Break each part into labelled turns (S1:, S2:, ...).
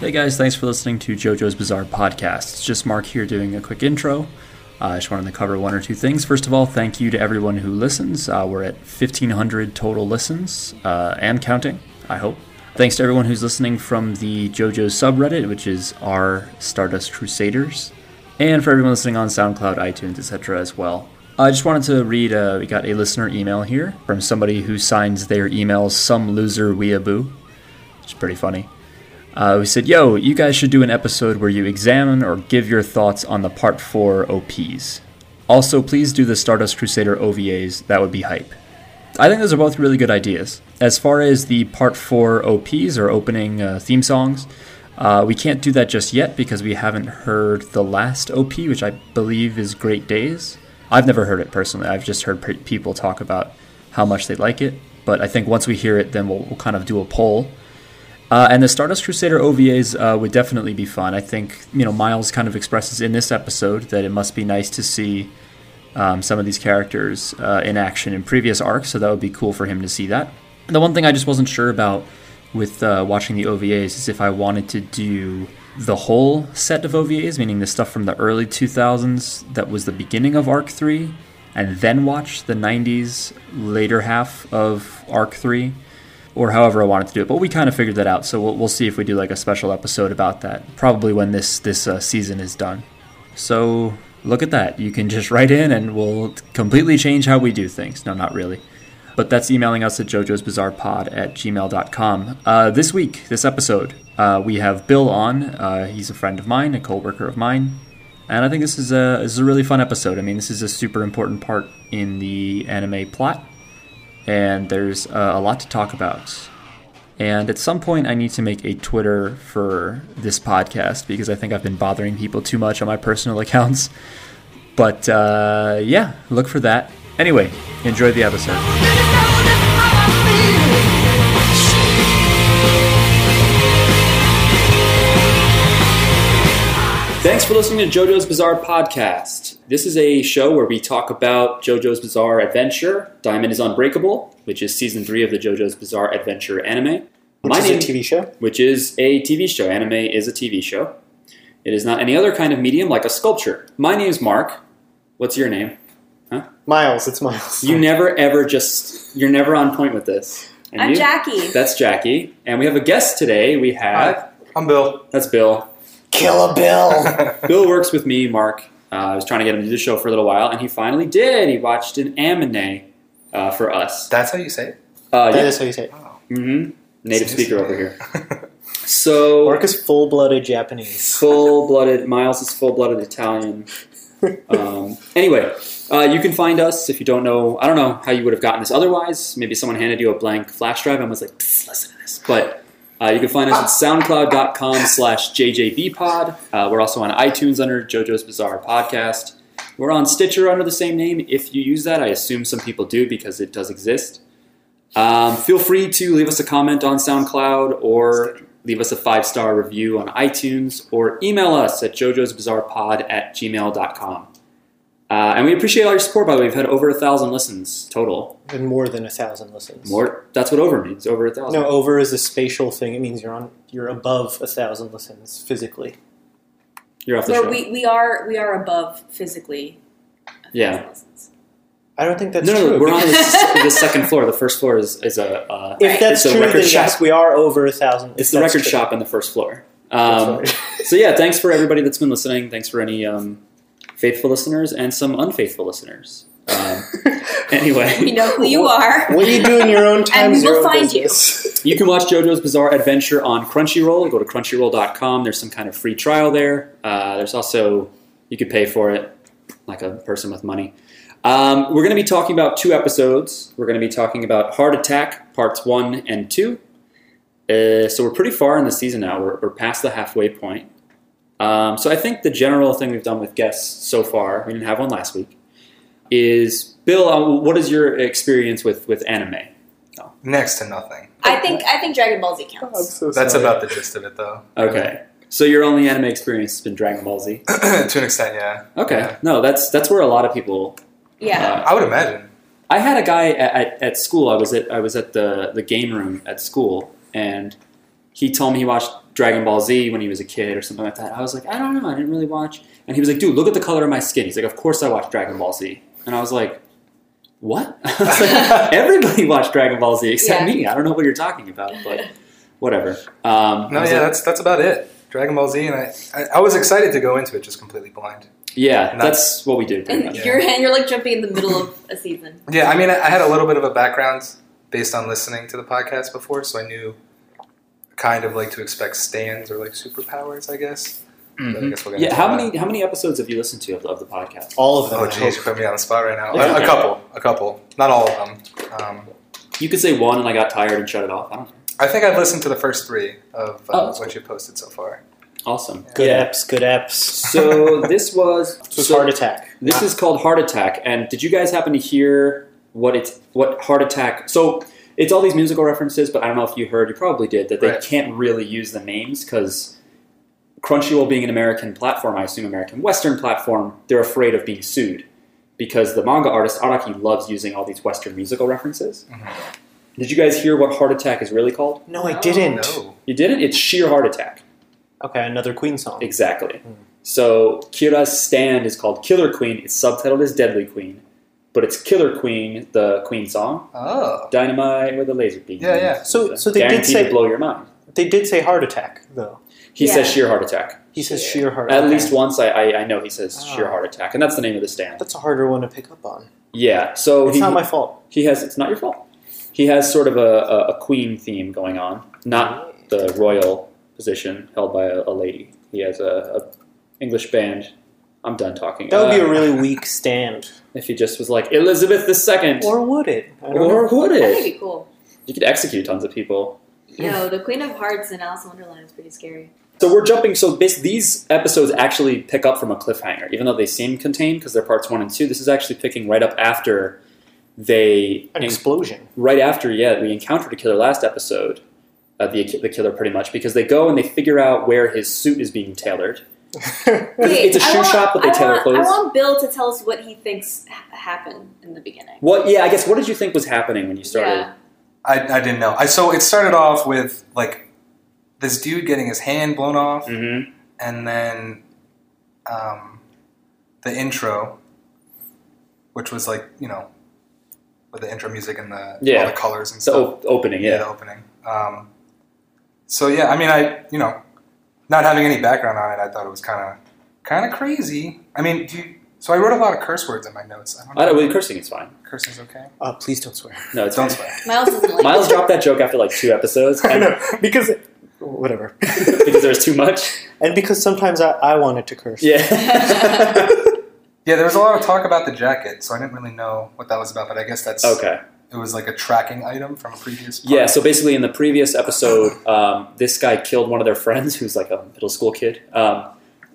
S1: Hey guys, thanks for listening to JoJo's Bizarre Podcast. It's just Mark here doing a quick intro. Uh, I just wanted to cover one or two things. First of all, thank you to everyone who listens. Uh, we're at 1,500 total listens uh, and counting, I hope. Thanks to everyone who's listening from the JoJo subreddit, which is r Stardust Crusaders, and for everyone listening on SoundCloud, iTunes, etc. as well. I just wanted to read. Uh, we got a listener email here from somebody who signs their emails "Some Loser Weeaboo," which is pretty funny. Uh, we said, "Yo, you guys should do an episode where you examine or give your thoughts on the Part Four OPs. Also, please do the Stardust Crusader OVAs. That would be hype." I think those are both really good ideas. As far as the part four OPs or opening uh, theme songs, uh, we can't do that just yet because we haven't heard the last OP, which I believe is Great Days. I've never heard it personally. I've just heard pe- people talk about how much they like it. But I think once we hear it, then we'll, we'll kind of do a poll. Uh, and the Stardust Crusader OVAs uh, would definitely be fun. I think you know Miles kind of expresses in this episode that it must be nice to see um, some of these characters uh, in action in previous arcs, so that would be cool for him to see that. The one thing I just wasn't sure about with uh, watching the OVAs is if I wanted to do the whole set of OVAs, meaning the stuff from the early 2000s that was the beginning of Arc 3, and then watch the 90s later half of Arc 3, or however I wanted to do it. But we kind of figured that out, so we'll, we'll see if we do like a special episode about that, probably when this, this uh, season is done. So look at that. You can just write in and we'll completely change how we do things. No, not really. But that's emailing us at jojo's bizarre pod at gmail.com. Uh, this week, this episode, uh, we have Bill on. Uh, he's a friend of mine, a coworker of mine. And I think this is, a, this is a really fun episode. I mean, this is a super important part in the anime plot. And there's uh, a lot to talk about. And at some point, I need to make a Twitter for this podcast because I think I've been bothering people too much on my personal accounts. But uh, yeah, look for that. Anyway, enjoy the episode. Thanks for listening to JoJo's Bizarre Podcast. This is a show where we talk about JoJo's Bizarre Adventure, Diamond is Unbreakable, which is season three of the JoJo's Bizarre Adventure anime.
S2: Which is a TV show?
S1: Which is a TV show. Anime is a TV show. It is not any other kind of medium like a sculpture. My name's Mark. What's your name?
S2: Miles, it's Miles.
S1: You never ever just you're never on point with this. And
S3: I'm
S1: you-
S3: Jackie.
S1: That's Jackie, and we have a guest today. We have
S4: I'm Bill.
S1: that's Bill.
S2: Kill a Bill.
S1: Bill works with me, Mark. Uh, I was trying to get him to do the show for a little while, and he finally did. He watched an anime uh, for us.
S4: That's how you say it.
S1: Uh,
S2: that is how you say it.
S1: hmm Native
S4: It's-
S1: speaker over here.
S2: Mark
S1: So
S2: is full-blooded Japanese.
S1: full-blooded. Miles is full-blooded Italian. Um, anyway, uh, you can find us if you don't know. I don't know how you would have gotten this otherwise. Maybe someone handed you a blank flash drive and was like, "Psst, "Listen to this." But uh, you can find us at SoundCloud.com/slash JJBPod. Uh, we're also on iTunes under JoJo's Bizarre Podcast. We're on Stitcher under the same name. If you use that, I assume some people do because it does exist. Um, feel free to leave us a comment on SoundCloud or leave us a five star review on iTunes or email us at jojo's bizarre pod at gmail.com. Uh, and we appreciate all your support, by the way. We've had over a thousand listens total.
S2: And more than a thousand listens.
S1: More, that's what over means, over a thousand.
S2: No, over is a spatial thing. It means you're on. You're above a thousand listens physically.
S1: You're off the
S3: Where
S1: show.
S3: we, we are we are above physically.
S1: Yeah.
S2: I don't think that's
S1: no, no,
S2: true.
S1: we're on the, s- the second floor. The first floor is, is a uh,
S2: If that's
S1: It's a
S2: true,
S1: record
S2: then yes,
S1: shop.
S2: we are over a thousand.
S1: it's
S2: if
S1: the
S2: that's
S1: record
S2: true.
S1: shop on the first floor.
S2: That's
S1: Um,
S2: right.
S1: so yeah, thanks for everybody that's been listening. Thanks for any um, faithful listeners and some unfaithful listeners. Um,
S3: We
S1: anyway,
S3: know who you are.
S2: what do you do in your own time?
S3: And we will
S2: zero
S3: find you.
S2: business?
S1: you can watch JoJo's Bizarre Adventure on Crunchyroll. Go to crunchyroll.com. There's some kind of free trial there. Uh, there's also you could pay for it, like a person with money. Um, we're going to be talking about two episodes. We're going to be talking about Heart Attack Parts One and Two. Uh, so we're pretty far in the season now. We're, we're past the halfway point. Um, so I think the general thing we've done with guests so far, we didn't have one last week, is Bill. Uh, what is your experience with with anime?
S4: Next to nothing.
S3: I think I think Dragon Ball Z
S2: I'm
S3: counts.
S2: so
S4: That's
S2: sorry.
S4: about the gist of it, though.
S1: Okay. So your only anime experience has been Dragon Ball Z.
S4: to an extent, yeah.
S1: Okay.
S4: Yeah.
S1: No, that's that's where a lot of people.
S3: Yeah.
S1: Uh,
S4: I would imagine.
S1: I had a guy at, at, at school. I was at I was at the the game room at school, and he told me he watched Dragon Ball Z when he was a kid or something like that. I was like, I don't know, I didn't really watch. And he was like, dude, look at the color of my skin. He's like, of course I watched Dragon Ball Z. And I was like, what? I was like, Everybody watched Dragon Ball Z except
S3: Yeah.
S1: me. I don't know what you're talking about, but whatever. Um, I
S4: No,
S1: was
S4: yeah,
S1: like,
S4: that's that's about it. Dragon Ball Z, and I, I, I was excited to go into it just completely blind.
S1: yeah,
S4: and
S1: that's what we do. Pretty
S3: And
S1: much.
S4: Yeah.
S3: you're and you're like jumping in the middle of a season.
S4: Yeah, I mean, I, I had a little bit of a background based on listening to the podcast before, so I knew kind of like to expect stands or like superpowers, I guess. But I guess we're gonna
S1: Mm-hmm. Yeah, how
S4: talk
S1: many how many episodes have you listened to of, of the podcast?
S2: All of them.
S4: about-
S2: I
S4: Oh, jeez, you
S2: hope.
S4: put me on the spot right now.
S1: It's
S4: A,
S1: okay.
S4: a couple, a couple, not all of them. Um,
S1: You could say one, and I got tired and shut it off. I don't know.
S4: I think I've listened to the first three of uh,
S1: Oh, that's
S4: what you posted so far.
S1: Awesome.
S2: Good
S1: Yeah.
S2: apps. Good apps.
S1: So this was
S2: This was
S1: so-
S2: Heart Attack.
S1: This is called Heart Attack. And did you guys happen to hear what it's what Heart Attack? So it's all these musical references, but I don't know if you heard. You probably did that they
S4: Right.
S1: can't really use the names because Crunchyroll, being an American platform, I assume American Western platform, they're afraid of being sued because the manga artist Araki loves using all these Western musical references. Did you guys hear what Heart Attack is really called?
S2: No, I
S3: No.
S2: didn't.
S4: No.
S1: You didn't. It's sheer heart attack.
S2: Okay, another Queen song.
S1: Exactly.
S2: Mm.
S1: So Kira's stand is called Killer Queen. It's subtitled as Deadly Queen, but it's Killer Queen, the Queen song,
S4: Oh.
S1: Dynamite with a Laser Beam.
S4: Yeah, yeah.
S2: So- so they did
S1: Guaranteed
S2: say-
S1: to blow your mind.
S2: They did say Heart Attack though.
S1: He
S3: Yeah.
S1: says sheer heart attack.
S2: He says
S4: Yeah.
S2: sheer heart.
S1: At
S2: Okay.
S1: least once, I, I I know he says sheer
S2: Oh.
S1: heart attack, and that's the name of the stand.
S2: that's a harder one to pick up on.
S1: Yeah. So
S2: It's
S1: he
S2: not my fault.
S1: he has it's not your fault. He has sort of a, a, a queen theme going on, not the royal position held by a, a lady. He has a, a English band. I'm done talking.
S2: That would be
S1: Uh,
S2: a really weak stand.
S1: If he just was like Elizabeth II,
S2: Or would it? I don't
S1: or
S2: know.
S1: would
S3: That would
S1: it?
S3: be cool.
S1: You could execute tons of people.
S3: Yo, the Queen of Hearts in Alice in Wonderland is pretty scary.
S1: So we're jumping. So bas these episodes actually pick up from a cliffhanger, even though they seem contained because they're parts one and two. This is actually picking right up after they,
S2: an explosion.
S1: right after yeah, we encountered a killer last episode. Uh, the, the killer pretty much because they go and they figure out where his suit is being tailored.
S3: Wait,
S1: it's a
S3: I
S1: shoe
S3: want-
S1: shop, but they
S3: I
S1: tailor
S3: want- I
S1: clothes.
S3: want Bill to tell us what he thinks ha- happened in the beginning.
S1: What? Yeah, I guess. What did you think was happening when you started?
S3: Yeah.
S4: I, I didn't know. I So it started off with like this dude getting his hand blown off,
S1: Mm-hmm.
S4: and then um, the intro, which was like, you know, with the intro music and the, all
S1: Yeah.
S4: the colors and
S1: So
S4: stuff.
S1: op- opening.
S4: yeah,
S1: Yeah.
S4: the opening. Um, so yeah, I mean, I you know, not having any background on it, I thought it was kind of kind of crazy. I mean, do you, so I wrote a lot of curse words in my notes. I don't know
S1: I don't, well, cursing is fine.
S4: if cursing's okay.
S2: Uh, please don't swear.
S1: No, it's
S4: Don't
S1: fine.
S4: swear.
S3: Miles doesn't like
S1: Miles dropped that joke after like two episodes,
S2: I
S1: and
S2: know because whatever,
S1: because there was too much.
S2: and because sometimes I, I wanted to curse.
S1: Yeah.
S4: Yeah, there was a lot of talk about the jacket, so I didn't really know what that was about. But I guess that's
S1: okay.
S4: it was like a tracking item from a previous. part.
S1: Yeah. So basically, in the previous episode, um, this guy killed one of their friends, who's like a middle school kid, um,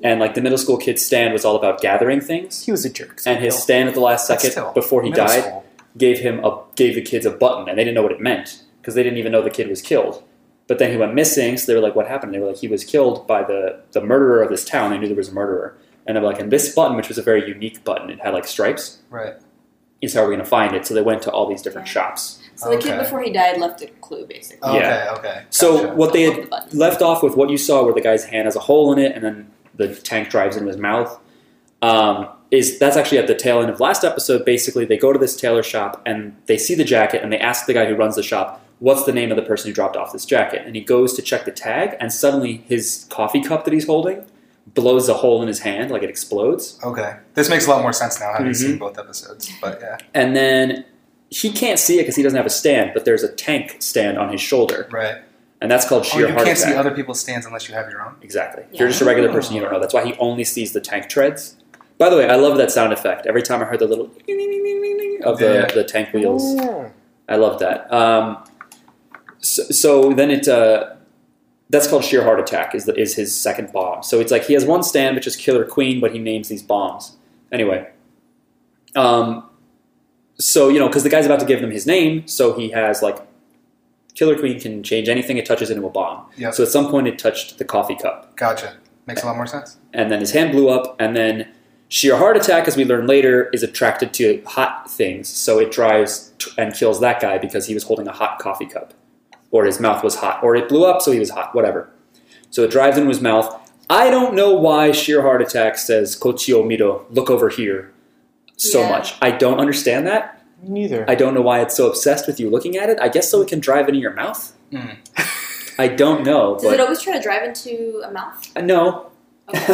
S1: and like the middle school kid's stand was all about gathering things.
S2: He was a jerk. so
S1: And his
S2: no.
S1: stand at the last
S4: But
S1: second
S4: still,
S1: before he
S4: middle
S1: died
S4: school.
S1: gave him a gave the kids a button, and they didn't know what it meant because they didn't even know the kid was killed. But then he went missing, so they were like, "What happened?" And they were like, "He was killed by the the murderer of this town." They knew there was a murderer, and they were like, "And this button, which was a very unique button, it had like stripes."
S4: right?
S1: is how we're going to find it. So they went to all these different
S3: Yeah.
S1: shops.
S3: So the kid
S4: Okay.
S3: before he died left a clue, basically.
S4: Okay,
S1: Yeah.
S4: okay.
S1: So
S3: Oh.
S4: gotcha.
S1: what they had
S3: The button.
S1: left off with, what you saw where the guy's hand has a hole in it and then the tank drives into his mouth, um, is that's actually at the tail end of last episode. Basically, they go to this tailor shop and they see the jacket and they ask the guy who runs the shop, What's the name of the person who dropped off this jacket? And he goes to check the tag, and suddenly his coffee cup that he's holding blows a hole in his hand, like it explodes.
S4: okay, this makes a lot more sense now having
S1: Mhm.
S4: seen both episodes. But yeah,
S1: And then he can't see it because he doesn't have a stand, but there's a tank stand on his shoulder,
S4: right.
S1: and that's called
S4: Oh,
S1: sheer
S4: you
S1: heart
S4: can't
S1: attack.
S4: see other people's stands unless you have your own.
S1: Exactly. If
S3: Yeah.
S1: you're just a regular person, you don't know. That's why he only sees the tank treads. By the way, I love that sound effect. Every time I heard the little of the,
S4: Yeah.
S1: the tank wheels,
S2: Mm.
S1: I love that. Um, so, so then it uh, that's called sheer heart attack is the, is his second bomb. So it's like he has one stand which is Killer Queen, but he names these bombs anyway. Um, so you know because the guy's about to give them his name, so he has like Killer Queen can change anything it touches into a bomb.
S4: Yep.
S1: So at some point it touched the coffee cup
S4: Gotcha. Makes a lot more sense.
S1: and then his hand blew up, and then sheer heart attack, as we learn later, is attracted to hot things, so it drives t- and kills that guy because he was holding a hot coffee cup or his mouth was hot, or it blew up, so he was hot, whatever. So it drives into his mouth. I don't know why Sheer Heart Attack says Kochio Miro, look over here, so
S3: Yeah.
S1: much. I don't understand that.
S2: Neither.
S1: I don't know why it's so obsessed with you looking at it. I guess so it can drive into your mouth.
S4: Mm.
S1: I don't know,
S3: Does
S1: but
S3: it always try to drive into a mouth?
S1: no,
S3: Okay.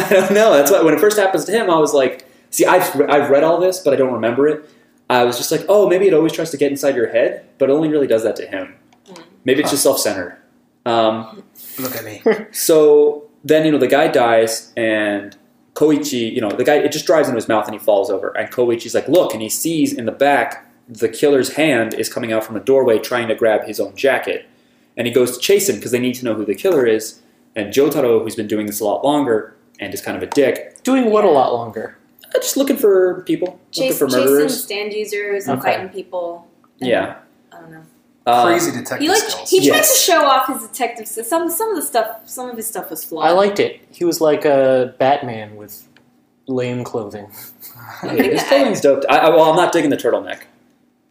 S1: I don't know. That's why when it first happens to him, I was like, see, I've, I've read all this, but I don't remember it. I was just like, oh, maybe it always tries to get inside your head, but it only really does that to him.
S3: Mm.
S1: Maybe it's
S4: Huh.
S1: just self centered. Um,
S4: Look at me.
S1: so then, you know, the guy dies, and Koichi, you know, the guy, it just drives into his mouth and he falls over. And Koichi's like, look, and he sees in the back the killer's hand is coming out from a doorway trying to grab his own jacket. And he goes to chase him because they need to know who the killer is. And Jotaro, who's been doing this a lot longer and is kind of a dick,
S2: Doing what a lot longer.
S1: uh, just looking for people,
S3: Chase,
S1: looking for
S3: chasing
S1: murderers.
S3: stand users and
S2: Okay.
S3: fighting people. and-
S1: Yeah.
S3: I don't know.
S1: Um,
S4: Crazy detective
S3: He like
S4: skills.
S3: he tried
S1: Yes.
S3: to show off his detective. s- Some some of the stuff, some of his stuff was flawed.
S2: I liked it. He was like a Batman with lame clothing.
S1: Yeah, his clothing's dope. I, I, well, I'm not digging the turtleneck.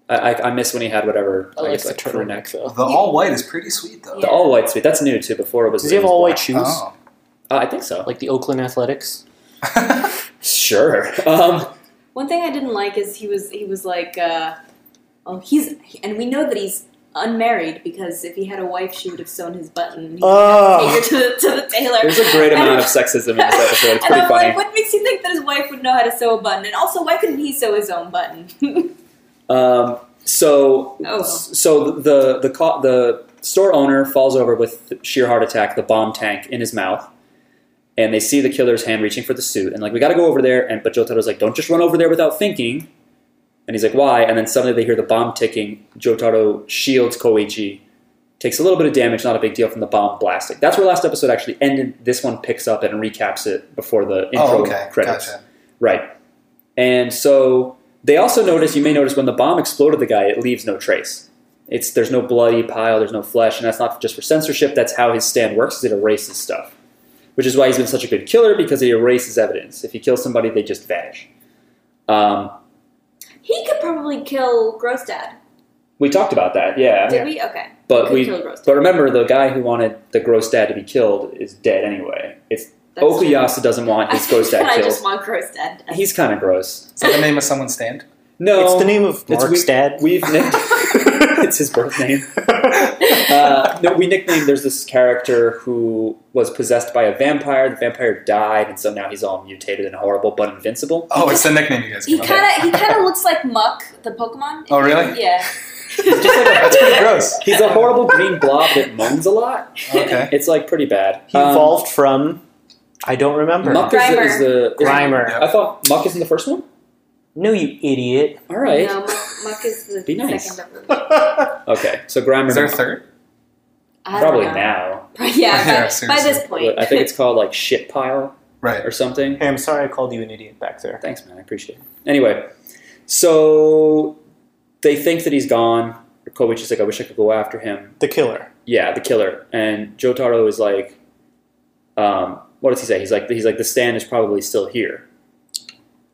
S1: I, I, I miss when he had whatever.
S2: I like
S1: guess
S2: the
S1: like crew neck.
S2: turtleneck though.
S4: the all white is pretty sweet though.
S1: The all white suit. That's new too. Before it was.
S2: Does he have
S1: it was
S2: all
S1: black.
S2: white shoes?
S4: Oh.
S1: Uh, I think so.
S2: Like the Oakland Athletics?
S4: Oh,
S1: Sure. Um,
S3: One thing I didn't like is he was he was like, uh, oh, he's and we know that he's unmarried because if he had a wife, she would have sewn his button. And he
S2: Oh.
S1: Ah.
S3: Take her to the, to the tailor.
S1: there's a great
S3: And-
S1: amount of sexism in this episode. It's
S3: and
S1: pretty
S3: I'm
S1: funny.
S3: like, what makes you think that his wife would know how to sew a button? And also, why couldn't he sew his own button?
S1: Um, so,
S3: Oh.
S1: so the the co- the store owner falls over with sheer heart attack, the bomb tank in his mouth, and they see the killer's hand reaching for the suit, and like we got to go over there, and but Jotaro's like, don't just run over there without thinking, and he's like, why? And then suddenly they hear the bomb ticking. Jotaro shields Koichi, takes a little bit of damage, not a big deal from the bomb blasting. That's where last episode actually ended. This one picks up and recaps it before the intro
S4: Oh, okay.
S1: credits.
S4: Gotcha.
S1: Right. And so they also notice, you may notice when the bomb exploded the guy, it leaves no trace. It's there's no bloody pile, there's no flesh, and that's not just for censorship, that's how his stand works, is it erases stuff. Which is why he's been such a good killer, because he erases evidence. If he kills somebody, they just vanish. Um,
S3: he could probably kill Gross Dad.
S1: we talked about that, yeah.
S3: Did we? Okay.
S1: But
S3: Could
S1: we
S3: kill Gross Dad.
S1: but remember the guy who wanted the gross dad to be killed is dead anyway. It's
S3: That's
S1: Okuyasa doesn't want
S3: I
S1: his gross
S3: think
S1: dad
S3: that I
S1: killed.
S3: just want Gross Dad.
S1: He's kinda gross.
S4: Is that the name of someone's stand?
S1: No
S2: it's the name of
S1: it's
S2: Mark's
S1: weird.
S2: dad.
S1: We've nicked. it's his birth name. Uh, no, we nicknamed. There's this character who was possessed by a vampire. The vampire died, and so now he's all mutated and horrible, but invincible.
S4: Oh, it's the nickname you guys
S3: He
S4: give.
S3: kind of he kind of looks like Muck, the Pokemon.
S4: Oh, really?
S3: Yeah.
S1: He's just like a-
S4: That's pretty gross.
S1: He's a horrible green blob that moans a lot.
S4: Okay.
S1: It's like pretty bad.
S2: He
S1: Um,
S2: evolved from I don't remember.
S1: Muck is the, is the is-
S2: Grimer.
S4: Yeah.
S1: I thought Muck is in the first one.
S2: No, you idiot.
S1: All right.
S3: No, Muck- Muck is the
S1: Be nice.
S3: second of them.
S1: Okay. So Grimer.
S4: Is there a third?
S3: I don't
S1: Probably
S3: know.
S1: now.
S3: Yeah,
S4: Yeah,
S3: by, by this
S4: seriously.
S3: point.
S1: I think it's called like shit pile
S4: Right.
S1: or something.
S2: Hey, I'm sorry I called you an idiot back there.
S1: Thanks, man. I appreciate it. Anyway, so they think that he's gone. Koichi's like, I wish I could go after him.
S2: The killer.
S1: Yeah, the killer. And Jotaro is like, um, what does he say? He's like, he's like, the stand is probably still here.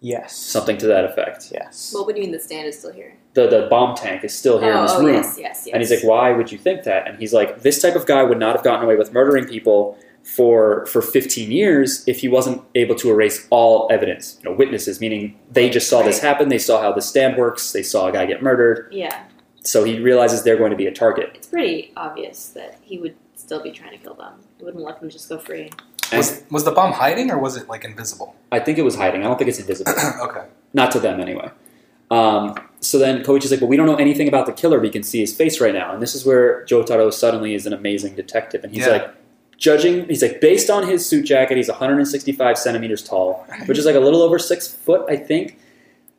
S2: Yes.
S1: Something to that effect.
S2: Yes.
S3: Well, what do you mean the stand is still here?
S1: The the bomb tank is still here
S3: oh,
S1: in this
S3: oh,
S1: room.
S3: yes, yes, yes.
S1: And he's like, why would you think that? And he's like, this type of guy would not have gotten away with murdering people for for 15 years if he wasn't able to erase all evidence, you know, witnesses, meaning they just saw this happen, they saw how the stand works, they saw a guy get murdered,
S3: yeah,
S1: so he realizes they're going to be a target.
S3: it's pretty obvious that he would still be trying to kill them. He wouldn't let them just go free.
S1: And
S4: Was, was the bomb hiding or was it like invisible?
S1: I think it was hiding. I don't think it's invisible.
S4: okay.
S1: Not to them, anyway. Um, so then Koichi's like, but we don't know anything about the killer. We can see his face right now. And this is where Jotaro suddenly is an amazing detective. And he's
S4: Yeah.
S1: like, judging, he's like, based on his suit jacket, he's 165 centimeters tall, which is like a little over six foot, I think.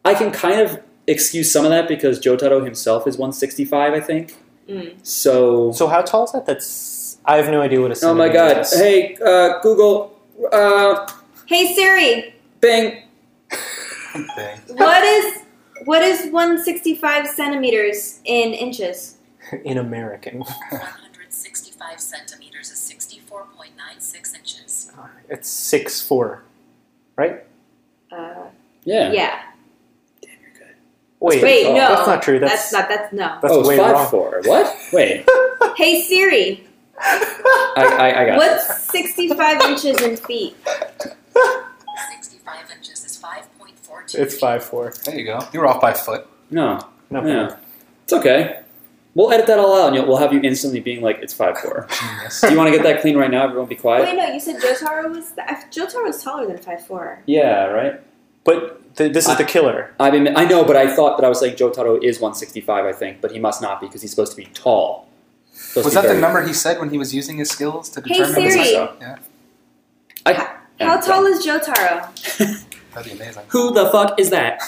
S1: I can kind of excuse some of that because Jotaro himself is 165, I think.
S3: Mm.
S1: So,
S2: So how tall is that? That's I have no idea what a
S1: oh my
S2: centimeter
S1: god.
S2: is.
S1: Hey, uh, Google, uh,
S3: Hey Siri,
S1: Bing.
S4: Dang.
S3: what is what is 165 centimeters in inches?
S2: In American.
S5: 165 centimeters is 64.96 inches.
S2: It's six four.
S3: Uh,
S1: Yeah.
S3: yeah,
S2: Wait, oh,
S3: Wait, no,
S2: that's not true. That's
S3: That's not. That's no.
S2: that's
S1: oh, it's
S2: way
S1: five
S2: wrong.
S1: four. What? Wait,
S3: Hey Siri,
S1: I, I, I got it.
S3: what's 65 inches in feet?
S5: 65 inches is 5.42.
S2: It's five four.
S4: There you go. You were off by a foot.
S1: No,
S2: No,
S1: yeah, it's okay. We'll edit that all out, and you'll, we'll have you instantly being like, "It's five four.
S4: Genius.
S1: Do you want to get that clean right now? Everyone, be quiet.
S3: Wait, no, you said Jotaro was. I- Jotaro was taller than 5'4.
S1: Yeah, right.
S2: But th- this is the killer.
S1: I mean, I know, but I thought that I was like Jotaro is one sixty five. I think, but he must not be because he's supposed to be tall. Supposed
S4: Was
S1: to
S4: that
S1: be
S4: the
S1: very-
S4: number he said when he was using his skills to
S3: Hey,
S4: determine
S1: I
S4: his
S1: think
S3: Siri.
S1: so.
S4: Yeah,
S1: I-
S3: How tall is Jotaro?
S4: that'd be amazing.
S1: Who the fuck is that?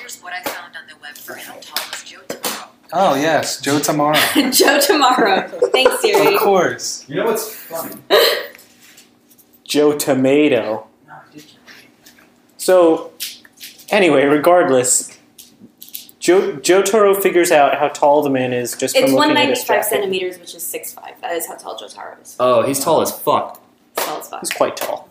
S5: Here's what I found on the web for how tall is Joe tomorrow.
S4: oh yes, Joe Tamara.
S3: Joe Tomorrow. Thanks, Siri.
S4: of course.
S1: You know what's funny?
S2: Joe Tomato. So, anyway, regardless, Joe Joe Toro figures out how tall the man is just
S3: It's
S2: from looking at his
S3: 195
S2: jacket.
S3: centimeters, which is 6'5. That is how tall Jotaro is.
S1: Oh, he's tall as fuck.
S3: Tall as fuck.
S2: It's quite tall.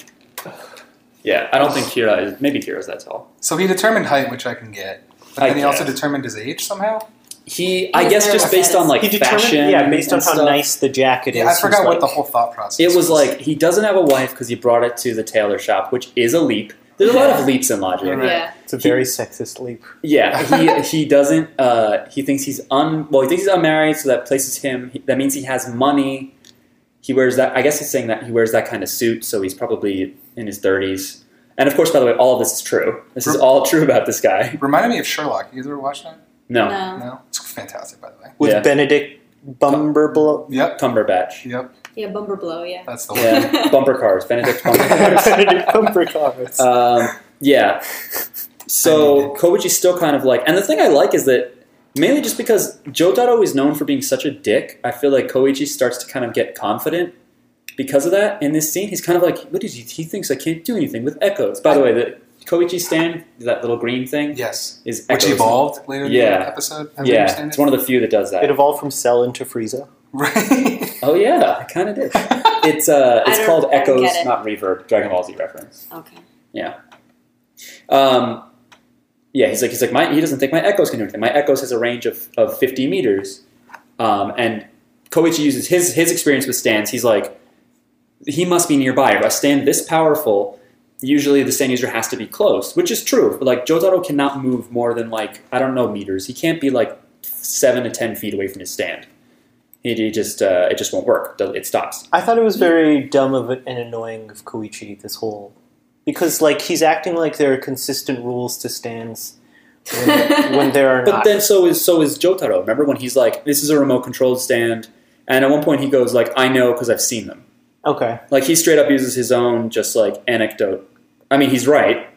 S1: Yeah, I don't think Kira is. Maybe Kira's that tall.
S4: So he determined height, which I can get, but
S1: I
S4: then he also
S1: guess.
S4: determined his age somehow.
S1: He, I
S3: He's
S1: guess,
S3: very
S1: just based on like
S2: he determined,
S1: fashion.
S2: yeah, based on
S1: and
S2: how
S1: stuff.
S2: nice the jacket
S4: Yeah, I
S2: is.
S4: forgot
S2: he's
S4: what
S2: like,
S4: the whole thought process.
S1: It was like he doesn't have a wife because he brought it to the tailor shop, which is a leap. There's a lot of leaps in logic.
S4: You're right.
S3: Yeah.
S2: It's a very sexist leap.
S1: Yeah, he he doesn't. Uh, he thinks he's un. Well, he thinks he's unmarried, so that places him. That means he has money. He wears that. I guess he's saying that he wears that kind of suit, so he's probably in his thirties. And of course, by the way, all of this is true. This is all true about this guy.
S4: Reminded me of Sherlock. You ever watch that?
S1: No,
S3: No.
S4: No, it's fantastic, by the way.
S2: With
S1: Yeah.
S2: Benedict Bumberblow.
S4: Yep,
S1: Cumberbatch.
S4: yep,
S3: Yeah, bumper blow, yeah.
S4: that's the one.
S1: Yeah, bumper cars. Benedict bumper cars.
S2: Benedict Bumbercars.
S1: Um, yeah.
S4: I
S1: So
S4: need
S1: Koichi's still kind of like, and the thing I like is that mainly just because Jotaro is known for being such a dick, I feel like Koichi starts to kind of get confident because of that. In this scene, he's kind of like, what is he? He thinks I can't do anything with echoes. By the way, the Koichi stand, that little green thing,
S4: Yes,
S1: is
S4: which
S1: echoes.
S4: evolved later in
S1: Yeah.
S4: the episode. I
S1: Yeah,
S4: understand
S1: it's one of the few that does
S2: it
S1: that.
S2: evolved from Cell into Frieza.
S4: right.
S1: Oh yeah, it kind of did. It's uh,
S3: I
S1: it's
S3: don't-
S1: called
S3: I don't
S1: Echoes,
S3: get it.
S1: not Reverb. Dragon Ball Z reference.
S3: Okay.
S1: Um, yeah, he's like he's like my he doesn't think my echoes can do anything. My echoes has a range of, of fifty meters, um, and Koichi uses his his experience with stands. He's like he must be nearby. If a stand this powerful, usually the stand user has to be close, which is true. But like Jotaro cannot move more than like I don't know meters. He can't be like seven to ten feet away from his stand. He, he just uh, it just won't work. It stops.
S2: I thought it was very dumb of it and annoying of Koichi this whole because like he's acting like there are consistent rules to stands when, when there are
S1: But
S2: not.
S1: then so is so is Jotaro. Remember when he's like, "This is a remote controlled stand," and at one point he goes like, "I know because I've seen them."
S2: okay,
S1: Like he straight up uses his own just like anecdote. I mean, he's right,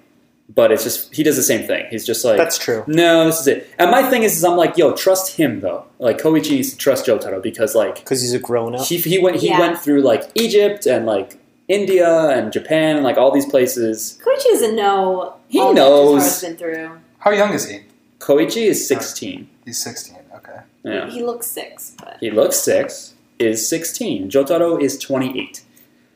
S1: but it's just he does the same thing. He's just like,
S2: that's true.
S1: "No, this is it." And my thing is, is I'm like, "Yo, trust him though." Like Koichi needs to trust Jotaro because like
S2: Because he's a grown up.
S1: he he went he
S3: Yeah.
S1: went through like Egypt and like India and Japan and like all these places.
S3: Koichi doesn't know
S1: He
S3: all that
S1: knows.
S3: Jotaro's been through.
S4: How young is he?
S1: Koichi is 16.
S4: He's sixteen. Okay.
S1: Yeah.
S3: He looks six, but
S1: He looks six, is 16. Jotaro is 28.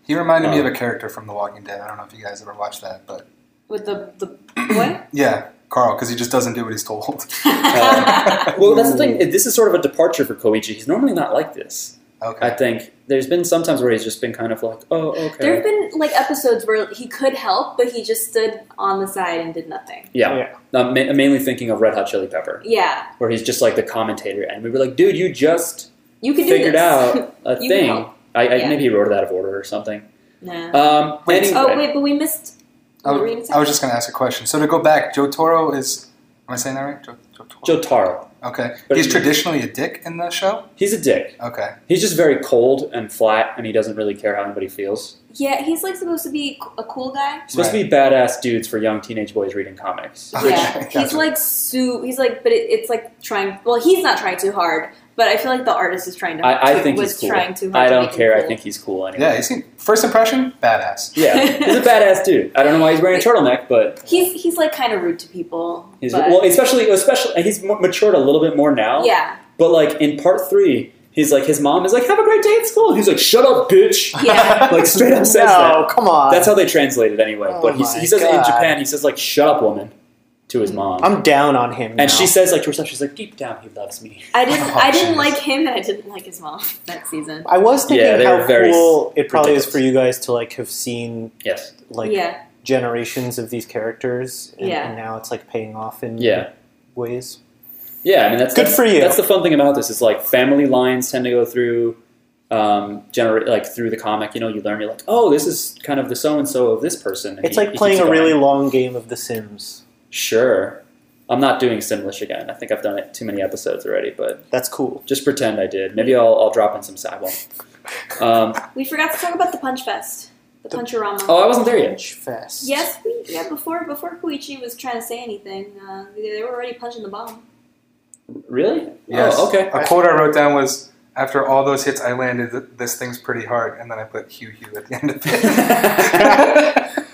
S4: He reminded me of
S1: Oh.
S4: a character from The Walking Dead. I don't know if you guys ever watched that, but
S3: with the the what?
S4: yeah, Carl, because he just doesn't do what he's told.
S2: Uh,
S1: Um, well, that's the thing. This is sort of a departure for Koichi. He's normally not like this. I
S4: Okay.
S1: think there's been some times where he's just been kind of like, oh,
S3: There
S1: okay.
S3: have been like episodes where he could help, but he just stood on the side and did nothing.
S1: Yeah. I'm ma- mainly thinking of Red Hot Chili Pepper,
S3: Yeah,
S1: where he's just like the commentator. And we were like, dude, you just
S3: you can do
S1: figured
S3: this.
S1: out a
S3: You can
S1: thing.
S3: help.
S1: I, I
S3: Yeah.
S1: Maybe he wrote it out of order or something.
S3: nah.
S1: Um,
S4: Wait,
S1: anyway,
S3: oh wait, but we missed.
S4: I,
S3: were you
S4: was,
S3: gonna say?
S4: I was just going to ask a question. So to go back, Joe Toro is. Am I saying that right? Joe, Joe Toro.
S1: Jotaro.
S4: okay.
S1: But-
S4: he's traditionally a dick in the show.
S1: He's a dick.
S4: Okay.
S1: He's just very cold and flat, and he doesn't really care how anybody feels.
S3: Yeah, he's like supposed to be c- a cool guy.
S1: Supposed to be badass dudes for young teenage boys reading comics.
S4: Okay,
S3: Yeah, he's
S4: gotcha.
S3: like su. He's like, but it, it's like trying. Well, he's not trying too hard, but I feel like the artist is trying to.
S1: I, I think
S3: was
S1: he's cool.
S3: trying too hard.
S1: I
S3: to
S1: don't
S3: make him
S1: care. I
S3: cool.
S1: think he's cool anyway.
S4: Yeah. He's first impression badass.
S1: Yeah, he's a badass dude. I don't know why he's wearing a turtleneck, but
S3: he's he's like kind of rude to people.
S1: he's
S3: but-
S1: well, especially especially and he's more- matured a little bit more now.
S3: yeah,
S1: But like in part three, he's like his mom is like, "Have a great day at school." And he's like, "Shut up, bitch!"
S3: yeah.
S1: Like straight up says
S2: no, come on.
S1: that. That's how they translate it anyway.
S2: Oh
S1: but he's,
S2: my
S1: he says it in
S2: God.
S1: Japan. He says like, "Shut up, woman," to his mom.
S2: I'm down on him.
S1: and
S2: now.
S1: she says like to herself, she's like, deep down he loves me.
S3: I didn't.
S4: Oh,
S3: I didn't
S4: jeez.
S3: like him, and I didn't like his mom that season.
S2: I was thinking
S1: Yeah, they were
S2: how
S1: very
S2: cool it probably is
S1: ridiculous.
S2: for you guys to like have seen
S1: Yes.
S2: like
S3: yeah,
S2: generations of these characters, and,
S3: Yeah.
S2: and now it's like paying off in
S1: Yeah.
S2: ways.
S1: Yeah, I mean that's
S2: Good
S1: that's,
S2: for you.
S1: That's the fun thing about this is like family lines tend to go through, um, generate like through the comic. You know, you learn you're like, oh, this is kind of the so and so of this person. and
S2: It's
S1: he- he
S2: like
S1: keeps
S2: playing a
S1: going.
S2: really long game of The Sims.
S1: sure. I'm not doing Simlish again. I think I've done it too many episodes already, but
S2: That's cool.
S1: just pretend I did. Maybe I'll, I'll drop in some side won't. Um,
S3: we forgot to talk about the Punch Fest, the
S2: The-
S3: Puncherama.
S1: oh, I wasn't there yet.
S2: Punch fest.
S3: Yes, we yeah. Before before Koichi was trying to say anything, uh, they they were already punching the bomb.
S1: Really?
S4: Yes.
S1: Oh, okay.
S4: A quote I wrote down was, "After all those hits I landed, th- this thing's pretty hard," and then I put Hugh Hugh at the end of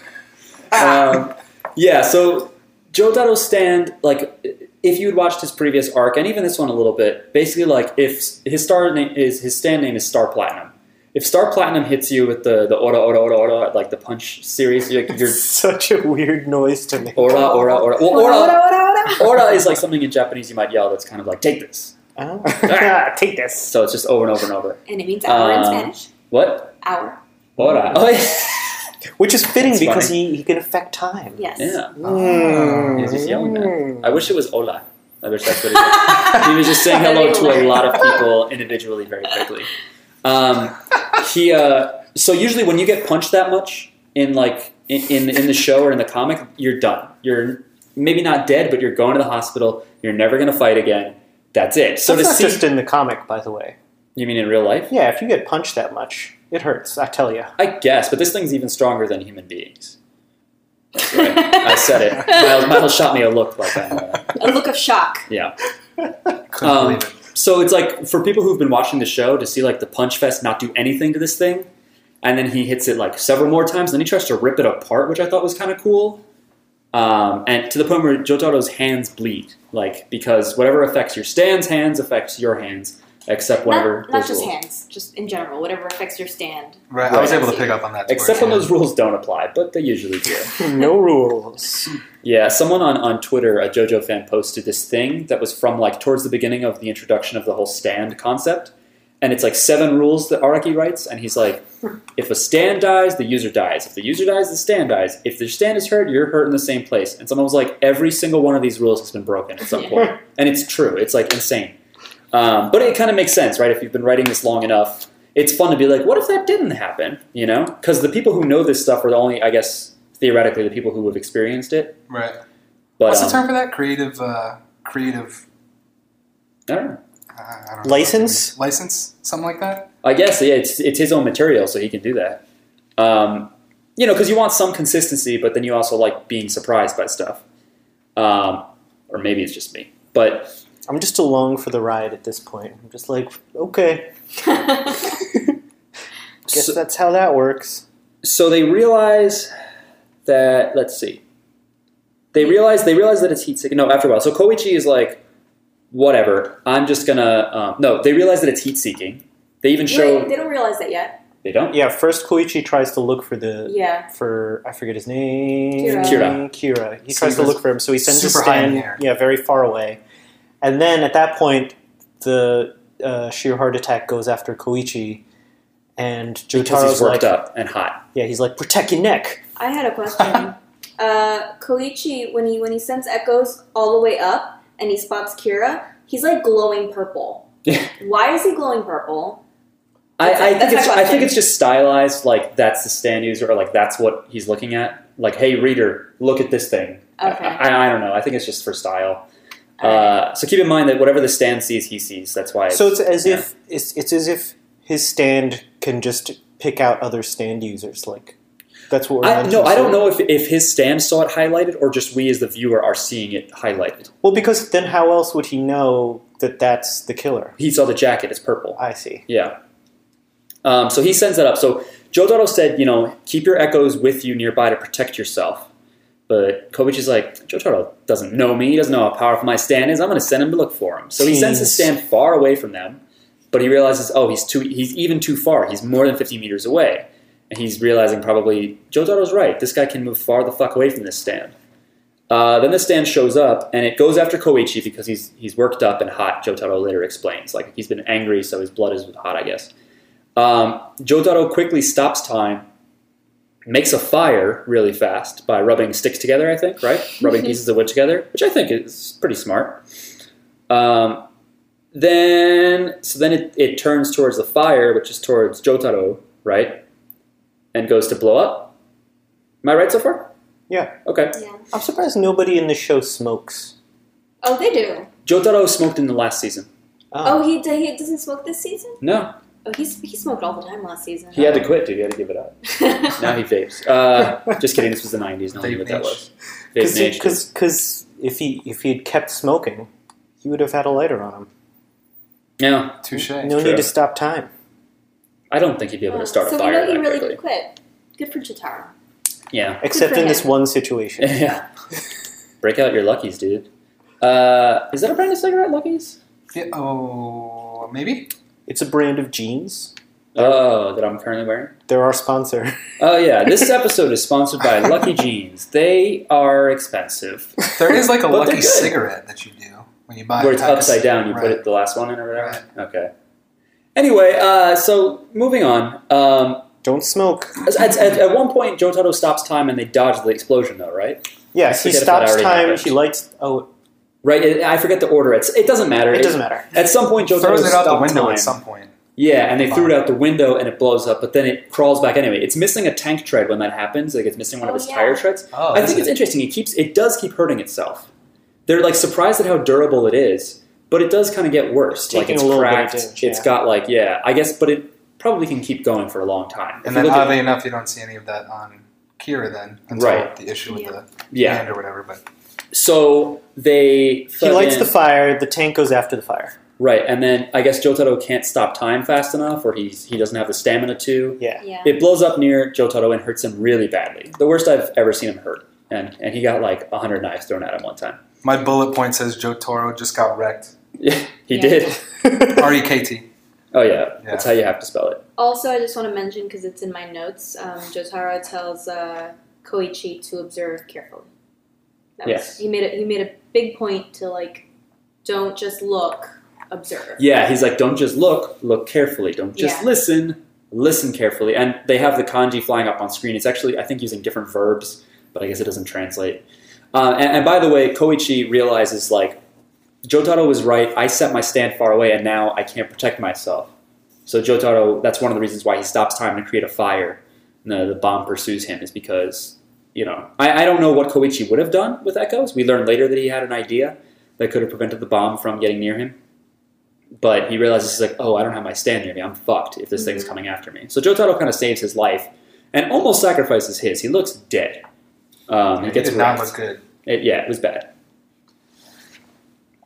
S4: Uh, it.
S1: um, yeah, so Joe Dotto's stand, like, if you'd watched his previous arc and even this one a little bit, basically, like, if his star name is his stand name is Star Platinum. If Star Platinum hits you with the the Ora Ora Ora Ora like the punch series, you're, you're
S2: Such a weird noise to make.
S1: Ora Ora Ora. Well,
S3: Ora,
S1: Ora
S3: ora, ora, ora.
S1: Ora is like something in Japanese you might yell that's kind of like take this.
S2: Oh.
S1: Ah,
S2: Take this.
S1: So it's just over and over and over.
S3: And it means hour in
S1: Um,
S3: Spanish.
S1: What?
S3: Hour.
S1: Ora. Oh yeah.
S2: Which is fitting
S1: That's
S2: because he, he can affect time.
S3: Yes.
S1: yeah.
S2: Mm.
S1: He's just yelling at
S2: Mm.
S1: I wish it was Ola. I wish that's what it was. he was just saying hello to a lot of people individually very quickly. Um, he uh, so usually when you get punched that much in like in, in in the show or in the comic, you're done. You're maybe not dead, but you're going to the hospital. You're never going to fight again. That's it. So
S2: That's
S1: to
S2: not
S1: see,
S2: just in the comic, by the way.
S1: you mean in real life?
S2: Yeah, if you get punched that much, it hurts. I tell you.
S1: I guess, but this thing's even stronger than human beings. That's right. I said it. Miles, Miles shot me a look like that.
S3: A look of shock.
S1: yeah.
S4: Couldn't
S1: Um,
S4: believe it.
S1: So it's like for people who've been watching the show to see like the punch fest not do anything to this thing, and then he hits it like several more times. Then he tries to rip it apart, which I thought was kind of cool. Um, and to the point where Jotaro's hands bleed, like because whatever affects your stand's hands affects your hands, except whenever
S3: not not
S1: those
S3: just
S1: rules.
S3: hands, just in general, whatever affects your stand.
S4: Right, I was
S1: Right.
S4: able to pick up on that.
S1: Except when
S4: towards
S1: those rules don't apply, but they usually do.
S2: Um, No rules.
S1: Yeah, someone on, on Twitter, a JoJo fan, posted this thing that was from like towards the beginning of the introduction of the whole stand concept. And it's like seven rules that Araki writes. And he's like, if a stand dies, the user dies. If the user dies, the stand dies. If the stand is hurt, you're hurt in the same place. And someone was like, every single one of these rules has been broken at some
S3: Yeah.
S1: point. And it's true. It's like insane. Um, but it kind of makes sense, right? If you've been writing this long enough, it's fun to be like, what if that didn't happen? You know? Because the people who know this stuff are the only, I guess, theoretically, the people who have experienced it.
S4: the end. Right.
S1: But
S4: What's the
S1: um,
S4: term for that? Creative. Uh, creative.
S1: I don't know.
S4: Uh, I don't know.
S2: License?
S4: License, something like that.
S1: I guess yeah, it's it's his own material, so he can do that. Um, you know, because you want some consistency, but then you also like being surprised by stuff. Um, or maybe it's just me, but
S2: I'm just along for the ride at this point. I'm just like, okay, guess
S1: so,
S2: that's how that works.
S1: so they realize that. Let's see. They realize they realize that it's heat seeking. No, after a while, so Koichi is like, whatever. I'm just gonna. Um, no, they realize that it's heat seeking. They even show
S3: Wait, they don't realize that yet.
S1: they don't.
S2: Yeah, first Koichi tries to look for the
S3: Yeah.
S2: for I forget his name.
S1: Kira.
S2: Kira. He
S4: So
S2: tries
S4: he
S2: to
S4: goes
S2: look for him, so he sends his
S4: super high in
S2: stand.
S4: the air.
S2: Yeah, very far away. And then at that point, the uh, sheer heart attack goes after Koichi, and
S1: Because he's
S2: Jotaro's
S1: worked
S2: like,
S1: up and hot.
S2: yeah, he's like, protect your neck.
S3: I had a question. uh, Koichi, when he when he sends echoes all the way up and he spots Kira, he's like glowing purple. Why is he glowing purple?
S1: I,
S3: That's-
S1: I
S3: that's
S1: think
S3: my
S1: it's I think
S3: question.
S1: it's just stylized like that's the stand user or like that's what he's looking at. Like, hey reader, look at this thing. I-
S3: Okay.
S1: I, I, don't know. I think it's just for style. Uh, so keep in mind that whatever the stand sees, he sees. That's why.
S2: So it's as
S1: yeah.
S2: if it's, it's as if his stand can just pick out other stand users. Like that's what we're
S1: I,
S2: meant
S1: no,
S2: to
S1: I
S2: say.
S1: don't know if, if his stand saw it highlighted or just we as the viewer are seeing it highlighted.
S2: Well, because then how else would he know that that's the killer?
S1: He saw the jacket as purple.
S2: I see.
S1: Yeah. Um, so he sends that up. So Joe Dotto said, you know, keep your echoes with you nearby to protect yourself. But Kobichi's like, Joe Dotto doesn't know me. He doesn't know how powerful my stand is. I'm going to send him to look for him. So he sends his
S2: Jeez.
S1: stand far away from them, but he realizes, oh, he's too, he's even too far. He's more than 50 meters away. And he's realizing probably Joe Dotto's right. This guy can move far the fuck away from this stand. Uh, then the stand shows up and it goes after Koichi because he's he's worked up and hot. Jotaro later explains like he's been angry, so his blood is hot, I guess. Um, Jotaro quickly stops time, makes a fire really fast by rubbing sticks together. I think right, rubbing pieces of wood together, which I think is pretty smart. Um, then so then it, it turns towards the fire, which is towards Jotaro, right, and goes to blow up. Am I right so far?
S2: Yeah.
S1: Okay.
S3: Yeah.
S2: I'm surprised nobody in the show smokes.
S3: Oh, they do.
S1: Jotaro smoked in the last season.
S3: Oh, he d- he doesn't smoke this season.
S1: No,
S3: Oh, he's he smoked all the time last season.
S1: he had to quit, dude. He had to give it up. Now he vapes. Uh, just kidding. This was the '90s. No one knew what that was. Vape Nation.
S2: because if he if he'd kept smoking, he would have had a lighter on him.
S1: No,
S4: Touche.
S2: no
S1: true.
S2: need to stop time.
S1: I don't think he'd be able to start
S3: so
S1: a fire
S3: we know he
S1: that
S3: really
S1: quickly.
S3: did quit. Good for Chitara.
S1: Yeah.
S2: Except
S3: for
S2: in this
S3: him.
S2: one situation.
S1: yeah. Break out your luckies, dude. Uh, is that a brand of cigarette, luckies?
S4: Yeah, oh, maybe.
S2: It's a brand of jeans.
S1: Oh, that I'm currently wearing.
S2: They're our sponsor.
S1: Oh yeah, this episode is sponsored by Lucky Jeans. They are expensive.
S4: There is like a
S1: But they're
S4: lucky
S1: good.
S4: cigarette that you do when you buy.
S1: Where
S4: a
S1: it's
S4: pack of
S1: upside down, you put
S4: right.
S1: it the last one in or whatever. Okay. Anyway, uh, so moving on. Um,
S2: Don't smoke.
S1: at, at, at one point, Jotaro stops time and they dodge the explosion, though, right?
S2: Yes, he
S1: forget if that
S2: stops
S1: already
S2: time.
S1: happened.
S2: He lights. Oh,
S1: Right. It, I forget the order. It's, it doesn't matter.
S2: it doesn't matter.
S1: At some point, Jotaro
S4: Throws it out the
S1: stopped
S4: window
S1: time.
S4: at some point.
S1: Yeah, and they threw it out the window and it blows up, but then it crawls back anyway. It's missing a tank tread when that happens. Like it's missing one of
S3: Oh,
S1: its
S3: yeah.
S1: tire treads.
S4: Oh,
S1: I think it's interesting. It keeps it does keep hurting itself. They're like surprised at how durable it is, but it does kind of get worse. like
S2: Taking
S1: it's
S2: a little bit of
S1: cracked.
S2: damage,
S1: It's
S2: yeah.
S1: got like yeah, I guess, but it probably can keep going for a long time.
S4: And
S1: If
S4: then
S1: you look at-
S4: oddly enough, you don't see any of that on Kira then until
S1: Right.
S4: the issue with
S3: Yeah.
S4: the
S1: yeah.
S4: hand or whatever. But
S1: So they
S2: He lights
S1: fucking-
S2: the fire. The tank goes after the fire.
S1: right, and then I guess Jotaro can't stop time fast enough, or he's he doesn't have the stamina to.
S2: Yeah.
S3: Yeah.
S1: It blows up near Jotaro and hurts him really badly. The worst I've ever seen him hurt. And, and he got like 100 knives thrown at him one time.
S4: my bullet point says Joe Toro just got wrecked.
S1: Yeah, he
S3: Yeah.
S1: did.
S4: R E K T.
S1: Oh, yeah.
S4: Yeah.
S1: That's how you have to spell it.
S3: Also, I just want to mention because it's in my notes. Um, Jotaro tells uh, Koichi to observe carefully. That was-
S1: Yes.
S3: he made a, he made a big point to like, don't just look, observe.
S1: Yeah, he's like, don't just look, look carefully. Don't just
S3: Yeah.
S1: listen, listen carefully. And they have the kanji flying up on screen. It's actually, I think, using different verbs, but I guess it doesn't translate. Uh, and, and by the way, Koichi realizes, like, Jotaro was right. I set my stand far away, and now I can't protect myself. So Jotaro, that's one of the reasons why he stops time to create a fire. And the, the bomb pursues him is because, you know, I, I don't know what Koichi would have done with Echoes. We learn later that he had an idea that could have prevented the bomb from getting near him. But he realizes he's like, oh, I don't have my stand near me. I'm fucked if this
S4: Mm-hmm.
S1: thing's coming after me. So Jotaro kind of saves his life and almost sacrifices his. He looks dead. Um, he
S4: It
S1: gets
S4: did not
S1: wrecked.
S4: look good.
S1: It- yeah, it was bad.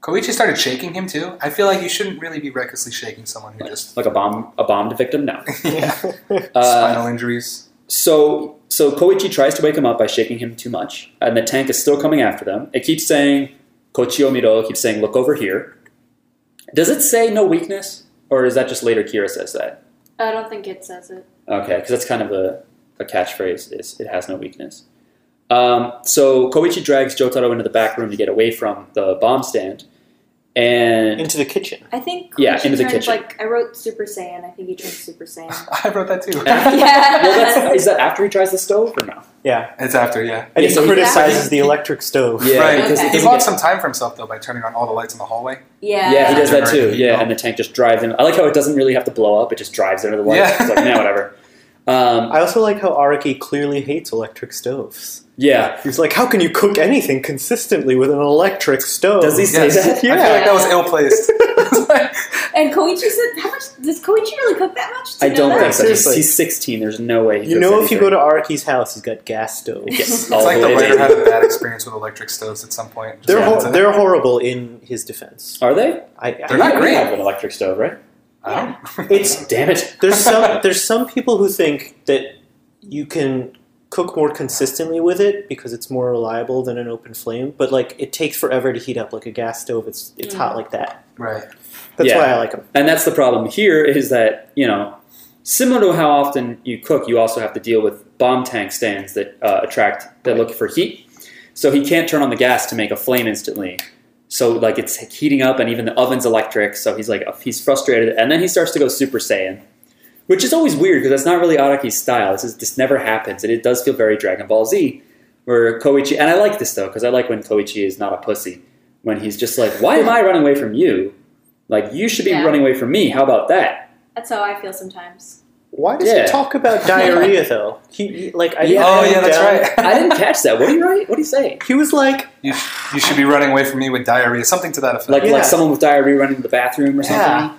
S4: Koichi started shaking him too. I feel like you shouldn't really be recklessly shaking someone who just
S1: Like a bomb, a bombed victim. No.
S4: yeah.
S1: Uh,
S4: spinal injuries.
S1: So so Koichi tries to wake him up by shaking him too much, and the tank is still coming after them. It keeps saying "Kochi Miro, keeps saying "Look over here." Does it say no weakness, or is that just later Kira says that?
S3: I don't think it says it.
S1: Okay, because that's kind of a, a catchphrase. Is it has no weakness. Um, so Koichi drags Jotaro into the back room to get away from the bomb stand, and
S2: Into the kitchen.
S3: I think
S1: Yeah,
S3: Koichi
S1: into the
S3: turned,
S1: kitchen.
S3: Like I wrote Super Saiyan. I think he turned Super Saiyan.
S4: I wrote that too.
S1: well, that's, is that after he tries the stove or no?
S2: Yeah.
S4: It's after, yeah.
S2: And
S1: Yeah,
S2: he
S1: so he-
S2: criticizes the electric stove.
S1: Yeah,
S4: right.
S1: because he
S3: Okay.
S4: He
S1: doesn't
S4: bought
S1: get-
S4: some time for himself though by turning on all the lights in the hallway.
S3: yeah.
S1: Yeah, he does that too.
S4: Generator heat
S1: Yeah,
S4: pump.
S1: and the tank just drives him. I like how it doesn't really have to blow up; it just drives into the light.
S4: Yeah.
S1: It's like, nah, whatever. Um,
S2: I also like how Araki clearly hates electric stoves.
S1: yeah.
S2: He's like, how can you cook anything consistently with an electric stove?
S1: Does he say
S4: Yes.
S1: that?
S4: I feel like
S2: Yeah.
S4: that was ill placed. It's like-
S3: And Koichi said, "How much does Koichi really cook that much?" to
S1: I
S3: know
S1: don't think
S3: that?
S1: so. He's, he's
S2: Seriously.
S1: 16. There's no way. He
S2: You know, if you go to Araki's house, he's got gas stoves.
S1: yes, all
S4: it's like
S1: the way
S4: the writer
S1: down.
S4: had a bad experience with electric stoves at some point. Just
S2: They're,
S1: Yeah.
S2: hor-
S4: wanted to-
S2: they're horrible in his defense.
S1: are they?
S2: I,
S4: They're
S2: I,
S4: not
S1: We
S4: great.
S1: Have an electric stove, right?
S4: I don't.
S2: It's
S1: Damn it.
S2: there's some there's some people who think that you can cook more consistently with it because it's more reliable than an open flame, but like it takes forever to heat up like a gas stove. It's it's hot like that.
S4: right.
S2: That's
S1: Yeah.
S2: why I like them.
S1: And that's the problem here is that, you know, similar to how often you cook, you also have to deal with bomb tank stands that uh, attract, that look for heat. So he can't turn on the gas to make a flame instantly. So like it's heating up, and even the oven's electric. So he's like he's frustrated, and then he starts to go Super Saiyan, which is always weird because that's not really Araki's style. This is, this never happens, and it does feel very Dragon Ball Z, where Koichi. And I like this though because I like when Koichi is not a pussy, when he's just like, "Why am I running away from you? Like you should be
S3: Yeah.
S1: running away from me. How about that?"
S3: That's how I feel sometimes.
S2: Why does
S1: Yeah.
S2: he talk about diarrhea though? He like I
S1: Yeah.
S4: oh
S2: wrote
S4: yeah, that's
S2: down-
S4: right.
S1: I didn't catch that. What do you write? What do you say?
S2: He was like,
S4: You, you should be running away from me with diarrhea, something to that effect.
S1: Like
S2: Yeah.
S1: like someone with diarrhea running to the bathroom or something.
S2: Yeah.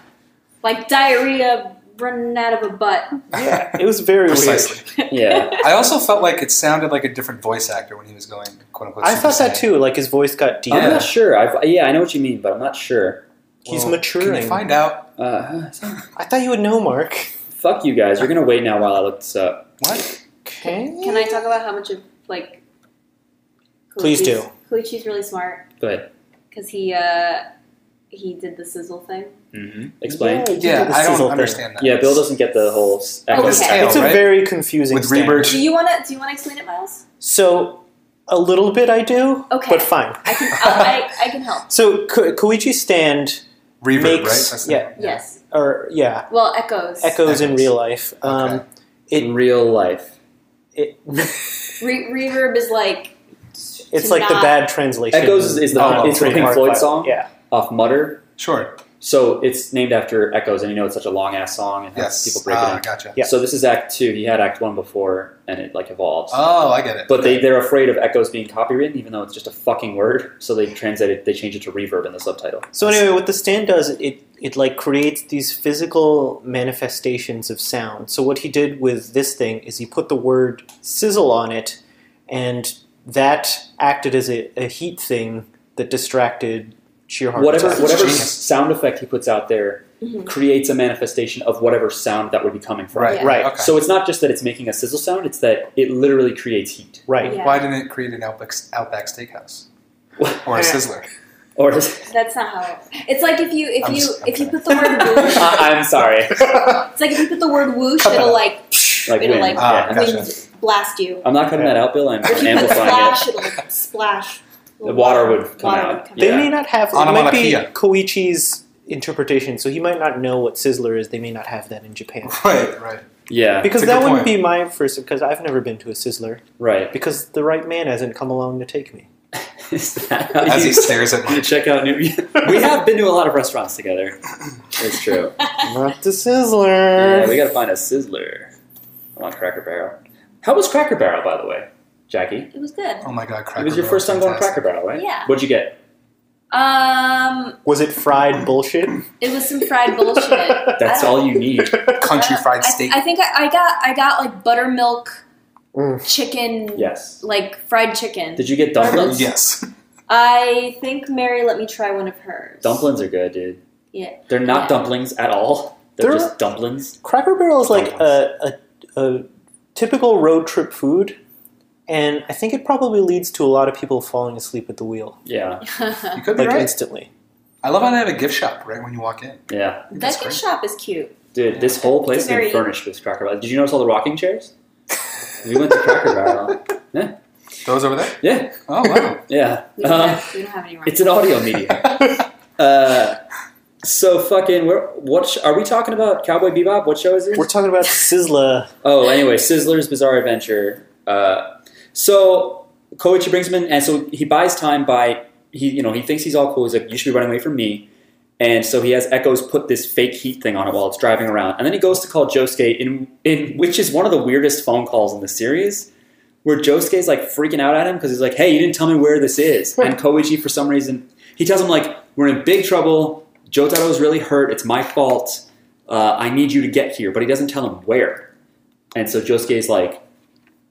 S3: Like diarrhea running out of a butt.
S2: yeah, it was very
S4: Precisely.
S2: weird.
S1: Yeah.
S4: I also felt like it sounded like a different voice actor when he was going quote unquote.
S2: I
S4: Super
S2: thought that
S4: Saiyan.
S2: too. Like his voice got deep.
S1: I'm not sure. I've, yeah, I know what you mean, but I'm not sure.
S2: He's
S4: Well, Can
S2: maturing.
S4: you find out
S1: Uh,
S2: I thought you would know, Mark.
S1: fuck you guys. You're gonna wait now while I look this up.
S4: what?
S2: Okay.
S3: Can I talk about how much of like?
S2: Please
S3: Koichi's-
S2: do.
S3: Koichi's really smart
S1: Go ahead.
S3: because he uh he did the sizzle thing.
S1: Mm-hmm. Explain.
S2: Yeah, you
S4: Yeah,
S2: did the
S4: I
S2: sizzle
S4: don't
S2: thing.
S4: understand that.
S1: Yeah, Bill doesn't get the whole. s-
S3: Oh,
S1: echo.
S3: his tail,
S2: It's a
S4: right?
S2: very confusing
S4: With
S2: stand.
S4: rebirth.
S3: Do you wanna do you wanna explain it, Miles?
S2: So a little bit I do,
S3: Okay.
S2: but fine.
S3: I can I, I, I can help.
S2: So Ko- Koichi stand
S4: Reverb, right?
S2: makes-
S4: That's the
S2: yeah.
S4: name.
S3: Yes.
S2: or yeah,
S3: Well, echoes.
S2: echoes in
S4: Echoes.
S2: real life. Um,
S4: Okay.
S2: it-
S1: in real life.
S2: it,
S3: Re- reverb is like
S2: it's
S3: to
S2: like the
S3: not-
S2: bad translation.
S1: Echoes is- is the-
S2: of
S4: it's the Pink
S2: trademark
S1: Floyd
S2: file.
S1: song?
S2: Yeah,
S1: Off Mutter.
S4: Sure.
S1: So it's named after Echoes, and you know it's such a long ass song, and has
S4: Yes.
S1: people break
S4: ah,
S1: it down.
S4: gotcha.
S2: yeah.
S1: So this is Act Two. He had Act One before, and it like evolves.
S4: Oh, I get it.
S1: But they, they're afraid of echoes being copywritten, even though it's just a fucking word. So they translated, they changed it to reverb in the subtitle.
S2: So anyway, what the stand does, it it like creates these physical manifestations of sound. So what he did with this thing is he put the word sizzle on it, and that acted as a, a heat thing that distracted Sheerheart.
S1: whatever
S4: That's
S1: whatever
S4: genius.
S1: sound effect he puts out there
S3: Mhm.
S1: creates a manifestation of whatever sound that would be coming from.
S4: right.
S3: Yeah.
S2: Right.
S4: Okay.
S1: So it's not just that it's making a sizzle sound; it's that it literally creates heat.
S2: Right.
S3: Yeah.
S4: why didn't it create an Outback, Outback Steakhouse or a Sizzler?
S1: or
S3: That's not how. It, it's like if you if
S4: I'm
S3: you
S4: just-
S3: if you put the word whoosh,
S1: I- I'm sorry,
S3: it's like if you put the word whoosh,
S4: Cut that
S3: it'll
S4: out.
S3: like
S1: like
S3: it'll
S1: wind.
S3: like
S4: Ah,
S1: yeah.
S4: gotcha.
S3: wind blast you.
S1: I'm not cutting that out, Bill. I'm
S3: Or if you put
S1: amplifying it.
S3: splash, it'll splash.
S1: The water would come
S3: Water
S1: out.
S3: come
S2: They
S1: Yeah.
S2: may not have. It might be
S4: Onomatopoeia.
S2: Koichi's interpretation, so he might not know what sizzler is. They may not have that in Japan.
S4: right. Right.
S1: Yeah,
S2: Because
S4: That's a
S2: that
S4: good
S2: wouldn't
S4: point.
S2: be my first, because I've never been to a sizzler.
S1: right.
S2: Because the right man hasn't come along to take me.
S1: Is that how
S4: As
S1: Uh, you-
S4: he stares at
S1: you
S4: me.
S1: check out new. we have been to a lot of restaurants together. It's true.
S2: Not the sizzler.
S1: Yeah, we gotta find a sizzler. I want Cracker Barrel. How was Cracker Barrel, by the way, Jackie?
S3: It was good.
S4: Oh my God! Cracker
S1: it was your
S4: Barrel,
S1: first time going to Cracker
S4: fantastic.
S1: Barrel, right?
S3: Yeah.
S1: What'd you get?
S3: Um,
S2: Was it fried bullshit?
S3: it was some fried bullshit.
S1: That's
S3: I-
S1: all you need.
S4: Country
S3: Uh,
S4: fried
S3: I-
S4: steak.
S3: I, think I, I got I got like buttermilk
S2: Mm.
S3: chicken,
S1: Yes.
S3: like fried chicken.
S1: Did you get dumplings?
S4: yes.
S3: I think Mary let me try one of hers.
S1: Dumplings are good, dude.
S3: Yeah.
S1: They're not
S3: Yeah.
S1: dumplings at all. They're,
S2: They're-
S1: just dumplings.
S2: Cracker Barrel is like a, a, a typical road trip food, and I think it probably leads to a lot of people falling asleep at the wheel,
S1: Yeah.
S4: You could be
S2: like
S4: right.
S2: instantly.
S4: I love how they have a gift shop right when you walk in.
S1: Yeah.
S3: that
S4: That's
S3: gift
S4: great.
S3: shop is cute.
S1: Dude, this whole place
S3: It's
S1: is
S3: a very-
S1: furnished with Cracker Barrel. Did you notice all the rocking chairs? We went to Cracker Barrel.
S4: Those over there?
S1: Yeah.
S4: Oh wow.
S1: Yeah.
S3: We don't,
S1: Uh,
S3: have, we don't have any.
S1: it's an audio medium. Uh, so fucking, we're, what sh- are we talking about? Cowboy Bebop? What show is this?
S2: We're talking about Sizzla.
S1: Oh, anyway, Sizzler's Bizarre Adventure. Uh, so Koichi brings him in, and so he buys time by he, you know, he thinks he's all cool. He's like, "You should be running away from me," and so he has Echoes put this fake heat thing on it while it's driving around, and then he goes to call Josuke, in in which is one of the weirdest phone calls in the series. Where Josuke's like freaking out at him because he's like, "Hey, you didn't tell me where this is." And Koichi, for some reason, he tells him like, "We're in big trouble. Jotaro's really hurt. It's my fault. Uh, I need you to get here." But he doesn't tell him where. And so Josuke's like,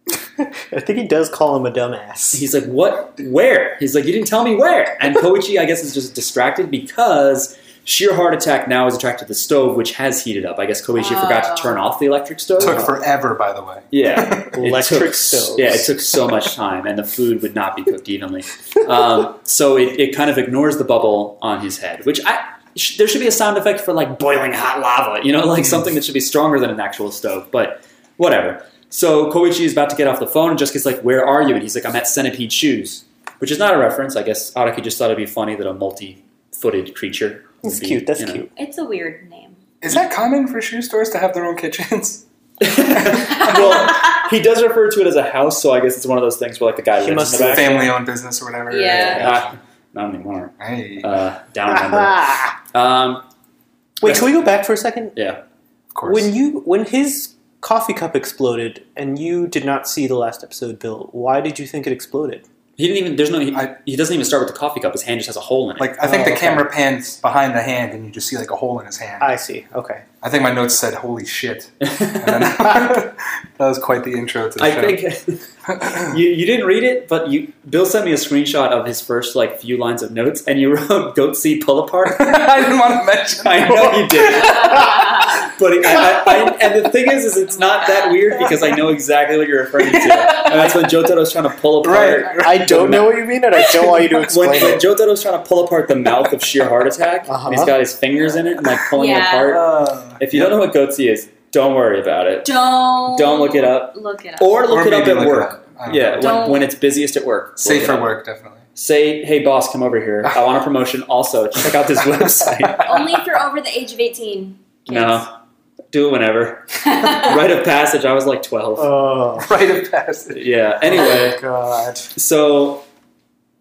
S2: I think he does call him a dumbass.
S1: he's like, what? Where? He's like, you didn't tell me where. And Koichi, I guess, is just distracted because sheer heart attack now is attracted to the stove, which has heated up. I guess Koichi forgot to turn off the electric stove.
S4: Took forever, by the way.
S1: yeah. It took
S2: Electric
S1: s-
S2: stove.
S1: Yeah, it took so much time, and the food would not be cooked evenly. Um, so it, it kind of ignores the bubble on his head, which I sh- there should be a sound effect for like boiling hot lava, you know,
S2: Mm-hmm.
S1: like something that should be stronger than an actual stove. But whatever. So Koichi is about to get off the phone, and Jessica's like, "Where are you?" And he's like, "I'm at Centipede Shoes." which is not a reference. I guess Araki just thought it'd be funny that a multi-footed creature. would
S2: It's
S1: be,
S2: cute. That's
S1: you know.
S2: cute.
S3: It's a weird name.
S4: Is that common for shoe stores to have their own kitchens?
S1: well, he does refer to it as a house, so I guess it's one of those things where like the guy
S2: He
S1: lives
S2: must
S1: in the back.
S4: Family-owned business or whatever.
S3: Yeah.
S1: Ah, not anymore.
S4: Hey.
S1: Uh, down number.
S2: Ah.
S1: Um,
S2: Wait, can we go back for a second?
S1: yeah.
S4: of course.
S2: When you when his coffee cup exploded and you did not see the last episode, Bill, why did you think it exploded?
S1: He didn't even. There's no. He,
S4: I-
S1: he doesn't even start with the coffee cup. His hand just has a hole in it.
S4: like I think
S2: Oh,
S4: the
S2: okay.
S4: camera pans behind the hand and you just see like a hole in his hand.
S2: I see. Okay.
S4: I think my notes said "Holy shit." And then- that was quite the intro to the
S1: I
S4: show.
S1: think you, you didn't read it, but you Bill sent me a screenshot of his first like few lines of notes, and you wrote "goat see pull apart."
S4: I didn't want to mention.
S1: I know you did,
S3: I
S1: but it- I, I, I, and the thing is, is it's not that weird because I know exactly what you're referring to, and that's when Jotaro was trying to pull apart.
S4: Right.
S2: I don't know what you mean, and I don't want you to
S1: When,
S2: explain
S1: when
S2: it.
S1: Jotaro was trying to pull apart the mouth of sheer heart attack, and he's
S2: Uh-huh.
S1: got his fingers in it and like pulling it
S3: Yeah.
S1: apart.
S4: Uh,
S1: If you don't know what goatsy is, don't worry about it.
S3: Don't
S1: Don't look it up,
S3: Look it up.
S1: or look
S4: Or
S1: it up
S4: maybe
S1: at
S4: look it
S1: work.
S4: up. I don't
S1: Yeah,
S4: know.
S1: when,
S3: Don't-
S1: when it's busiest at work. look
S4: safe
S1: it
S4: for
S1: up.
S4: work, definitely.
S1: say, "Hey, boss, come over here. I want a promotion. Also, check out this website."
S3: Only if you're over the age of 18. Kids.
S1: no, do it whenever. Rite of passage. I was like twelve.
S2: Oh,
S4: Rite of passage.
S1: yeah. Anyway,
S2: God.
S1: so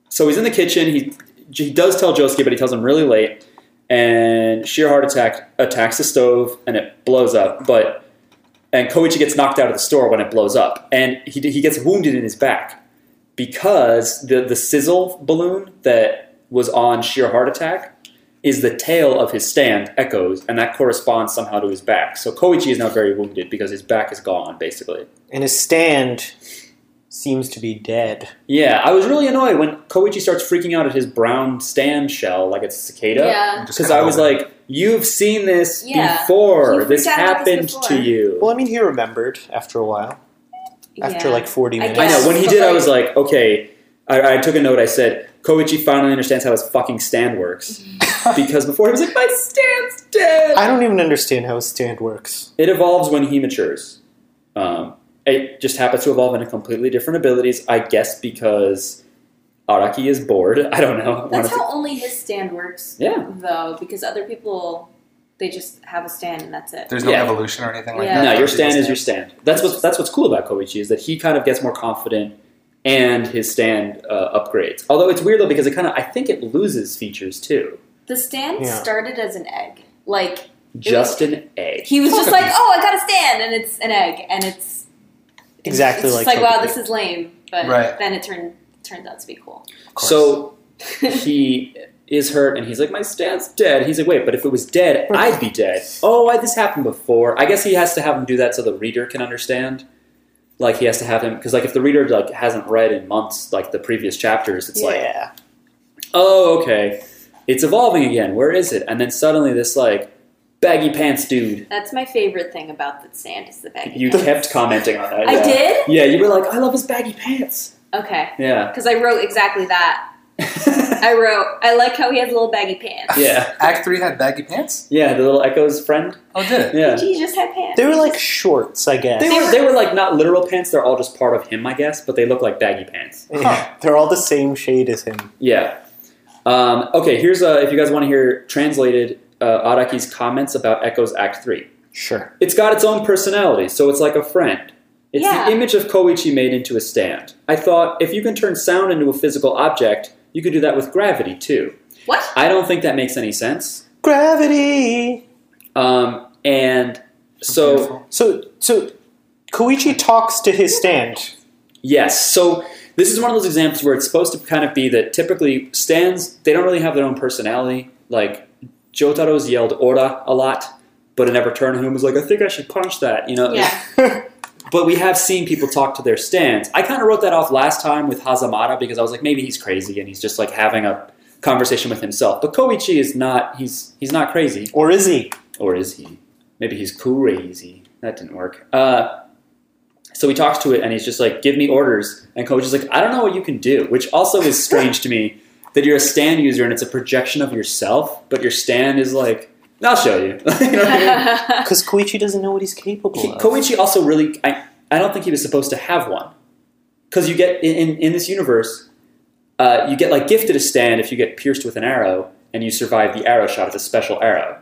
S1: so he's in the kitchen. He he does tell Josuke, but he tells him really late. And sheer heart attack attacks the stove, and it blows up. But and Koichi gets knocked out of the store when it blows up, and he he gets wounded in his back because the the sizzle balloon that was on sheer heart attack is the tail of his stand echoes, and that corresponds somehow to his back. So Koichi is now very wounded because his back is gone, basically.
S2: And his stand seems to be dead.
S1: Yeah, I was really annoyed when Koichi starts freaking out at his brown stand shell like it's a cicada.
S3: Yeah.
S4: Just
S1: Because
S4: kinda
S1: I was
S4: over.
S1: like, you've seen this
S3: Yeah.
S1: before.
S3: You
S1: This
S3: forgot about
S1: happened
S3: this
S1: to
S3: before."
S1: you.
S2: Well, I mean, he remembered after a while, after
S3: Yeah.
S2: like 40
S3: I
S2: minutes.
S1: I know. When he
S3: But
S1: did, I
S3: like-
S1: was like, okay. I, I took a note. I said, Koichi finally understands how his fucking stand works. because before he was like, my stand's dead.
S2: I don't even understand how his stand works.
S1: It evolves when he matures. Um, it just happens to evolve into completely different abilities, I guess, because Araki is bored. I don't know. One
S3: That's
S1: of the-
S3: how only his stand works,
S1: yeah.
S3: though, because other people, they just have a stand and that's it.
S4: There's no
S1: Yeah.
S4: evolution or anything like
S3: Yeah.
S4: that.
S1: No, your
S4: Just
S1: stand is your stand. That's what's that's what's cool about Koichi is that he kind of gets more confident, and his stand uh, upgrades. Although it's weird though because it kind of I think it loses features too.
S3: The stand
S2: Yeah.
S3: started as an egg. Like,
S1: Just an egg.
S3: he was just like, oh, I got a stand, and it's an egg, and it's
S2: Exactly
S3: it's just
S2: like
S3: like, wow,
S2: Kobe.
S3: this is lame. But
S4: Right.
S3: then it turned turns out to be cool.
S4: of course.
S1: So he is hurt, and he's like, "My stand's dead." He's like, "Wait, but if it was dead, I'd be dead." Oh, I, this happened before. I guess he has to have him do that so the reader can understand. Like he has to have him because like if the reader like hasn't read in months like the previous chapters, it's like
S2: yeah.
S1: oh, okay, it's evolving again. Where is it? And then suddenly this like baggy pants dude.
S3: That's my favorite thing about the sand is the baggy.
S1: You
S3: pants.
S1: kept commenting on that.
S3: I
S1: yeah.
S3: did?
S1: Yeah, you were like, I love his baggy pants.
S3: Okay,
S1: Yeah.
S3: because I wrote exactly that. I wrote, I like how he has little baggy pants.
S1: yeah.
S4: Act three had baggy pants.
S1: Yeah, the little Echoes friend.
S4: Oh, did it?
S1: Yeah.
S3: He just had pants.
S2: They were
S3: He
S2: like
S3: just-
S2: shorts, I guess.
S1: They were, they were like not literal pants, they're all just part of him, I guess, but they look like baggy pants.
S2: Yeah. They're all the same shade as him.
S1: Yeah. Um, okay, here's uh, if you guys want to hear translated uh, Araki's comments about Echoes Act 3.
S2: Sure.
S1: It's got its own personality, so it's like a friend. It's
S3: Yeah.
S1: the image of Koichi made into a stand. I thought, if you can turn sound into a physical object, you could do that with gravity too.
S3: what?
S1: I don't think that makes any sense.
S2: Gravity.
S1: Um, and so,
S4: Beautiful.
S2: So, so Koichi talks to his stand.
S1: yes, so this is one of those examples where it's supposed to kind of be that typically stands, they don't really have their own personality. Like, Jotaro's yelled Ora a lot, but it never turned to him was like, I think I should punch that, you know?
S3: Yeah.
S1: But we have seen people talk to their stands. I kind of wrote that off last time with Hazamada because I was like, maybe he's crazy and he's just like having a conversation with himself. But Koichi is not. He's he's not crazy,
S2: Or is he?
S1: or is he? Maybe he's crazy. That didn't work. Uh, so he talks to it and he's just like, "Give me orders." And Koichi's like, "I don't know what you can do," which also is strange to me that you're a stand user and it's a projection of yourself, but your stand is like, "I'll show you." you know what I mean?
S2: Because Koichi doesn't know what he's capable
S1: He-
S2: of.
S1: Koichi also really, I, I don't think he was supposed to have one. Because you get, in, in, in this universe, Uh, you get like gifted a stand if you get pierced with an arrow and you survive the arrow shot. It's a special arrow.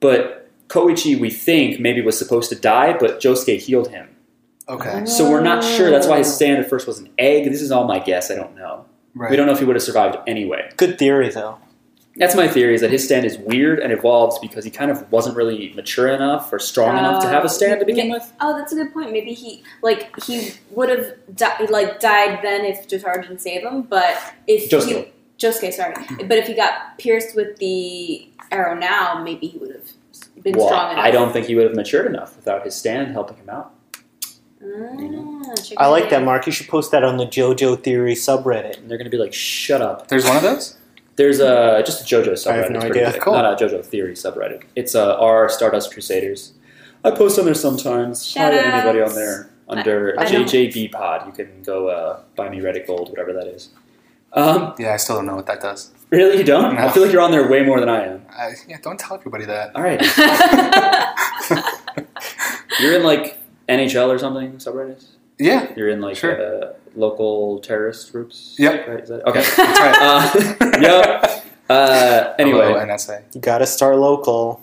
S1: But Koichi, we think, maybe was supposed to die, but Josuke healed him.
S4: Okay.
S1: So we're not sure. That's why his stand at first was an egg. This is all my guess. I don't know.
S4: Right.
S1: We don't know if he would have survived anyway.
S2: Good theory though.
S1: That's my theory is that his stand is weird and evolved because he kind of wasn't really mature enough or strong enough to have a stand to begin
S3: Uh,
S1: with.
S3: Oh, that's a good point. Maybe he like he would have di- like died then if Jotaro didn't save him, but if
S1: Josuke.
S3: he Josuke, sorry, but if he got pierced with the arrow now, maybe he would have been
S1: Well,
S3: strong enough.
S1: I don't think he would have matured enough without his stand helping him out.
S3: Ah, check
S2: I
S3: it
S2: like
S3: out.
S2: that, Mark. You should post that on the JoJo theory subreddit.
S1: And they're going to be like, shut up.
S4: There's one of those.
S1: There's a just a JoJo subreddit.
S2: I have no
S1: It's pretty
S2: idea.
S1: big.
S4: Cool.
S1: Not a JoJo theory subreddit. It's uh, our Stardust Crusaders. I post on there sometimes.
S3: Shout
S1: Hi to anybody on
S3: outs.
S1: there under
S3: I don't-
S1: JJB Pod. You can go uh, buy me Reddit Gold, whatever that is. Um,
S4: Yeah, I still don't know what that does.
S1: really, you don't?
S4: No.
S1: I feel like you're on there way more than I am.
S4: I, yeah, don't tell everybody that.
S1: All right, you're in like NHL or something subreddits.
S4: Yeah.
S1: You're in like
S4: Sure.
S1: uh, local terrorist groups.
S4: Yep.
S1: Right, is that, okay.
S4: That's right.
S1: Uh, yep. Uh,
S2: Oh,
S4: Hello,
S1: anyway,
S4: NSA.
S2: You gotta start local.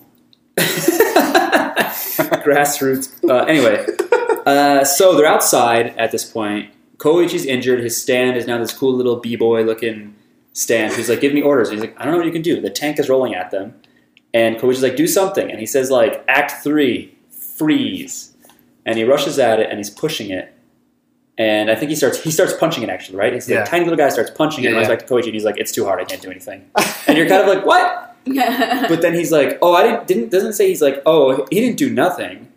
S1: grassroots. Uh, anyway, uh, so they're outside at this point. Koichi's injured. His stand is now this cool little b boy looking stand. He's like, "Give me orders." And he's like, "I don't know what you can do." The tank is rolling at them, and Koichi's like, "Do something!" And he says, "Like Act Three, freeze!" And he rushes at it and he's pushing it. And I think he starts he starts punching it actually, right? He's the
S4: Yeah.
S1: tiny little guy starts punching it.
S4: Yeah,
S1: And runs
S4: yeah.
S1: back to Koichi and he's like, "It's too hard. I can't do anything." And you're kind of like, "What?"
S3: but
S1: but then he's like, "Oh, I didn't." Didn't doesn't say he's like, "Oh, he didn't do nothing."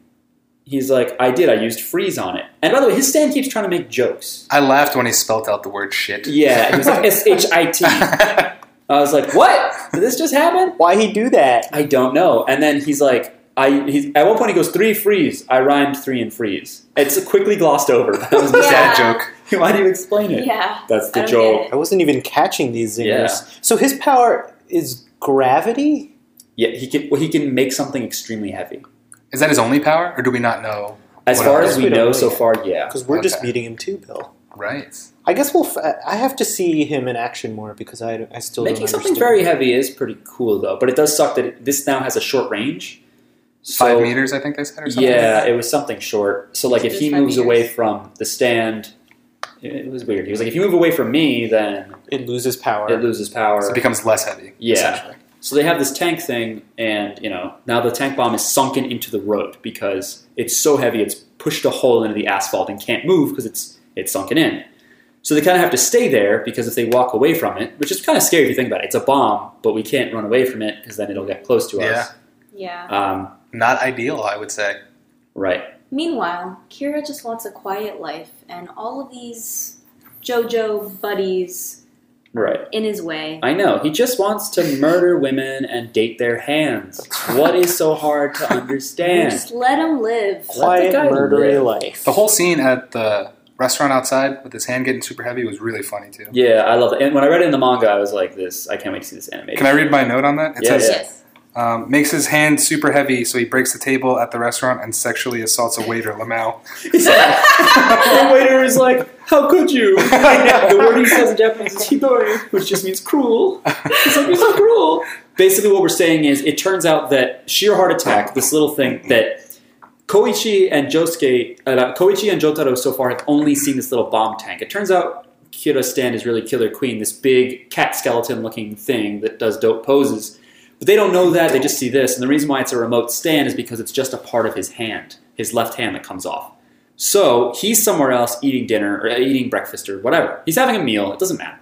S1: He's like, "I did. I used freeze on it." And by the way, his stand keeps trying to make jokes.
S4: I laughed when he spelt out the word shit.
S1: Yeah, he was like S H E. I T. I was like, "What? Did this just happen?"
S2: Why he do that?
S1: I don't know. And then he's like, "I." He's, at one point, he goes three freeze. I rhymed three and freeze. It's quickly glossed over. That was
S4: Sad
S3: Yeah.
S4: joke.
S1: Why do you explain it?
S3: yeah,
S1: That's the
S3: I don't
S1: joke.
S3: get
S2: I wasn't even catching these zingers. So his power is gravity?
S1: Yeah, he can. Well, he can make something extremely heavy.
S4: Is that his only power, or do we not know?
S1: As
S4: Well,
S1: far
S4: I
S1: as
S4: guess
S1: we,
S2: we don't
S1: know
S2: know
S1: so
S2: yet.
S1: far, yeah.
S2: Because we're just
S4: Okay.
S2: meeting him too, Bill.
S4: Right.
S2: I guess we'll. F- uh, I have to see him in action more because I, I still
S1: Making
S2: don't
S1: something
S2: understand.
S1: very heavy is pretty cool though, but it does suck that it, this now has a short range. So,
S4: Five meters, I think they said, or something.
S1: Yeah, it was something short. So like, if
S3: Just
S1: he
S3: five
S1: moves
S3: meters.
S1: away from the stand, it, it was weird. He was like, if you move away from me, then
S2: It loses power.
S1: it loses power.
S4: So it becomes less heavy.
S1: Yeah.
S4: essentially.
S1: so they have this tank thing, and you know now the tank bomb is sunken into the road because it's so heavy it's pushed a hole into the asphalt and can't move because it's it's sunken in. So they kind of have to stay there because if they walk away from it, which is kind of scary if you think about it, it's a bomb, but we can't run away from it because then it'll get close to us.
S3: it. Yeah.
S1: Um,
S4: Not ideal, I would say.
S1: right.
S3: Meanwhile, Kira just wants a quiet life, and all of these JoJo buddies
S1: Right.
S3: in his way.
S1: I know. He just wants to murder women and date their hands. What is so hard to understand?
S3: Just let him live.
S2: Quiet
S1: guy
S2: murdery
S1: live.
S2: life.
S4: The whole scene at the restaurant outside with his hand getting super heavy was really funny too.
S1: Yeah, I love it. And when I read it in the manga, I was like, "This, I can't wait to see this animated."
S4: Can I read my note on that? It
S1: Yeah,
S4: says,
S1: yeah.
S3: Yes.
S4: Um, makes his hand super heavy, so he breaks the table at the restaurant and sexually assaults a waiter, Lamau.
S1: He's like- the waiter is like, "How could you?" the word he says in Japanese is "hidori," which just means cruel. He's like, "You're so cruel." Basically, what we're saying is, it turns out that sheer heart attack, this little thing that Koichi and Josuke, uh, Koichi and Jotaro so far have only seen this little bomb tank. It turns out Kira Stand is really Killer Queen, this big cat skeleton looking thing that does dope poses. But they don't know that, they just see this. And the reason why it's a remote stand is because it's just a part of his hand, his left hand that comes off. So he's somewhere else eating dinner or uh, eating breakfast or whatever. He's having a meal, it doesn't matter.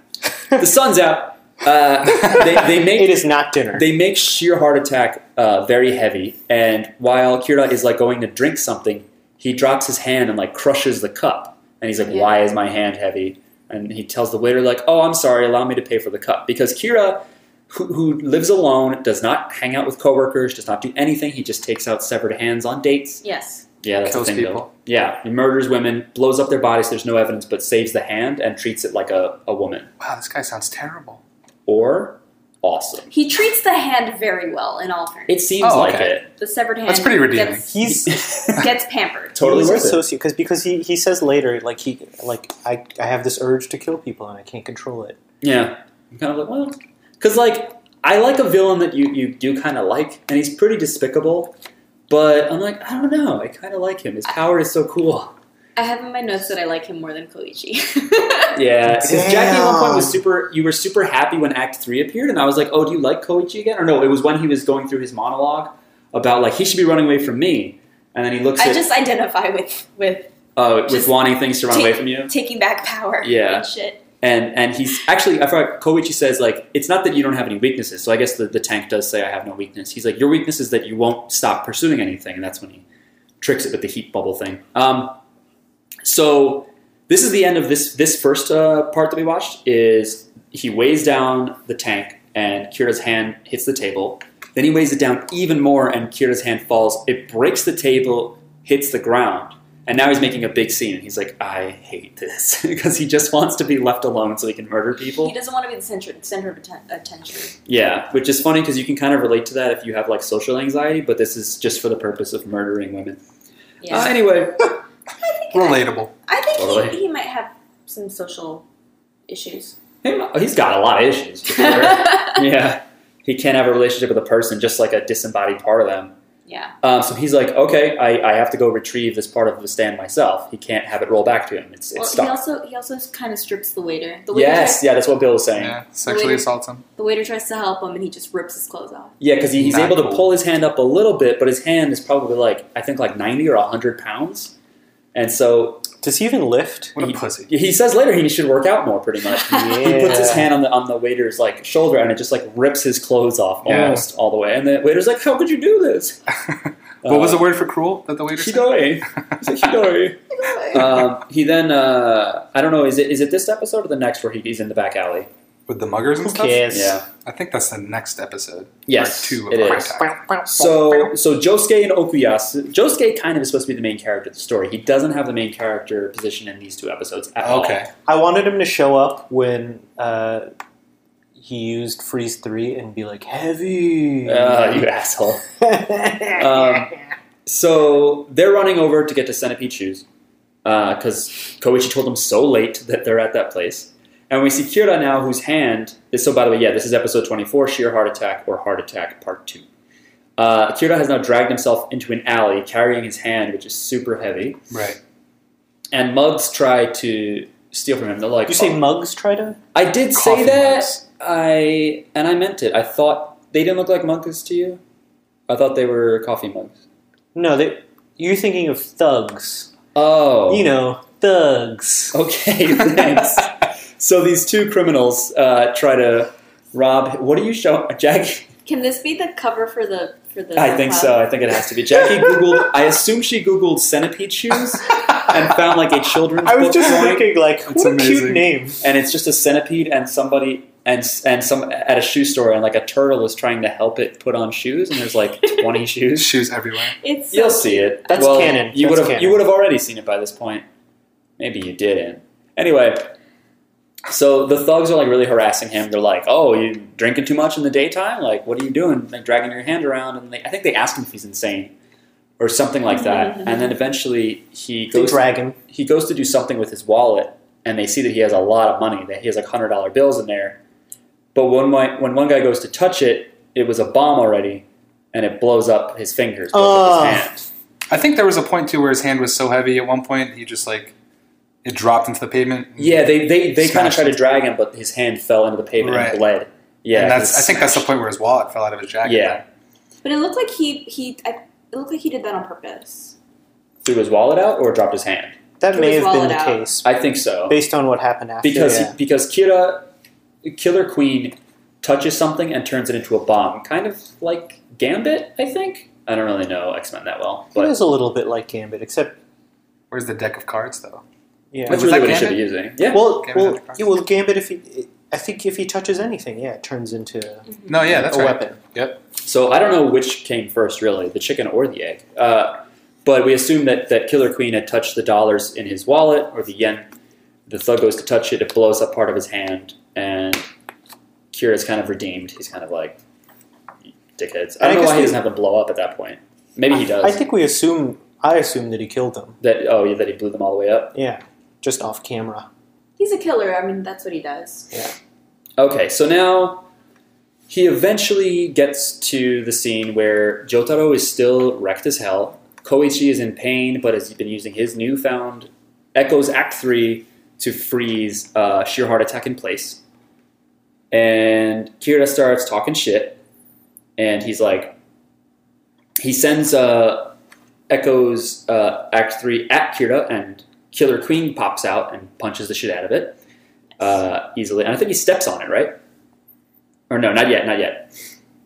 S1: The sun's out. Uh, they, they make
S2: it is not dinner.
S1: they make sheer heart attack uh, very heavy, and while Kira is like going to drink something, he drops his hand and like crushes the cup, and he's like,
S3: Yeah.
S1: "Why is my hand heavy?" And he tells the waiter like, "Oh, I'm sorry. Allow me to pay for the cup." Because Kira, who, who lives alone, does not hang out with coworkers, does not do anything. He just takes out severed hands on dates.
S3: Yes.
S1: Yeah, that's
S4: Kills
S1: the thing. Bill.
S4: people.
S1: Yeah, he murders women, blows up their bodies. There's no evidence, but saves the hand and treats it like a, a woman
S4: Wow, this guy sounds terrible.
S1: or awesome.
S3: He treats the hand very well in all fairness.
S1: It seems
S4: Oh,
S1: like
S4: okay.
S1: it.
S3: the severed hand
S4: That's pretty redeeming.
S3: gets,
S2: He's
S3: gets pampered.
S1: totally
S2: he's
S1: worth
S2: a
S1: it.
S2: soci- cause, because he, he says later like he like I, I have this urge to kill people and I can't control it.
S1: Yeah, I'm kind of like, well, because like I like a villain that you you do kind of like, and he's pretty despicable. But I'm like, I don't know. I kind of like him. His power is so cool.
S3: I have in my notes that I like him more than Koichi.
S1: Yeah, because Jackie at one point was
S4: Damn.
S1: super. You were super happy when Act Three appeared, and I was like, "Oh, do you like Koichi again?" Or no, it was when he was going through his monologue about like he should be running away from me, and then he looks
S3: I
S1: at
S3: just identify with with
S1: uh, with
S3: just
S1: wanting things to run
S3: take-
S1: away from you,
S3: taking back power.
S1: Yeah.
S3: and shit.
S1: and and he's actually I forgot Koichi says like it's not that you don't have any weaknesses. So I guess the, the tank does say I have no weakness. He's like your weakness is that you won't stop pursuing anything, and that's when he tricks it with the heat bubble thing. Um, so this is the end of this this first uh, part that we watched. Is he weighs down the tank and Kira's hand hits the table. Then he weighs it down even more and Kira's hand falls. It breaks the table, hits the ground, and now he's making a big scene. And he's like, "I hate this" because he just wants to be left alone so he can murder people.
S3: He doesn't want to be the center center of atten- attention.
S1: Yeah, which is funny because you can kind of relate to that if you have like social anxiety, but this is just for the purpose of murdering women.
S3: Yeah,
S1: Uh, anyway,
S3: I think
S4: Relatable.
S3: I think
S1: Totally.
S3: he, he might have some social issues.
S1: him- he's got a lot of issues. for sure.
S3: yeah.
S1: yeah, he can't have a relationship with a person, just like a disembodied part of them. Um, so he's like, okay, I, I have to go retrieve this part of the stand myself. He can't have it roll back to him. It's,
S3: Well,
S1: it's
S3: he
S1: stuck.
S3: also he also kind of strips the waiter. The waiter
S1: Yes,
S3: tries,
S1: yeah, that's what Bill was saying. Yeah,
S4: Yeah, sexually
S3: Wait.
S4: assault him.
S3: the waiter tries to help him, and he just rips his clothes off.
S1: because he, he's
S4: Not
S1: able to
S4: cool.
S1: pull his hand up a little bit, but his hand is probably like, I think like 90 or 100 pounds. And so
S2: Does he even lift?
S4: What a
S1: He-
S4: pussy.
S1: he says later he should work out more, pretty much. He puts his
S2: Yeah.
S1: hand on the on the waiter's like shoulder, and it just like rips his clothes off
S4: Yeah.
S1: almost all the way. And the waiter's like, "How could you do this?"
S4: what was
S1: Uh,
S4: the word for cruel that the waiter said?
S1: Shidoi. He's like, "Shidoi." um, he then uh, I don't know is it is it this episode or the next where he, he's in the back alley?
S4: With the muggers and
S2: Who
S4: stuff?
S2: cares?
S1: Yeah.
S4: I think that's the next episode.
S1: Yes,
S4: Part two of
S1: it
S4: High
S1: is.
S4: Tide.
S1: So so Josuke and Okuyasu. Josuke kind of is supposed to be the main character of the story. He doesn't have the main character position in these two episodes at all.
S4: Okay.
S2: I wanted him to show up when uh, he used freeze three and be like heavy.
S1: Uh, you asshole. Um, so they're running over to get to Centipede Shoes because Koichi told them so late that they're at that place. And we see Kira now, whose hand. This, so, by the way, yeah, this is episode 24, Sheer Heart Attack or Heart Attack Part 2. Uh, Kira has now dragged himself into an alley carrying his hand, which is super heavy.
S4: Right.
S1: And mugs try to steal from him. They're like,
S2: you say
S1: "Oh."
S2: mugs try to?
S1: I did say
S4: Coffee
S1: that.
S4: mugs.
S1: I and I meant it. I thought they didn't look like monkeys to you. I thought they were coffee mugs.
S2: No, they, you're thinking of thugs.
S1: Oh,
S2: You know, thugs.
S1: Okay, thanks. so these two criminals uh, try to rob. What are you showing, Jackie?
S3: Can this be the cover for the for the?
S1: I think so. I think it has to be. Jackie googled. I assume she googled centipede shoes and found like a children's
S2: I was
S1: book
S2: just
S1: drawing,
S2: thinking, like, what a
S4: amazing.
S2: cute name.
S1: and it's just a centipede and somebody and and some at a shoe store and like a turtle is trying to help it put on shoes and there's like twenty shoes.
S4: Shoes everywhere.
S3: It's so
S1: You'll see it.
S2: That's
S1: well,
S2: canon.
S1: You
S2: That's
S1: would have
S2: canon.
S1: you would have already seen it by this point. Maybe you didn't. Anyway, so the thugs are like really harassing him. They're like, "Oh, you drinking too much in the daytime? Like, what are you doing? Like dragging your hand around?" And they, I think they ask him if he's insane or something like
S2: Mm-hmm,
S1: that. And then eventually he
S2: The
S1: goes
S2: dragon.
S1: he goes to do something with his wallet, and they see that he has a lot of money. That he has like hundred dollar bills in there. But when my, when one guy goes to touch it, it was a bomb already, and it blows up his fingers, blows up
S2: Oh.
S1: his hand.
S4: I think there was a point too where his hand was so heavy at one point he just like it dropped into the pavement. and-
S1: Yeah, they they, they kind of
S4: Smashed
S1: tried to
S4: it.
S1: drag him, but his hand fell into the pavement
S4: Right.
S1: and bled. Yeah,
S4: and that's
S1: it's-
S4: I think that's the point where his wallet fell out of his jacket.
S1: Yeah,
S3: But it looked like he he I, it looked like he did that on purpose.
S1: threw his wallet out or dropped his hand.
S2: That
S3: It
S2: may
S3: was
S2: have been the
S3: wallowed out.
S2: case,
S1: I think so
S2: based on what happened after.
S1: Uh, because
S2: yeah.
S1: because Kira Killer Queen touches something and turns it into a bomb, kind of like Gambit. I think I don't really know X Men that well,
S2: it
S1: but
S2: is a little bit like Gambit, except
S4: Where's the deck of cards though?
S2: yeah.
S1: that's
S4: Was
S1: really
S4: that
S1: what he should be
S4: Gambit?
S1: using. Yeah,
S2: Well,
S4: Gambit
S2: well,
S4: had the
S2: yeah, well, Gambit. If he, I think if he touches anything, yeah, it turns into
S4: No, yeah, that's
S2: a
S4: right.
S2: weapon.
S1: So I don't know which came first, really, the chicken or the egg. Uh, but we assume that, that Killer Queen had touched the dollars in his wallet or the yen. The thug goes to touch it, it blows up part of his hand, and Kira's kind of redeemed. He's kind of like, dickheads. I
S2: And I
S1: don't know
S2: guess
S1: why he
S2: we-
S1: doesn't have them blow up at that point. Maybe he does.
S2: I think we assume. I assume that he killed them.
S1: that oh yeah, that he blew them all the way up.
S2: Yeah, just off camera.
S3: He's a killer. I mean, that's what he does.
S1: Okay, so now he eventually gets to the scene where Jotaro is still wrecked as hell. Koichi is in pain, but has been using his newfound Echoes Act 3 to freeze uh, Sheer Heart Attack in place. And Kira starts talking shit, and he's like, he sends uh, Echoes uh, Act 3 at Kira, and Killer Queen pops out and punches the shit out of it uh, easily. And I think he steps on it, right? Or no, not yet, not yet.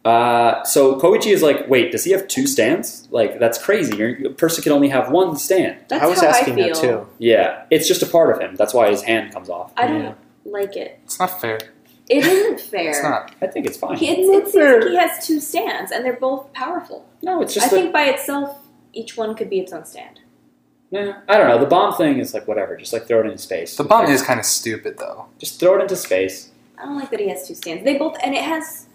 S1: Uh, so Koichi is like, wait, does he have two stands? Like, that's crazy. Your a person can only have one stand.
S3: That's
S2: I was
S3: how
S2: asking
S3: I feel.
S2: that too.
S1: Yeah, it's just a part of him. That's why his hand comes off.
S3: I don't
S2: Yeah.
S3: like it.
S4: It's not fair.
S3: It isn't fair.
S4: It's not.
S1: I think it's fine.
S3: He, it's, it seems like he has two stands, and they're both powerful.
S1: no, it's
S3: I
S1: just like,
S3: think by itself, each one could be its own stand.
S1: nah, I don't know. The bomb thing is like whatever. Just like throw it into space.
S4: The bomb
S1: Like,
S4: is kind of stupid though.
S1: just throw it into space.
S3: I don't like that he has two stands. They both, and it has,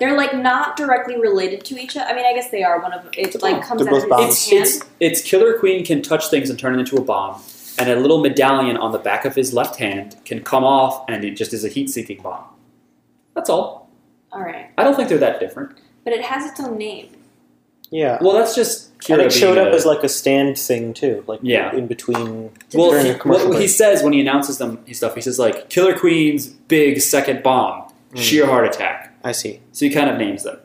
S3: they're like not directly related to each other. I mean, I guess they are. One of them, it like comes
S2: They're
S3: out of
S2: both
S1: It's,
S3: his hand.
S1: it's it's Killer Queen can touch things and turn it into a bomb, and a little medallion on the back of his left hand can come off, and it just is a heat-seeking bomb. That's all.
S3: All right,
S1: I don't think they're that different.
S3: but it has its own name.
S2: Yeah.
S1: Well, that's just Kira
S2: and it showed
S1: being
S2: up
S1: a-
S2: as like a stand thing too, like
S1: Yeah.
S2: in between.
S1: well.
S2: during
S1: he-
S2: a commercial
S1: what he
S2: break.
S1: says when he announces them his stuff, he says like Killer Queen's big second bomb,
S2: Hmm.
S1: sheer heart attack.
S2: I see.
S1: So he kind of names them.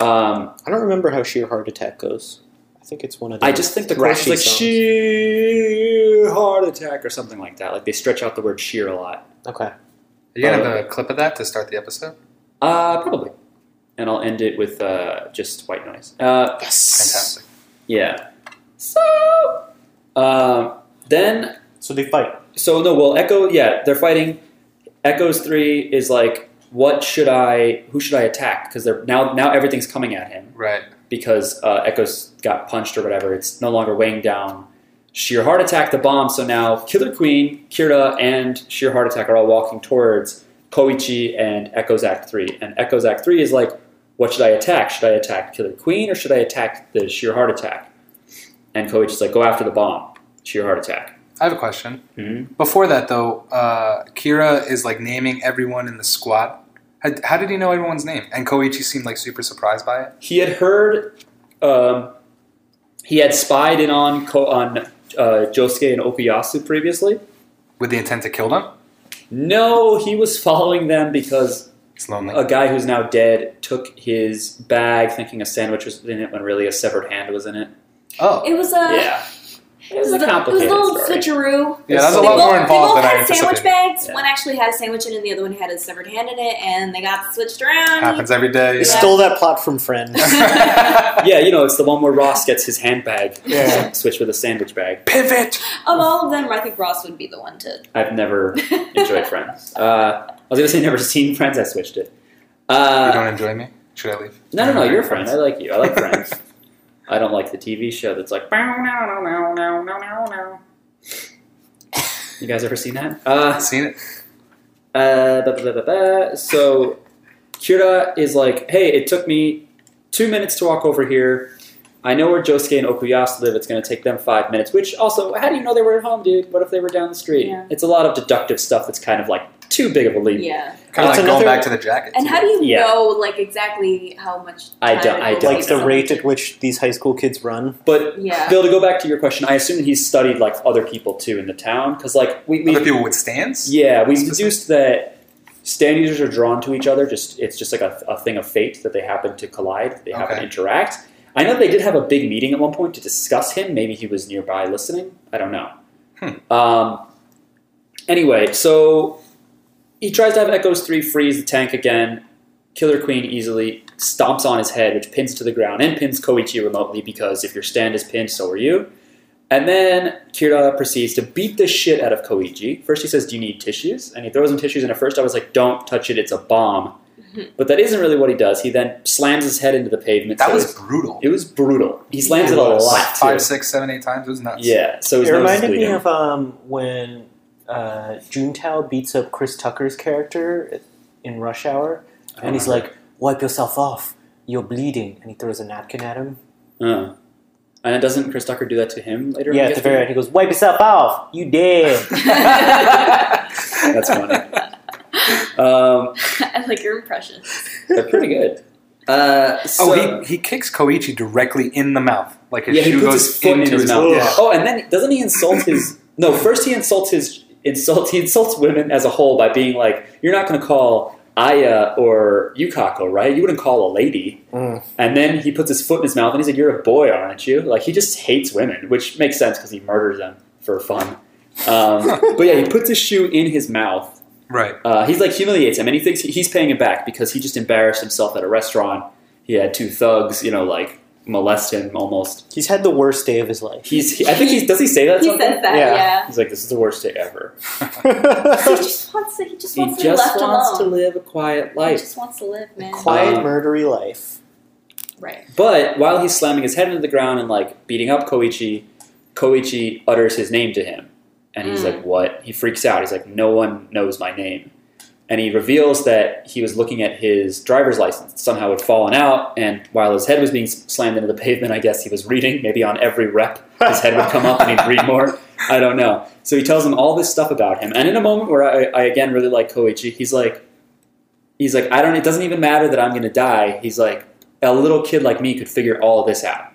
S1: Um,
S2: I don't remember how sheer heart attack goes. I think it's one of. The
S1: I just think the chorus is
S2: thrashy
S1: like
S2: songs.
S1: sheer heart attack or something like that. Like they stretch out the word sheer a lot.
S2: Okay.
S4: Are you gonna
S1: Uh,
S4: have a clip of that to start the episode?
S1: Uh, probably. And I'll end it with uh, just white noise. Uh,
S2: Yes.
S4: Fantastic.
S1: Yeah. So um, then,
S2: So they fight.
S1: so no, well, Echo, yeah, they're fighting. Echoes three is like, what should I? Who should I attack? Because they're now now everything's coming at him
S4: Right.
S1: because uh, Echoes got punched or whatever. It's no longer weighing down. Sheer Heart Attack, the bomb. So now Killer Queen, Kira, and Sheer Heart Attack are all walking towards Koichi and Echoes Act 3. And Echoes Act 3 is like, what should I attack? Should I attack Killer Queen or should I attack the Sheer Heart Attack? And Koichi's like, go after the bomb, Sheer Heart Attack.
S4: I have a question.
S1: Mhm.
S4: Before that though, uh, Kira is like naming everyone in the squad. How, how did he know everyone's name? And Koichi seemed like super surprised by it.
S1: He had heard, um, he had spied in on, Ko- on uh, Josuke and Okuyasu previously.
S4: with the intent to kill them.
S1: No, he was following them because
S4: It's lonely.
S1: a guy who's now dead took his bag thinking a sandwich was in it when really a severed hand was in it.
S4: oh,
S3: It was a.
S1: yeah. It was a
S3: the- it was
S1: complicated
S3: a little
S1: story.
S3: switcheroo.
S4: yeah, that's
S1: so
S4: a
S3: they
S4: lot
S3: both,
S4: more involved
S3: they both
S4: than I
S3: had sandwich
S4: anticipated.
S3: bags.
S1: Yeah.
S3: One actually had a sandwich in it, and the other one had a severed hand in it, and they got switched around.
S4: Happens every day.
S2: They stole that plot from Friends.
S1: Yeah, you know, it's the one where Ross gets his handbag
S2: Yeah.
S1: switched with a sandwich bag.
S4: Pivot.
S3: Of all of them, I think Ross would be the one to
S1: I've never enjoyed Friends. Uh, I was going to say never seen Friends, I switched it. Uh,
S4: you don't enjoy me? Should I leave?
S1: No, no, no. You're a friend. I like you. I like Friends. I don't like the TV show that's like. "Bow, no, no, no, no, no, no, no." You guys ever seen that? Uh,
S4: Seen it?
S1: uh, ba- ba- ba- ba- ba. So Kira is like, hey, it took me two minutes to walk over here. I know where Josuke and Okuyasu live. It's going to take them five minutes. Which also, how do you know they were at home, dude? What if they were down the street?
S3: Yeah.
S1: It's a lot of deductive stuff that's kind of like too big of a leap.
S3: yeah.
S4: Kind of
S2: It's
S4: like going
S2: another-
S4: back to the jacket.
S3: And
S4: too.
S3: how do you
S1: Yeah.
S3: know like exactly how much?
S1: I
S3: time
S1: don't-
S3: it
S1: I don't
S3: will take
S2: like the
S3: someone
S2: rate
S3: to-
S2: at which these high school kids run.
S1: But
S3: Yeah.
S1: Bill, to go back to your question, I assume that he's studied like other people too in the town because like we, we
S4: Other people with stands?
S1: yeah we deduced that stand users are drawn to each other. Just it's just like a, a thing of fate that they happen to collide, they happen to
S4: Okay.
S1: interact. I know they did have a big meeting at one point to discuss him. Maybe he was nearby listening. I don't know. Um, anyway, so he tries to have Echoes three freeze the tank again. Killer Queen easily stomps on his head, which pins to the ground and pins Koichi remotely because if your stand is pinned, so are you. And then Kira proceeds to beat the shit out of Koichi. First, he says, Do you need tissues? And he throws him tissues, and at first I was like, Don't touch it, it's a bomb. But that isn't really what he does. He then slams his head into the pavement.
S4: That
S1: so
S4: was
S1: it's-
S4: brutal.
S1: it was brutal. He slams it,
S2: It
S1: a
S2: was.
S1: lot.
S4: Like
S1: Too.
S4: five, six, seven, eight times. It was nuts.
S1: Yeah, so his
S2: It
S1: nose is
S2: reminded me
S1: bleeding.
S2: of um, when uh, Juntao beats up Chris Tucker's character in Rush Hour,
S1: don't
S2: and he's like, "Wipe yourself off, you're bleeding," and he throws a napkin at him.
S1: Oh. And doesn't Chris Tucker do that to him later?
S2: Yeah,
S1: in
S2: at the
S1: Gift?
S2: very end, he goes, "Wipe yourself off, you dead."
S1: That's funny. um,
S3: I like your impression.
S1: They're pretty good.
S6: Uh, so,
S4: oh, he, he kicks Koichi directly in the mouth. Like his
S1: yeah,
S4: shoe
S1: he puts
S4: goes
S1: his foot
S4: into
S1: in his mouth.
S4: Yeah.
S1: Oh, and then doesn't he insult his? No, first he insults his insult. He insults women as a whole by being like, "You're not going to call Aya or Yukako, right? You wouldn't call a lady."
S2: Mm.
S1: And then he puts his foot in his mouth and he's like, "You're a boy, aren't you?" Like he just hates women, which makes sense because he murders them for fun. Um, but yeah, he puts his shoe in his mouth
S4: Right.
S1: uh, he's like humiliates him, and he thinks he- he's paying him back because he just embarrassed himself at a restaurant. He had two thugs, you know, like molest him almost.
S2: He's had the worst day of his life.
S1: He's, he, I think he's, does he say that? at
S3: he
S1: some
S3: says
S1: point?
S3: that,
S2: Yeah.
S3: yeah.
S1: He's like, this is the worst day ever.
S3: He
S2: Quiet,
S3: just wants to. He just
S1: He
S3: wants to
S1: just
S3: be left
S1: wants to
S3: alone.
S1: live a quiet
S3: he
S1: life.
S3: just wants to live, man. Um,
S1: Um,
S2: murdery life.
S3: Right.
S1: But while he's slamming his head into the ground and like beating up Koichi, Koichi utters his name to him. And he's
S3: Mm.
S1: like, What? He freaks out. He's like, No one knows my name. And he reveals that he was looking at his driver's license. Somehow it had fallen out. And while his head was being s- slammed into the pavement, I guess he was reading. Maybe on every rep, his head would come up and he'd read more. I don't know. So he tells him all this stuff about him. And in a moment where I, I again really like Koichi, he's like, he's like, I don't, it doesn't even matter that I'm going to die. He's like, a little kid like me could figure all this out.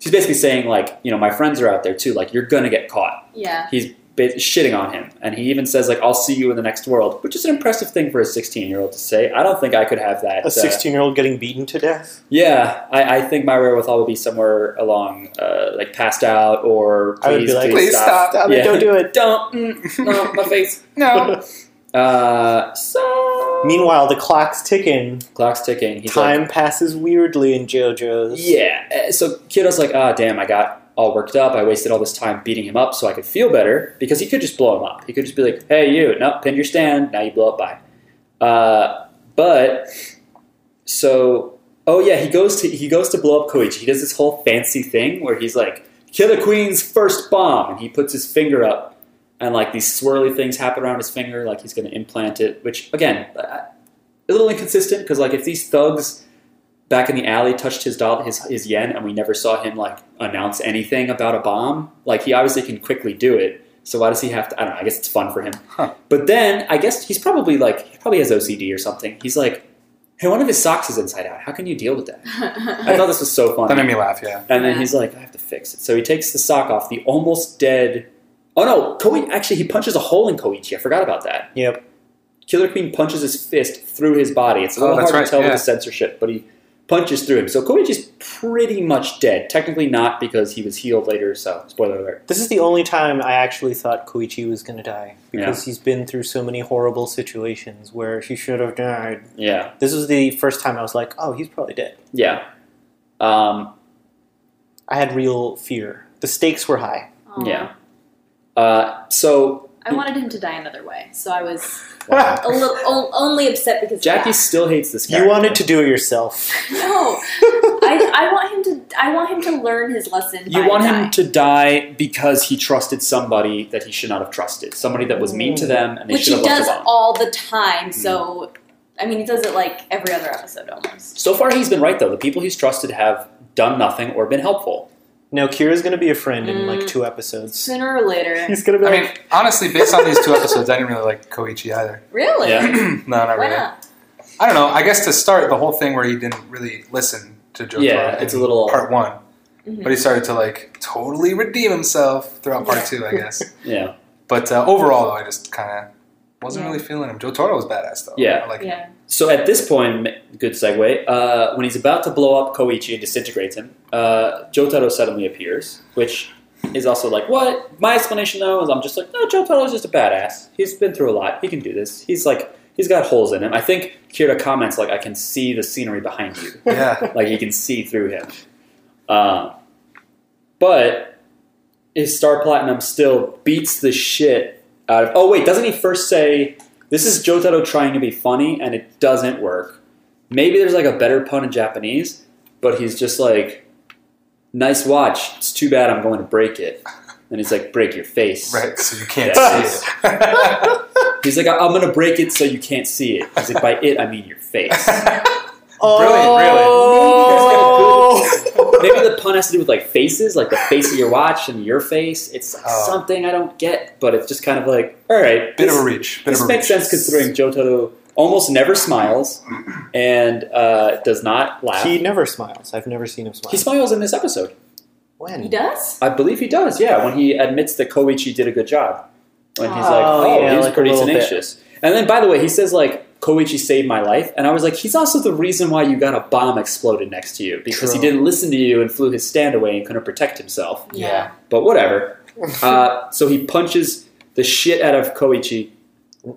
S1: He's basically saying, like, you know, my friends are out there too. Like, you're going to get caught.
S3: Yeah.
S1: He's ba- shitting on him. And he even says, like, I'll see you in the next world, which is an impressive thing for a 16 year old to say. I don't think I could have that. uh,
S2: A 16 year old getting beaten to death.
S1: yeah, I, I think my wherewithal would be somewhere along, uh, like, passed out or please,
S2: I would be like,
S4: Please stop.
S2: Stop it,
S1: Yeah.
S2: don't do it.
S1: Don't. Mm, no, my face.
S4: No.
S1: Uh, so.
S2: Meanwhile, the clock's ticking.
S1: Clock's ticking. He's like,
S2: Time passes weirdly in JoJo's.
S1: Yeah. uh, So Kyoto's like, ah, damn, I got all worked up. I wasted all this time beating him up so I could feel better because he could just blow him up. He could just be like, hey, you, no, pin your stand. Now you blow up by. Uh, but so, oh yeah, he goes to he goes to blow up Koichi. He does this whole fancy thing where he's like, kill the queen's first bomb, and he puts his finger up. And like these swirly things happen around his finger, like he's going to implant it, which again, uh, a little inconsistent because like if these thugs back in the alley touched his doll his, his yen and we never saw him like announce anything about a bomb like he obviously can quickly do it so why does he have to i don't know i guess it's fun for him
S4: Huh.
S1: but then i guess he's probably like he probably has ocd or something he's like hey one of his socks is inside out how can you deal with that i thought this was so
S4: That made
S1: fun
S4: me laugh, yeah.
S1: and then he's like i have to fix it so he takes the sock off the almost dead oh no Koi, actually he punches a hole in koichi i forgot about that
S2: Yep.
S1: Killer Queen punches his fist through his body. It's a
S4: Oh,
S1: little
S4: that's
S1: hard
S4: right,
S1: to tell
S4: yeah.
S1: with the censorship, but he punches through him. So Koichi's pretty much dead. Technically not because he was healed later, so spoiler alert.
S2: This is the only time I actually thought Koichi was going to die because he's been through so many horrible situations where he should have died.
S1: Yeah.
S2: This was the first time I was like, oh, he's probably dead.
S1: Yeah. Um,
S2: I had real fear. The stakes were high.
S3: Aw.
S1: Yeah. uh, so
S3: Um, I wanted him to die another way, so I was
S1: Wow.
S3: a little o- only upset because of
S1: Jackie
S3: that.
S1: still hates this character.
S2: You wanted to do it yourself.
S3: No, I, I want him to. I want him to learn his lesson.
S1: You
S3: by
S1: want
S3: dying.
S1: him to die because he trusted somebody that he should not have trusted. Somebody that was mean to them and they
S3: which
S1: should
S3: he
S1: have left
S3: does
S1: alone. Hmm.
S3: all the time. So, I mean, he does it like every other episode almost.
S1: So far he's been right though. The people he's trusted have done nothing or been helpful.
S2: No, Kira's going to be a friend in like
S3: Mm.
S2: two episodes.
S3: Sooner or later,
S2: He's going to be
S4: I
S2: like,
S4: mean, honestly, based on these two episodes, I didn't really like Koichi either.
S3: really?
S1: Yeah.
S4: No, not
S3: Why
S4: really.
S3: not?
S4: I don't know. I guess to start the whole thing where he didn't really listen to Jotaro
S1: Yeah, it's
S4: in
S1: a little-
S4: part one,
S3: Mhm.
S4: but he started to like totally redeem himself throughout part
S3: Yeah.
S4: two, I guess.
S1: Yeah.
S4: But uh, overall, though, I just kind of wasn't
S3: Yeah.
S4: really feeling him. Jotaro was badass though.
S1: Yeah.
S4: I like
S3: Yeah.
S1: So at this point, m- good segue, uh, when he's about to blow up Koichi and disintegrate him, uh, Jotaro suddenly appears, which is also like, what? My explanation, though, is I'm just like, no, Jotaro's just a badass. He's been through a lot. He can do this. He's like, he's got holes in him. I think Kira comments, like, I can see the scenery behind you.
S4: yeah.
S1: like, you can see through him. Uh, but his Star Platinum still beats the shit out of. Oh, wait, doesn't he first say, This is Jotaro trying to be funny and it doesn't work? Maybe there's like a better pun in Japanese, but he's just like, Nice watch. It's too bad I'm going to break it. And he's like, Break your face.
S4: Right. So you can't
S1: Yeah.
S4: see it.
S1: He's like, "I- I'm going to break it so you can't see it. He's like, By it, I mean your face.
S2: oh,
S1: Maybe the pun has to do with like faces, like the face of your watch and your face. It's like
S4: Oh.
S1: something I don't get, but it's just kind of like, all right,
S4: Bit
S1: this,
S4: of a reach. Bit
S1: this
S4: of a
S1: makes
S4: reach.
S1: sense considering Jotaro almost never smiles and uh, does not laugh.
S2: He never smiles. I've never seen him smile.
S1: He smiles in this episode.
S3: He
S2: when?
S3: does?
S1: I believe he does. Yeah, when he admits that Koichi did a good job, when he's like,
S2: Oh,
S1: "Oh,
S2: yeah,
S1: he was
S2: like a
S1: pretty
S2: little bit.
S1: tenacious." And then, by the way, he says like, "Koichi saved my life," and I was like, "He's also the reason why you got a bomb exploded next to you because he
S2: True.
S1: didn't listen to you and flew his stand away and couldn't protect himself."
S2: Yeah.
S1: But whatever. uh, so he punches the shit out of Koichi.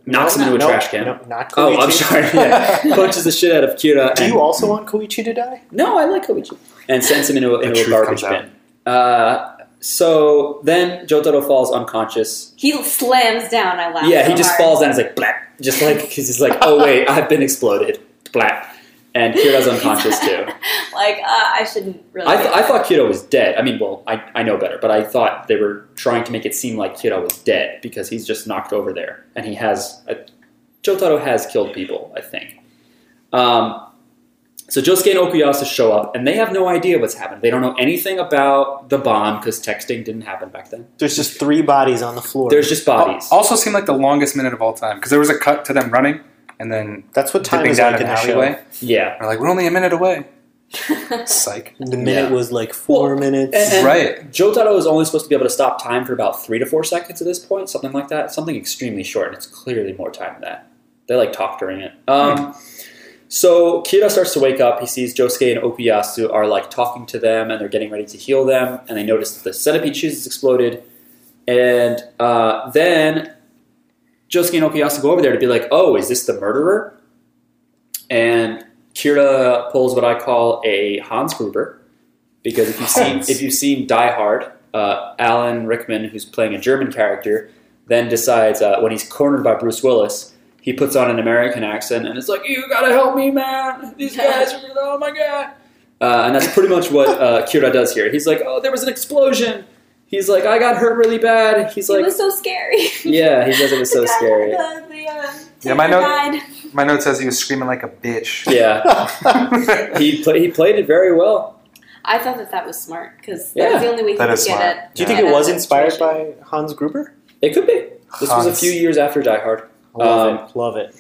S1: Knocks him into a
S2: No,
S1: trash can.
S2: No, not Koichi.
S1: Oh, I'm sorry. Yeah. punches the shit out of Kira.
S2: Do
S1: and
S2: you also want Koichi to die?
S1: no, I like Koichi. And sends him into a,
S4: The
S1: into a
S4: truth
S1: garbage
S4: comes out.
S1: bin. Uh, so then Jotaro falls unconscious.
S3: He slams down. I laugh.
S1: yeah, he
S3: so
S1: just
S3: hard.
S1: falls down. He's like, black. Just like, because he's like, oh, wait, I've been exploded. Black. And Kira's unconscious too.
S3: like uh, I shouldn't really.
S1: I, th- I thought Kira was dead. I mean, well, I, I know better, but I thought they were trying to make it seem like Kira was dead because he's just knocked over there. And he has. Uh, Jotaro has killed people, I think. Um, so Josuke and Okuyasa show up, and they have no idea what's happened. They don't know anything about the bomb because texting didn't happen back then.
S2: There's just three bodies on the floor.
S1: There's just bodies.
S4: Al- Also seemed like the longest minute of all time because there was a cut to them running and then
S2: That's what time
S4: dipping
S2: is
S4: down
S2: like in
S4: an
S2: the
S4: alleyway.
S2: show.
S1: Yeah.
S4: They're like, we're only a minute away. Psych.
S2: The minute
S1: Yeah.
S2: was like four
S1: Well,
S2: minutes.
S1: and- and-
S4: right.
S1: Jotaro is only supposed to be able to stop time for about three to four seconds at this point, something like that. Something extremely short, and it's clearly more time than that. They like talk during it. Um, So Kira starts to wake up. He sees Josuke and Okuyasu are like talking to them, and they're getting ready to heal them. And they notice that the centipede shoes has exploded. And uh, then Josuke and Okuyasu go over there to be like, "Oh, is this the murderer?" And Kira pulls what I call a Hans Gruber, because if you've seen
S4: Hans.
S1: if you've seen Die Hard, uh, Alan Rickman, who's playing a German character, then decides uh, when he's cornered by Bruce Willis, he puts on an American accent and it's like, "You gotta help me, man! These guys are oh my god!" Uh, and that's pretty much what uh, Kira does here. He's like, "Oh, there was an explosion." He's like, "I got hurt really bad." He's
S3: it
S1: like,
S3: was so scary.
S1: "Yeah," he says it was so
S3: The guy-
S1: scary.
S3: The, the, uh,
S4: Yeah, my
S3: tiger
S4: note-
S3: died.
S4: My note says he was screaming like a bitch.
S1: Yeah, he play, he played it very well.
S3: I thought that that was smart because
S1: Yeah.
S3: that was the only way he
S4: That
S3: could
S4: is
S3: get
S4: smart.
S3: it. Uh,
S2: Do you
S1: Yeah.
S2: think it was
S3: Yeah.
S2: inspired by Hans Gruber?
S1: It could be. This was a
S4: Hans.
S1: few years after Die Hard.
S2: Love
S1: Um,
S2: it. Love it.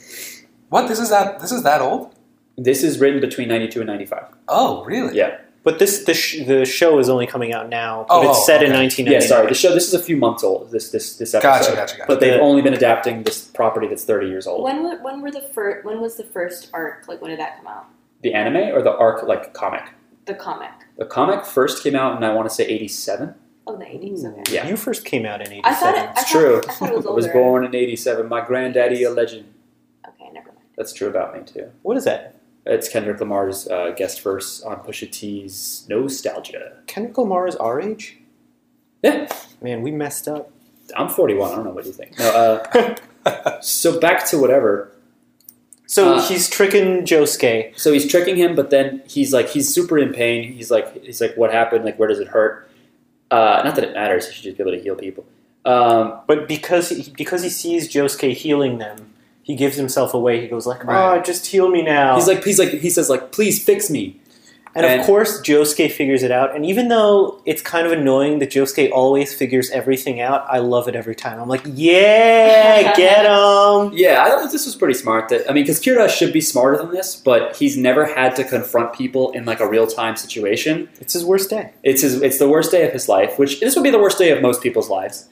S4: What? This is that. This is that old?
S1: This is written between ninety two and ninety five.
S4: Oh, really?
S1: Yeah.
S2: But this the sh- the show is only coming out now. But
S4: Oh,
S2: it's
S4: oh,
S2: set in
S4: okay.
S2: 1999.
S1: Yeah, sorry. The show. This is a few months old. This this this episode.
S4: Gotcha, gotcha, gotcha.
S1: But they've
S2: The-
S1: only been adapting this property that's thirty years old.
S3: When were, when were the fir- when was the first arc? Like when did that come out?
S1: The anime or the arc like comic.
S3: The comic.
S1: The comic first came out in I want to say eighty seven.
S3: Oh, the eighties. Okay.
S1: Yeah.
S2: You first came out in 87.
S3: I thought it. I
S1: It's
S3: thought,
S1: true.
S3: I thought it was
S1: I
S3: older.
S1: was born in eighty seven. My granddaddy a legend.
S3: Okay, never mind.
S1: That's true about me too.
S2: What is that?
S1: It's Kendrick Lamar's uh, guest verse on Pusha T's Nostalgia.
S2: Kendrick Lamar is our age?
S1: Yeah,
S2: Man, we messed up.
S1: I'm 41. I don't know what you think. No, uh, so back to whatever.
S2: so
S1: uh,
S2: he's tricking Josuke.
S1: So he's tricking him, but then he's like he's super in pain. He's like he's like, what happened? Like, where does it hurt? Uh, not that it matters. He should just be able to heal people. Um,
S2: But because he, because he sees Josuke healing them, he gives himself away. He goes like,
S4: Right.
S2: "Oh, just heal me now."
S1: He's like he's like he says like, please fix me.
S2: and,
S1: and-
S2: of course, Josuke figures it out. And even though it's kind of annoying that Josuke always figures everything out, I love it every time. I'm like, "Yeah, get him!"
S1: Yeah, I thought this was pretty smart. That I mean, because Kira should be smarter than this, but he's never had to confront people in like a real time situation.
S2: It's his worst day.
S1: It's his, it's the worst day of his life, which this would be the worst day of most people's lives.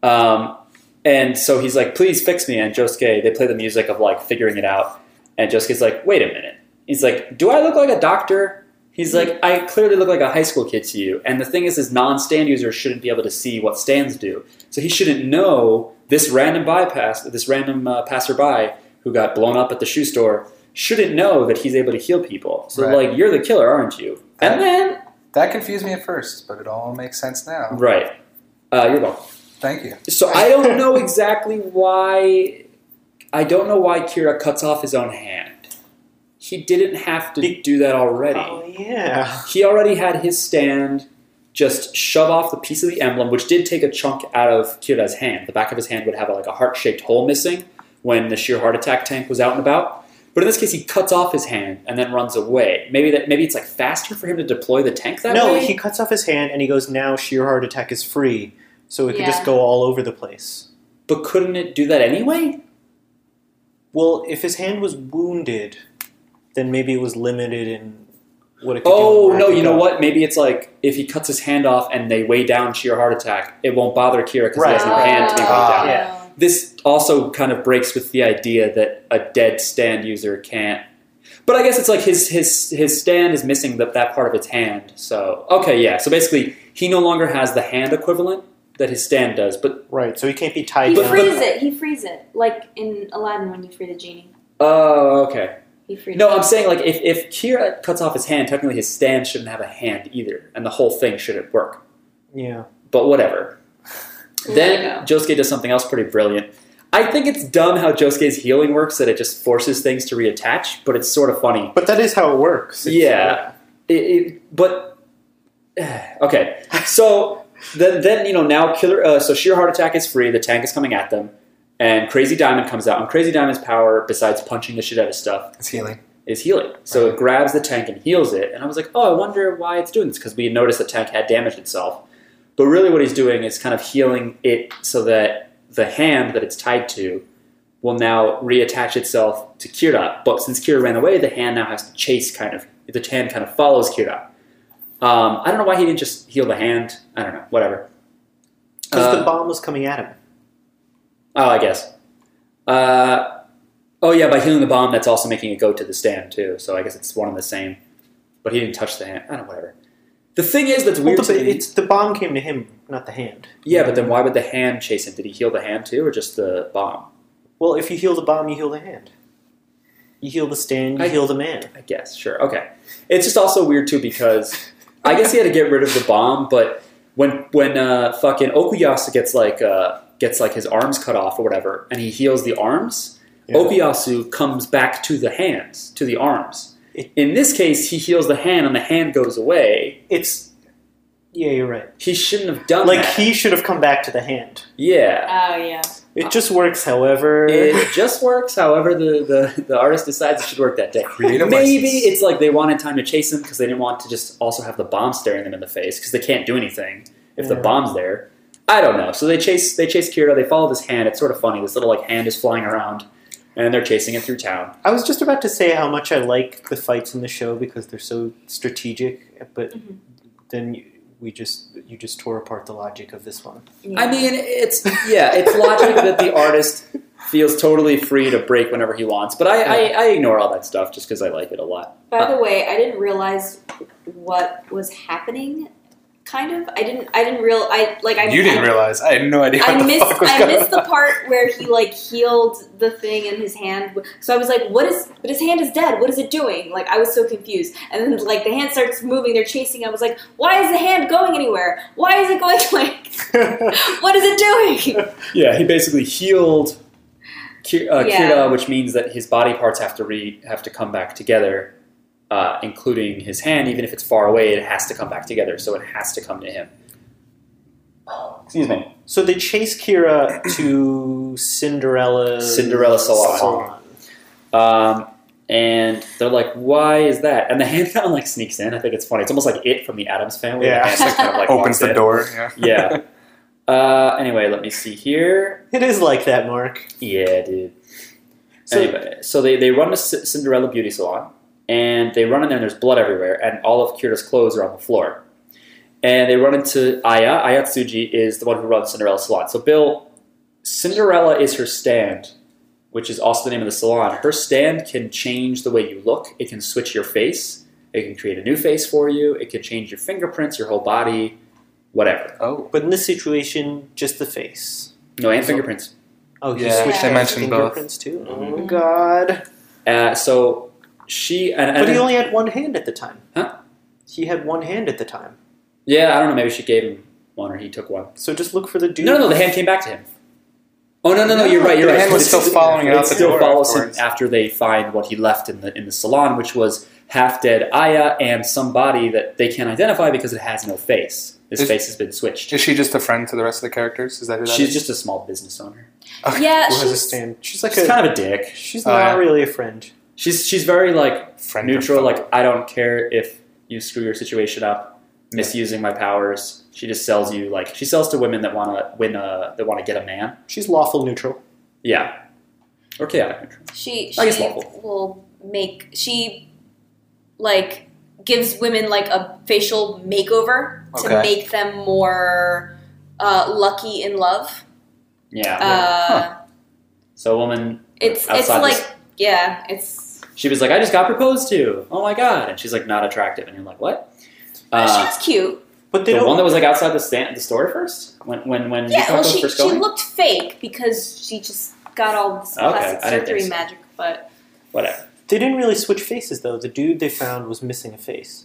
S1: Um, and so he's like, "Please fix me." And Josuke, they play the music of like figuring it out, and Josuke's like, "Wait a minute." He's like, "Do I look like a doctor?" He's like, "I clearly look like a high school kid to you." And the thing is, is non-stand users shouldn't be able to see what stands do, so he shouldn't know this random bypass, this random uh, passerby who got blown up at the shoe store shouldn't know that he's able to heal people. So
S4: Right.
S1: like, you're the killer, aren't you? And then
S4: That confused me at first, but it all makes sense now.
S1: Right. Uh, you're welcome.
S4: Thank you.
S1: So I don't know exactly why. I don't know why Kira cuts off his own hand. He didn't have to
S2: Be-
S1: do that already.
S2: Oh yeah.
S1: He already had his stand just shove off the piece of the emblem, which did take a chunk out of Kira's hand. The back of his hand would have like a heart shaped hole missing when the sheer heart attack tank was out and about. But in this case, he cuts off his hand and then runs away. Maybe that maybe it's like faster for him to deploy the tank that
S2: no,
S1: way.
S2: he cuts off his hand and he goes, now sheer heart attack is free. So it could
S3: Yeah.
S2: just go all over the place.
S1: but couldn't it do that anyway?
S2: Well, if his hand was wounded, then maybe it was limited in what it could do. and
S1: Oh
S2: where it
S1: no!
S2: could
S1: You know
S2: go.
S1: what? Maybe it's like if he cuts his hand off and they weigh down sheer heart attack, it won't bother Kira because he has no
S2: Right.
S1: hand to
S3: Oh.
S1: be weighed
S4: Ah.
S1: down.
S2: Yeah.
S1: This also kind of breaks with the idea that a dead stand user can't. But I guess it's like his his his stand is missing that that part of its hand. So okay, yeah. So basically, he no longer has the hand equivalent that his stand does. But
S2: Right, so he can't be
S3: He
S2: tied
S1: But-
S2: down.
S1: but-
S3: frees it. He frees it, like in Aladdin when you free the genie.
S1: oh, okay.
S3: He frees.
S1: No,
S3: it.
S1: I'm saying like if, if Kira cuts off his hand, technically his stand shouldn't have a hand either, and the whole thing shouldn't work.
S2: yeah.
S1: But whatever. Then Josuke does something else pretty brilliant. I think it's dumb how Josuke's healing works that it just forces things to reattach, but it's sort of funny.
S2: But that is how it works. uh,
S1: Yeah. It, it, but okay, so then then you know now killer. Uh, so sheer heart attack is free. The tank is coming at them, and Crazy Diamond comes out. And Crazy Diamond's power, besides punching the shit out of stuff,
S4: It's healing.
S1: is healing. So it grabs the tank and heals it. And I was like, oh, I wonder why it's doing this because we had noticed the tank had damaged itself. But really, what he's doing is kind of healing it so that the hand that it's tied to will now reattach itself to Kira. But since Kira ran away, the hand now has to chase kind of, the hand kind of follows Kira. Um, I don't know why he didn't just heal the hand. I don't know, whatever.
S2: Because
S1: Uh,
S2: the bomb was coming at him.
S1: Oh, I guess. Uh, oh yeah, by healing the bomb, that's also making it go to the stand too. So I guess it's one and the same. But he didn't touch the hand. I don't know, whatever. The thing is that's
S2: Well,
S1: weird.
S2: the,
S1: to me-
S2: it's, the bomb came to him, not the hand.
S1: yeah, but then why would the hand chase him? Did he heal the hand too, or just the bomb?
S2: Well, if you heal the bomb, you heal the hand. You heal the stand, you
S1: I-
S2: heal the man.
S1: I guess sure. Okay, it's just also weird too because I guess he had to get rid of the bomb, but when when uh, fucking Okuyasu gets like uh, gets like his arms cut off or whatever, and he heals the arms,
S2: Yeah.
S1: Okuyasu comes back to the hands, to the arms.
S2: It-
S1: In this case, he heals the hand, and the hand goes away.
S2: It's. Yeah, you're right.
S1: He shouldn't have done
S2: Like,
S1: that.
S2: he should have come back to the hand.
S1: yeah.
S6: Oh yeah.
S2: It just works, however.
S1: It just works however the, the, the artist decides it should work that day.
S4: Creative
S1: Maybe
S4: license.
S1: it's like they wanted time to chase him because they didn't want to just also have the bomb staring them in the face because they can't do anything if the
S2: Yeah.
S1: bomb's there. I don't know. So they chase they chase Kira. They follow this hand. It's sort of funny. This little like hand is flying around, and they're chasing it through town.
S2: I was just about to say how much I like the fights in the show because they're so strategic, but
S3: Mhm.
S2: then you, we just you just tore apart the logic of this one.
S3: Yeah.
S1: I mean, it's yeah, it's logic that the artist feels totally free to break whenever he wants. But I I, I ignore all that stuff just because I like it a lot.
S3: By
S4: Uh,
S3: the way, I didn't realize what was happening. Kind of, I didn't. I didn't real. I like. I
S4: you didn't
S3: I,
S4: realize. I had no idea what
S3: I
S4: the
S3: missed.
S4: fuck was
S3: I
S4: going
S3: missed the
S4: on.
S3: part where he like healed the thing in his hand. So I was like, "What is?" But his hand is dead. What is it doing? Like I was so confused. And then like the hand starts moving. They're chasing. I was like, "Why is the hand going anywhere? Why is it going like? What is it doing?"
S1: Yeah, he basically healed Ki- uh,
S3: Yeah.
S1: Kira, which means that his body parts have to re have to come back together, uh, including his hand. Even if it's far away, it has to come back together. So it has to come to him. Excuse me.
S2: so they chase Kira to Cinderella.
S1: Cinderella Salon. Um, and they're like, "Why is that?" And the hand kind of like sneaks in. I think it's funny. It's almost like it from the Adams family.
S4: Yeah.
S1: the hand just kind of like
S4: Opens
S1: walks
S4: the
S1: in.
S4: door. Yeah.
S1: Yeah. Uh, anyway, let me see here.
S2: It is like that, Mark.
S1: Yeah, dude.
S2: So-
S1: anyway, so they, they run to C- Cinderella Beauty Salon, and they run in there, and there's blood everywhere, and all of Kira's clothes are on the floor. And they run into Aya. Aya Tsuji is the one who runs Cinderella Salon. So, Bill, Cinderella is her stand, which is also the name of the salon. Her stand can change the way you look, it can switch your face, it can create a new face for you, it can change your fingerprints, your whole body, whatever.
S4: Oh.
S2: But in this situation, just the face.
S1: No, and fingerprints.
S2: Oh, he
S4: Yeah,
S2: switched
S3: they
S2: his
S4: mentioned both.
S2: fingerprints too. Oh
S1: Mhm.
S2: God!
S1: Uh, so, she. And, and
S2: But he only had one hand at the time.
S1: Huh?
S2: He had one hand at the time.
S1: Yeah, I don't know. Maybe she gave him one or he took one.
S2: So just look for the dude.
S1: No, no, no. The hand came back to him. Oh no, no, no!
S4: No,
S1: You're right. You're
S4: the
S1: right.
S4: hand was
S1: It's-
S4: still following it
S1: it
S4: out the
S1: still
S4: door
S1: follows him
S4: afterwards.
S1: after they find what he left in the in the salon, which was half dead Aya and somebody that they can't identify because it has no face. This
S4: Is-
S1: face has been switched.
S4: Is she just a friend to the rest of the characters? Is that who that
S1: She's
S4: is?
S1: just a small business owner.
S4: Okay.
S3: yeah,
S2: Who has a
S3: she's,
S2: stand? She's like
S1: She's
S2: a.
S1: kind of a dick.
S2: she's
S4: Oh,
S2: not
S4: yeah.
S2: really a friend.
S1: She's she's very like
S4: friend
S1: neutral.
S4: of-
S1: Like I don't care if you screw your situation up, misusing my powers. She just sells you like she sells to women that want to win a that want to get a man.
S2: She's lawful neutral.
S1: Yeah. or chaotic neutral.
S3: She
S1: I guess
S3: she
S1: lawful.
S3: will make she like gives women like a facial makeover to
S4: Okay.
S3: make them more uh, lucky in love.
S1: Yeah.
S3: Uh,
S1: So a woman.
S3: It's it's
S1: outside
S3: like
S1: this-
S3: yeah, it's
S1: she was like, I just got proposed to. Oh my god! And she's like, not attractive. And you're like, what?
S3: she
S1: Uh,
S3: was cute.
S2: But they
S1: the
S2: don't.
S1: one that was like outside the stand, the store first. When when when
S3: Yeah,
S1: you
S3: well, she
S1: first
S3: she
S1: going.
S3: looked fake because she just got all this
S1: Okay,
S3: plastic
S1: I didn't think
S3: surgery
S1: so.
S3: magic, but
S1: Whatever.
S2: They didn't really switch faces though. The dude they found was missing a face.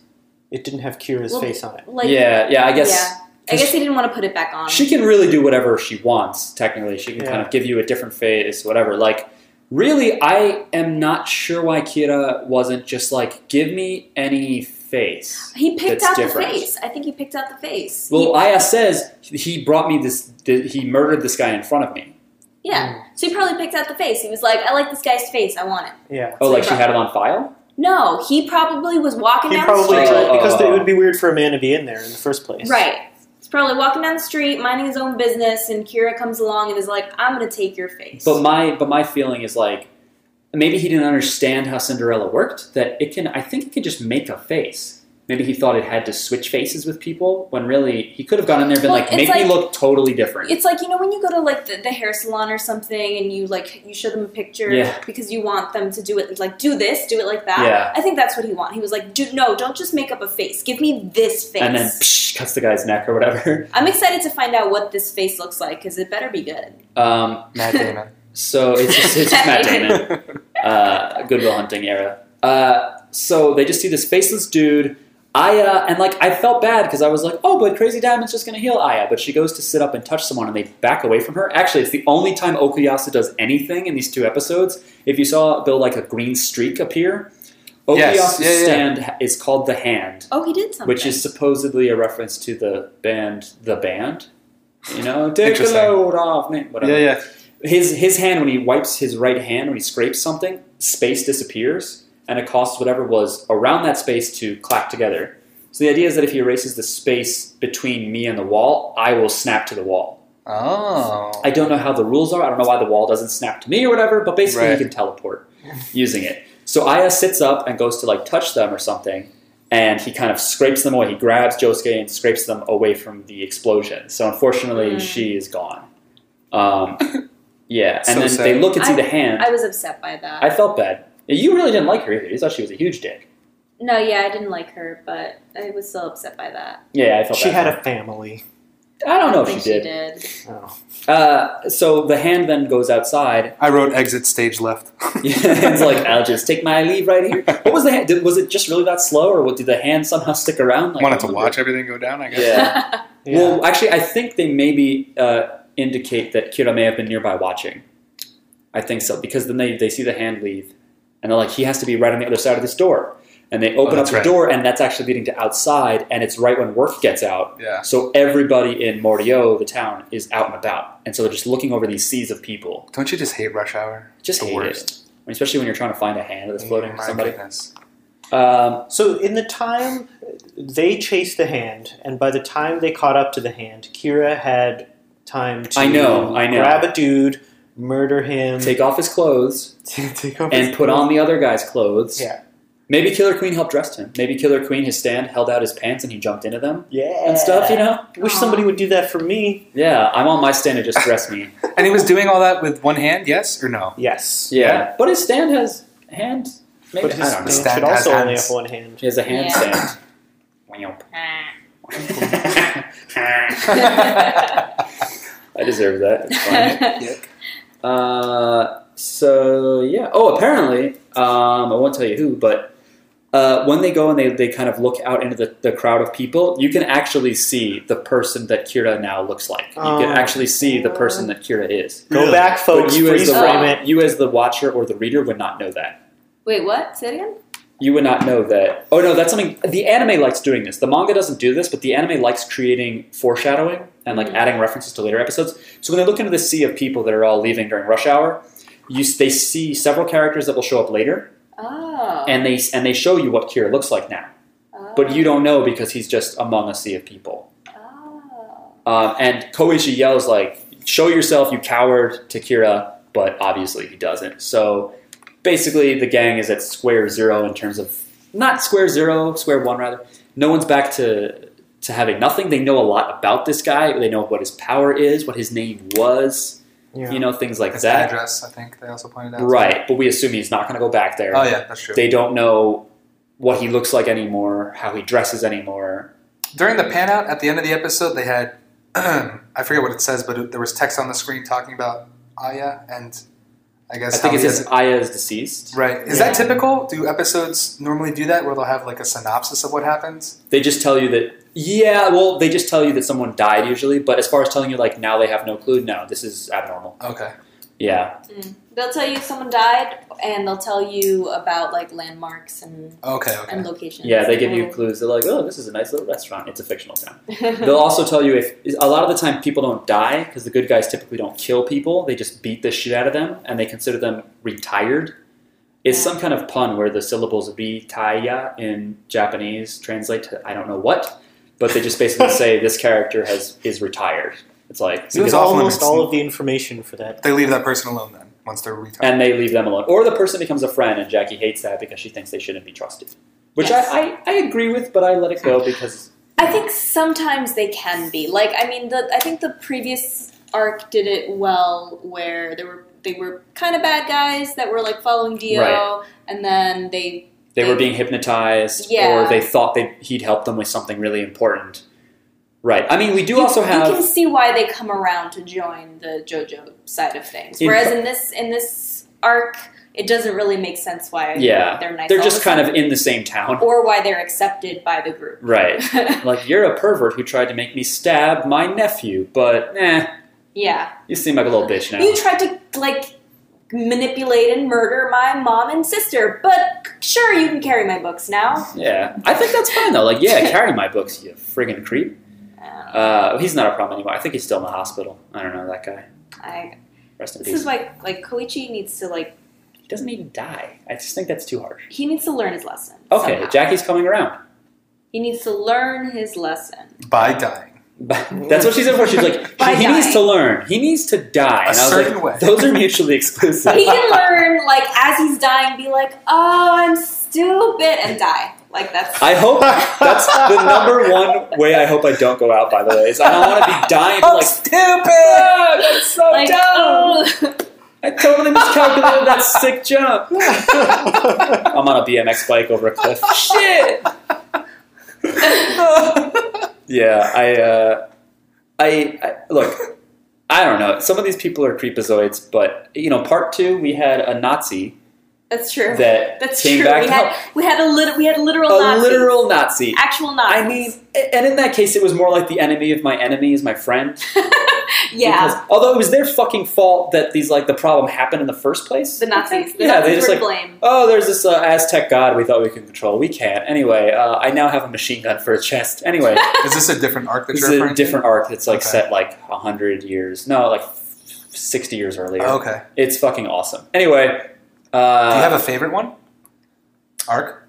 S2: It didn't have Kira's
S3: Well,
S2: face on it.
S3: like
S1: yeah, yeah. I guess
S3: yeah. I guess they didn't want to put it back on.
S1: she can really do whatever she wants technically she can kind
S2: Yeah.
S1: of give you a different face whatever like really i am not sure why kira wasn't just like give me any face
S3: he picked
S1: That's
S3: out
S1: different.
S3: the face. I think he picked out the face.
S1: well aya says he brought me this th- he murdered this guy in front of me
S3: He- yeah. So he probably picked out the face. He was like, I like this guy's face. I want it.
S2: Hmm, Yeah.
S1: oh
S3: So
S1: like
S3: he
S1: she had it on file
S3: No, he probably was walking
S2: He
S3: down
S2: probably
S3: the
S1: Oh,
S3: street.
S1: oh,
S2: because
S1: oh.
S2: it would be weird for a man to be in there in the first place.
S3: Right. He's probably walking down the street, minding his own business, and Kira comes along and is like, I'm going to take your face.
S1: but my but my feeling is like maybe he didn't understand how cinderella worked that it can i think it can just make a face Maybe he thought it had to switch faces with people when really he could have gone in there and been
S3: Well,
S1: like,
S3: it's
S1: make me
S3: like-
S1: look totally different.
S3: it's like, you know, when you go to like the, the hair salon or something and you like, you show them a picture
S1: Yeah.
S3: because you want them to do it, like, do this, do it like that.
S1: Yeah.
S3: I think that's what he wanted. He was like, do, no, don't just make up a face. Give me this face.
S1: and then psh, cuts the guy's neck or whatever.
S3: I'm excited to find out what this face looks like because it better be good.
S1: Um,
S4: Matt Damon.
S1: so it's just, it's just Matt Damon, uh, Goodwill Hunting era. Uh, so they just see this faceless dude. Aya and like I felt bad because I was like, oh, but Crazy Diamond's just gonna heal Aya, but she goes to sit up and touch someone and they back away from her. Actually, it's the only time Okuyasu does anything in these two episodes. If you saw Bill like a green streak appear, Okuyasu's
S4: Yes, yeah, yeah.
S1: stand ha- is called the Hand,
S3: Oh, he did something.
S1: which is supposedly a reference to the band, the band. You know, take the
S4: Interesting.
S1: load off me, whatever.
S4: Yeah, yeah.
S1: His his hand when he wipes his right hand when he scrapes something, space disappears, and it costs whatever was around that space to clack together. So the idea is that if he erases the space between me and the wall, I will snap to the wall.
S4: Oh.
S1: I don't know how the rules are. I don't know why the wall doesn't snap to me or whatever. But basically,
S4: Right.
S1: he can teleport using it. So Aya sits up and goes to like touch them or something, and he kind of scrapes them away. He grabs Josuke and scrapes them away from the explosion. So unfortunately,
S3: Mm.
S1: she is gone. Um, yeah, and
S4: So
S1: then
S4: sad.
S1: they look and see the hand.
S3: I was upset by that.
S1: I felt bad. You really didn't like her either. You thought she was a huge dick.
S3: no, yeah, I didn't like her, but I was still upset by that.
S1: Yeah, I felt
S2: She
S1: bad.
S2: had a family.
S1: I don't know if
S3: think
S1: she did.
S3: did.
S2: Oh.
S1: Uh, so the hand then goes outside.
S4: I wrote exit stage left.
S1: Yeah, it's like I'll just take my leave right here. What was the hand? Did, was it just really that slow, or what, did the hand somehow stick around? Like,
S4: Wanted to watch everything go down, I guess.
S1: Yeah.
S2: Yeah.
S1: Well, actually, I think they maybe uh, indicate that Kira may have been nearby watching. I think so because then they, they see the hand leave, and they're like, he has to be right on the other side of this door. And they open up
S4: Oh, that's
S1: the
S4: right.
S1: door, and that's actually leading to outside, and it's right when work gets out.
S4: Yeah.
S1: So everybody in Mordio, the town, is out and about, and so they're just looking over these seas of people.
S4: Don't you just hate rush hour?
S1: Just
S4: The
S1: hate
S4: worst. Mm,
S1: it, I mean, especially when you're trying to find a hand that's floating
S4: My
S1: to somebody.
S4: goodness.
S1: Um,
S2: So in the time they chased the hand, and by the time they caught up to the hand, Kira had time to
S1: I know, I know.
S2: grab a dude, murder him,
S1: take off his clothes
S2: take off his
S1: and put on the other guy's clothes.
S2: Yeah.
S1: Maybe Killer Queen helped dress him. Maybe Killer Queen, his stand, held out his pants and he jumped into them
S2: yeah
S1: and stuff. You know?
S2: Wish somebody would do that for me.
S1: Yeah. I'm on my stand to just dress me.
S4: And he was doing all that with one hand, yes or no?
S2: Yes.
S1: Yeah. But his stand has hand. Maybe
S2: But
S1: I
S2: his
S1: don't know.
S2: hand
S4: Stab
S2: should
S4: has
S2: also only
S4: hands.
S2: have one hand.
S1: He has a hand
S3: Yeah.
S1: stand. Womp. I deserve that. It's fine. Uh, so yeah. Oh, apparently, um, I won't tell you who, but uh, when they go and they, they kind of look out into the, the crowd of people, you can actually see the person that Kira now looks like. You
S2: Oh.
S1: can actually see the person that Kira is.
S2: Go
S4: Really?
S2: back, folks.
S1: but you as
S2: freeze
S1: the
S2: frame
S1: wa-
S2: it.
S1: you as the watcher or the reader would not know that.
S3: Wait, what? Say it again?
S1: You would not know that. Oh no, that's something the anime likes doing this. The manga doesn't do this, but the anime likes creating foreshadowing and like adding references to later episodes. So when they look into the sea of people that are all leaving during rush hour, you s- they see several characters that will show up later.
S3: Oh.
S1: and they and they show you what Kira looks like now,
S3: Oh.
S1: but you don't know because he's just among a sea of people.
S3: Oh.
S1: Um, and Koichi yells like, "Show yourself, you coward!" to Kira, but obviously he doesn't. So basically, the gang is at square zero in terms of not square zero, square one rather. No one's back to to having nothing. They know a lot about this guy. They know what his power is, what his name was,
S2: Yeah.
S1: you know, things like
S4: His
S1: that.
S4: address, I think they also pointed out.
S1: Right, but we assume he's not going to go back there.
S4: Oh yeah, that's true.
S1: They don't know what he looks like anymore, how he dresses anymore.
S4: During the pan out at the end of the episode, they had I forget what it says, but it, there was text on the screen talking about Aya and I
S1: I
S4: guess
S1: think
S4: how
S1: it
S4: he
S1: says
S4: has-
S1: Aya is deceased.
S4: right. Is
S2: Yeah.
S4: that typical? Do episodes normally do that where they'll have like a synopsis of what happens?
S1: They just tell you that. Yeah, well, they just tell you that someone died usually, but as far as telling you like now they have no clue, no, this is abnormal.
S4: Okay,
S1: Yeah,
S3: They'll tell you if someone died, and they'll tell you about like landmarks and,
S4: okay, okay.
S3: and locations.
S1: yeah, they give you clues. They're like, oh, this is a nice little restaurant. It's a fictional town. They'll
S3: you.
S1: also tell you if a lot of the time people don't die because the good guys typically don't kill people. They just beat the shit out of them and they consider them retired. It's some kind of pun where the syllables "retaya" in Japanese translate to I don't know what, but they just basically say this character has is retired. It's like
S4: So it's
S2: Because
S4: awful
S2: almost all
S4: interesting.
S2: of the information for that.
S4: They leave that person alone then once they're retired.
S1: and they leave them alone. Or the person becomes a friend, and Jackie hates that because she thinks they shouldn't be trusted. Which
S3: Yes.
S1: I, I, I agree with, but I let it go because
S3: I think sometimes they can be like I mean the I think the previous arc did it well where there were they were kind of bad guys that were like following Dio
S1: Right.
S3: and then they
S1: they were being hypnotized,
S3: Yeah.
S1: or they thought they he'd help them with something really important. Right. I mean, we do
S3: you,
S1: also
S3: you
S1: have
S3: can see why they come around to join the JoJo side of things
S1: In-
S3: whereas in this in this arc it doesn't really make sense why
S1: Yeah.
S3: they're nice
S1: they're
S3: all
S1: just
S3: the time,
S1: kind of in the same town,
S3: or why they're accepted by the group
S1: right? Like you're a pervert who tried to make me stab my nephew, but eh,
S3: yeah
S1: you seem like a little bitch now.
S3: You tried to like manipulate and murder my mom and sister, but sure, you can carry my books now.
S1: yeah, I think that's fine though. Like, yeah, carry my books, you friggin' creep.
S3: Uh,
S1: Uh, he's not a problem anymore. I think he's still in the hospital. I don't know that guy.
S3: I,
S1: Rest in
S3: this is
S1: peace.
S3: why like Koichi needs to like
S1: He doesn't even die. I just think that's too harsh.
S3: he needs to learn his lesson.
S1: Okay,
S3: somehow.
S1: Jackie's coming around.
S3: He needs to learn his lesson.
S4: By dying.
S1: That's what she said before. She's like,
S3: By
S1: he needs
S3: dying.
S1: to learn. He needs to die. and
S4: A
S1: I was
S4: certain
S1: like,
S4: way.
S1: those are mutually exclusive.
S3: He can learn like as he's dying, be like, "Oh, I'm stupid," and die. Like that's
S1: I hope that's the number one way I hope I don't go out, by the way, is I don't want to be dying
S4: I'm
S1: like,
S4: stupid!
S1: "Ah, that's so
S3: like
S1: dumb.
S3: oh.
S1: I totally miscalculated that sick jump. I'm on a BMX bike over a cliff. Shit. yeah, I, uh, I, I, look, I don't know. Some of these people are creepazoids, but, you know, part two, we had a Nazi
S3: that's true.
S1: that
S3: that's
S1: came
S3: true.
S1: back
S3: We
S1: and
S3: had
S1: helped.
S3: we had a lit- we had literal
S1: a
S3: Nazis.
S1: literal Nazi.
S3: actual Nazis.
S1: I mean, a- and in that case, it was more like the enemy of my enemy is my friend.
S3: yeah.
S1: Because- although it was their fucking fault that these like the problem happened in the first place.
S3: The Nazis. The
S1: yeah,
S3: Nazis
S1: they just
S3: were
S1: like
S3: to blame.
S1: oh, there's this uh, Aztec god we thought we could control. We can't. Anyway, uh, I now have a machine gun for a chest. Anyway,
S4: Is this a different arc that
S1: this
S4: you're
S1: is a
S4: referring
S1: different arc that's like
S4: Okay.
S1: set like hundred years. No, like sixty years earlier.
S4: to? Oh, Okay.
S1: It's fucking awesome. Anyway,
S4: Do
S1: uh,
S4: you have a favorite one? Arc?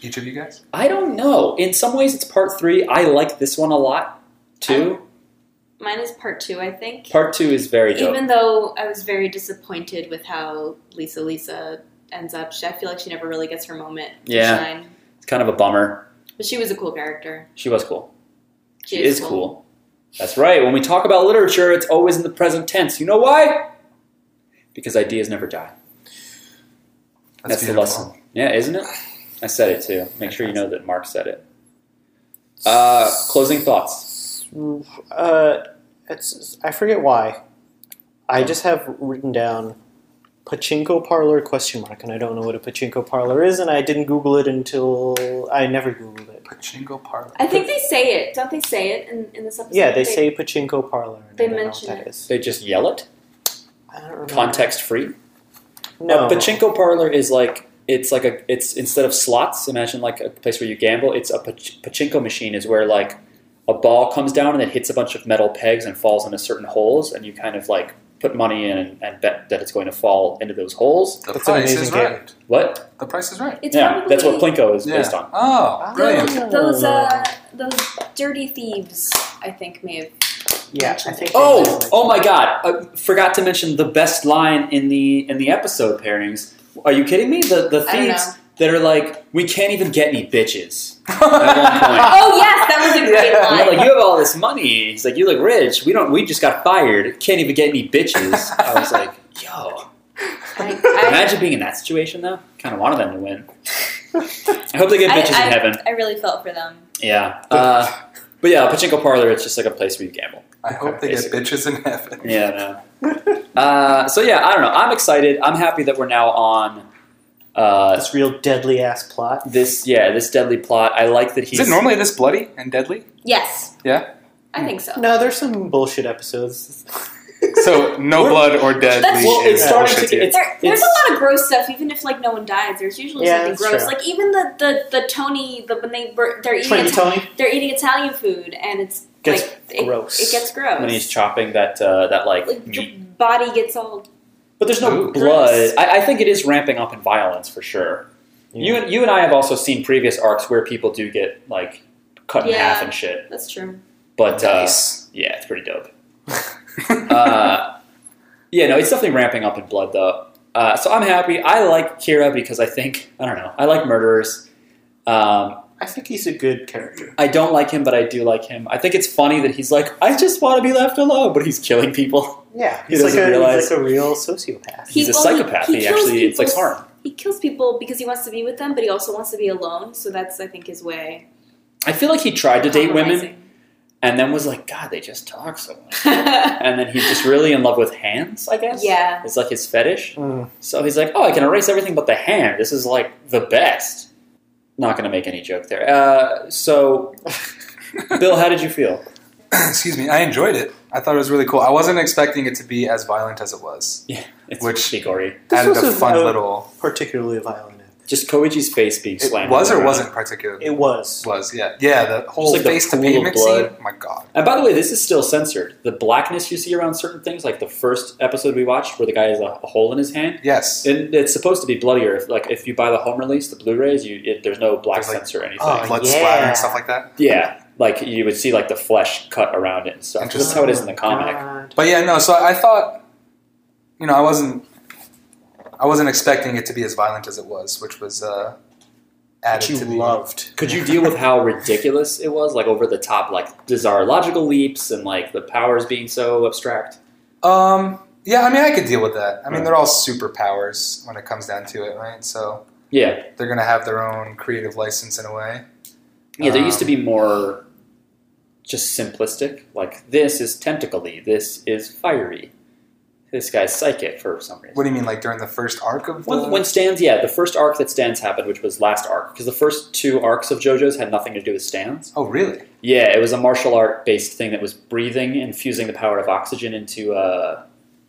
S4: Each of you guys?
S1: I don't know. In some ways, it's part three. I like this one a lot too.
S3: Mine is part two, I think.
S1: Part two is very dope.
S3: Even though I was very disappointed with how Lisa Lisa ends up, she, I feel like she never really gets her moment. to
S1: Yeah.
S3: shine.
S1: it's kind of a bummer.
S3: but she was a cool character.
S1: She was cool. She, is cool. That's right. When we talk about literature, it's always in the present tense. You know why? Because ideas never die. That's, the
S4: beautiful.
S1: lesson. Yeah, isn't it? I said it too. Make sure you know that Mark said it. Uh, closing thoughts.
S2: Uh, it's I forget why. I just have written down pachinko parlor question mark, and I don't know what a pachinko parlor is, and I didn't Google it until I never Googled it.
S4: Pachinko Parlor.
S3: I think they say it. Don't they say it in, in this episode?
S2: Yeah, they say pachinko parlor. And
S3: they
S2: I don't
S3: mention
S2: know what that
S3: it.
S2: is.
S1: They just yell it.
S2: I don't remember.
S1: Context free.
S2: No.
S1: A pachinko parlor is like it's like a it's instead of slots. Imagine like a place where you gamble. It's a pach- pachinko machine is where like a ball comes down and it hits a bunch of metal pegs and falls into certain holes, and you kind of like put money in and, and bet that it's going to fall into those holes.
S4: The
S2: That's an
S4: price
S2: amazing
S4: is
S2: game.
S4: right.
S1: What?
S4: The price is right.
S3: It's
S1: yeah,
S3: probably
S1: that's what Plinko is based
S4: Yeah.
S1: on.
S4: Oh,
S2: Ah.
S4: brilliant.
S2: uh,
S3: those those uh, those dirty thieves. I think may have
S2: Yeah, I think.
S1: Oh, oh my God! I forgot to mention the best line in the in the episode pairings. Are you kidding me? The the
S5: I don't know.
S1: thieves that are like, we can't even get any bitches.
S3: Oh yes, that was a great
S4: Yeah.
S1: And
S3: line.
S1: they're like, you have all this money. He's like, you look rich. We don't. We just got fired. Can't even get any bitches. I was like, yo.
S5: I, I,
S1: Imagine being in that situation though. Kind of wanted them to win. I hope they get
S3: I-
S1: bitches in heaven.
S3: I really felt for them.
S1: Yeah. Uh, but yeah, pachinko parlor. It's just like a place where you gamble.
S4: I hope they get bitches in heaven.
S1: Yeah, no. uh, so yeah, I don't know. I'm excited. I'm happy that we're now on uh,
S2: That's real deadly ass plot.
S1: this. Yeah, this deadly plot. I like that he's.
S4: Is it normally this bloody and deadly?
S3: Yes.
S4: Yeah?
S3: I think so.
S2: No, there's some bullshit episodes.
S4: So no
S1: We're-
S4: blood or deadly.
S3: That's-
S1: Well, it's
S4: is
S1: starting
S4: bullshit
S1: to get-
S4: here.
S1: it's-
S3: There, there's
S1: it's-
S3: a lot of gross stuff, even if like no one dies. There's usually
S2: Yeah,
S3: something
S2: that's
S3: gross,
S2: true.
S3: like even the the, the Tony, the when they were they're eating
S2: Tony,
S3: Ita-
S2: Tony
S3: they're eating Italian food, and it's
S2: gets
S3: like it-
S2: gross.
S3: It, gets gross.
S1: when he's chopping that uh, that like,
S3: like your
S1: meat.
S3: body gets all
S1: But there's no
S4: Ooh.
S1: blood. I, I think it is ramping up in violence for sure. You and you and I have also seen previous arcs where people do get like cut in
S3: Yeah.
S1: half and shit.
S3: that's true.
S1: But uh,
S4: Nice.
S1: yeah, it's pretty dope. uh, yeah, no, it's definitely ramping up in blood though. Uh, so I'm happy. I like Kira because I think I don't know. I like murderers. Um,
S2: I think he's a good character.
S1: I don't like him, but I do like him. I think it's funny that he's like, I just want to be left alone, but he's killing people.
S2: Yeah,
S1: He
S2: he's like,
S1: doesn't
S2: a,
S1: realize-
S2: he's like a real sociopath.
S3: He-
S1: he's a
S3: well, he-
S1: psychopath.
S3: he
S1: He,
S3: kills
S1: actually inflicts
S3: people's-
S1: harm.
S3: He kills people because he wants to be with them, but he also wants to be alone. So that's I think his way.
S1: I feel like he tried to
S3: of
S1: date women
S3: compromising.
S1: and then was like, God, they just talk so much. and then he's just really in love with hands, I guess.
S3: yeah.
S1: It's like his fetish.
S2: Mm.
S1: So he's like, oh, I can erase everything but the hand. This is like the best. Not going to make any joke there. Uh, so, Bill, how did you feel?
S4: Excuse me. I enjoyed it. I thought it was really cool. I wasn't expecting it to be as violent as it was.
S1: It's
S4: Which-
S1: pretty gory.
S2: This
S4: Added
S2: was
S4: a
S2: a
S4: fun
S2: violent-
S4: little.
S2: Particularly violent.
S1: Just Koichi's face being
S4: It
S1: slammed.
S4: was or
S1: around.
S4: wasn't particularly.
S2: It was.
S4: was yeah yeah the whole
S1: Just like the
S4: face to
S1: pool of
S4: pavement
S1: blood.
S4: scene. Oh my god.
S1: And by the way, this is still censored. The blackness you see around certain things, like the first episode we watched where the guy has a, a hole in his hand,
S4: Yes.
S1: and it's supposed to be bloodier. If- Like if you buy the home release, the Blu-rays, you it, there's no black
S4: There's, like,
S1: censor or anything.
S2: oh,
S4: blood
S2: yeah.
S4: splatter and stuff like that.
S1: yeah, like you would see like the flesh cut around it and stuff. That's how it is in the comic.
S2: Oh God.
S4: But yeah, no. So I thought, you know, I wasn't, I wasn't expecting it to be as violent as it was, which was uh, added
S2: That you
S4: to the
S2: loved.
S1: Could you deal with how ridiculous it was, like over the top, like bizarre logical leaps and like the powers being so abstract?
S4: Um, yeah, I mean, I could deal with that. I mean,
S1: Right.
S4: they're all superpowers when it comes down to it, right? So
S1: Yeah,
S4: they're gonna have their own creative license in a way.
S1: yeah. There used to
S4: Um,
S1: be more, just simplistic. Like this is tentacly. This is fiery. This guy's psychic for some reason.
S4: What do you mean, like during the first arc of the?
S1: When, when Stans, yeah, the first arc that Stans happened, which was last arc, because the first two arcs of JoJo's had nothing to do with Stans.
S4: oh, really?
S1: Yeah, it was a martial art based thing that was breathing and fusing the power of oxygen into uh,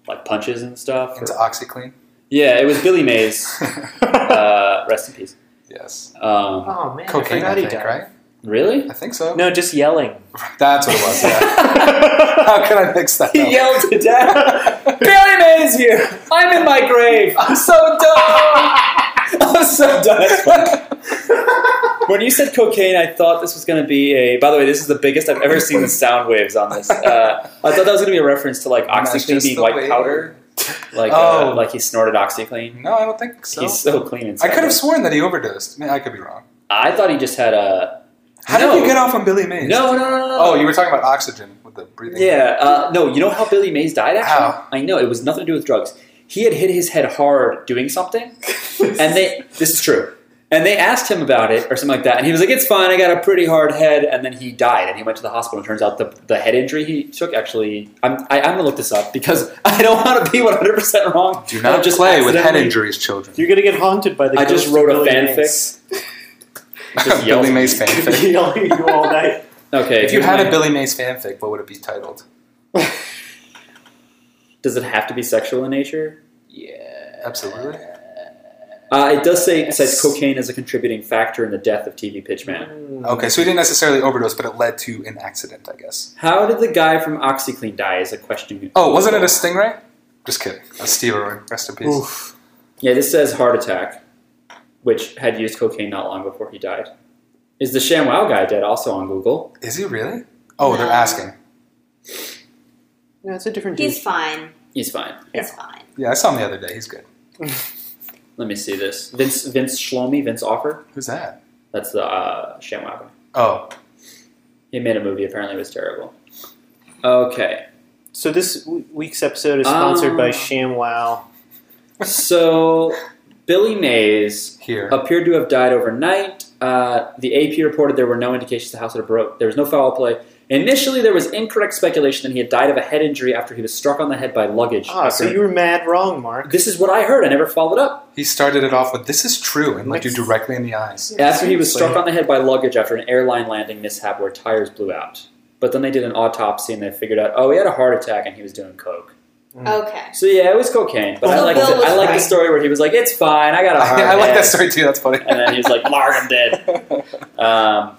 S1: like punches and stuff.
S4: Into OxyClean.
S1: Yeah, it was Billy Mays. Uh, rest in peace.
S4: yes.
S1: Um,
S2: oh man,
S4: Cocaine,
S2: I
S4: I
S2: forgot he
S4: think,
S2: died.
S4: right?
S1: really?
S4: I think so.
S2: No, just yelling.
S4: That's what it was. Yeah. How can I mix that
S1: he
S4: up?
S1: yelled to death, Billy Mays here! I'm in my grave! I'm so dumb! I'm so dumb. That's funny. When you said cocaine, I thought this was going to be a. By the way, this is the biggest I've ever seen the sound waves on this. Uh, I thought that was going to be a reference to like
S4: That's
S1: OxyClean
S4: just
S1: being
S4: the
S1: white
S4: way-
S1: powder, like
S4: Oh.
S1: uh, like he snorted OxyClean.
S4: No, I don't think so.
S1: He's so clean
S4: I
S1: inside.
S4: could have sworn that he overdosed. Man, I could be wrong.
S1: I thought he just had a.
S4: How
S1: no.
S4: did you get off on Billy Mays?
S1: No, no, no, no, no.
S4: Oh, you were talking about oxygen with the breathing.
S1: Yeah, uh, no, you know how Billy Mays died actually?
S4: How?
S1: I know, it was nothing to do with drugs. He had hit his head hard doing something, and they, this is true, and they asked him about it or something like that, and he was like, it's fine, I got a pretty hard head, and then he died, and he went to the hospital, and turns out the, the head injury he took actually, I'm, I, I'm gonna look this up, because I don't want to be 100% wrong.
S4: Do
S1: and
S4: not
S1: I'm just
S4: play with head
S1: accidentally-
S4: injuries, children.
S2: You're gonna get haunted by the.
S1: I
S2: ghost
S1: just wrote
S2: of
S1: a
S2: Billy
S1: fanfic.
S2: Mays.
S1: Just yelled.
S4: Billy Mays fanfic.
S2: yelling at you all night.
S1: Okay,
S4: if you had a
S1: Billy,
S4: Billy Mays fanfic, what would it be titled?
S1: does it have to be sexual in nature? Yeah.
S4: Absolutely.
S1: Uh, it does say it says cocaine is a contributing factor in the death of TV Pitchman.
S2: Mm.
S4: Okay, so he didn't necessarily overdose, but it led to an accident, I guess.
S1: How did the guy from OxyClean die? Is a question.
S4: Oh, wasn't it a stingray? Just kidding. That's Steve Irwin. Rest in peace.
S2: Oof.
S1: Yeah, this says heart attack, which had used cocaine not long before he died. Is the ShamWow guy dead? Also on Google.
S4: Is he really? Oh, they're
S3: No.
S4: asking.
S2: Yeah, it's a different
S3: He's
S2: dude.
S3: fine.
S1: He's fine.
S3: He's fine.
S4: Yeah, I saw him the other day. He's good.
S1: Let me see this. Vince Vince Shlomi, Vince Offer.
S4: Who's that?
S1: That's the uh, Shamwock.
S4: Oh,
S1: He made a movie. Apparently, it was terrible. Okay,
S2: So this w- week's episode is sponsored by
S1: Um,
S2: ShamWow.
S1: so uh, Billy Mays
S4: here.
S1: appeared to have died overnight. Uh, the AP reported there were no indications the house had broke. There was no foul play. Initially, there was incorrect speculation that he had died of a head injury after he was struck on the head by luggage.
S2: Ah, so
S1: After-
S2: you were mad wrong, Mark.
S1: this is what I heard. I never followed up.
S4: He started it off with, "This is true," and looked you
S2: Next-
S4: directly in the eyes.
S1: After he was
S2: Seriously.
S1: struck on the head by luggage after an airline landing mishap where tires blew out. But then they did an autopsy and they figured out, oh, he had a heart attack and he was doing coke.
S3: Okay.
S1: So yeah, it was cocaine. But I
S3: So
S1: like
S3: Bill
S1: the, I
S3: was
S1: like the
S3: right.
S1: story where he was like, it's fine, I got a heart
S4: I like
S1: attack."
S4: that story too. That's funny.
S1: And then he was like, Larg, I'm dead. Um,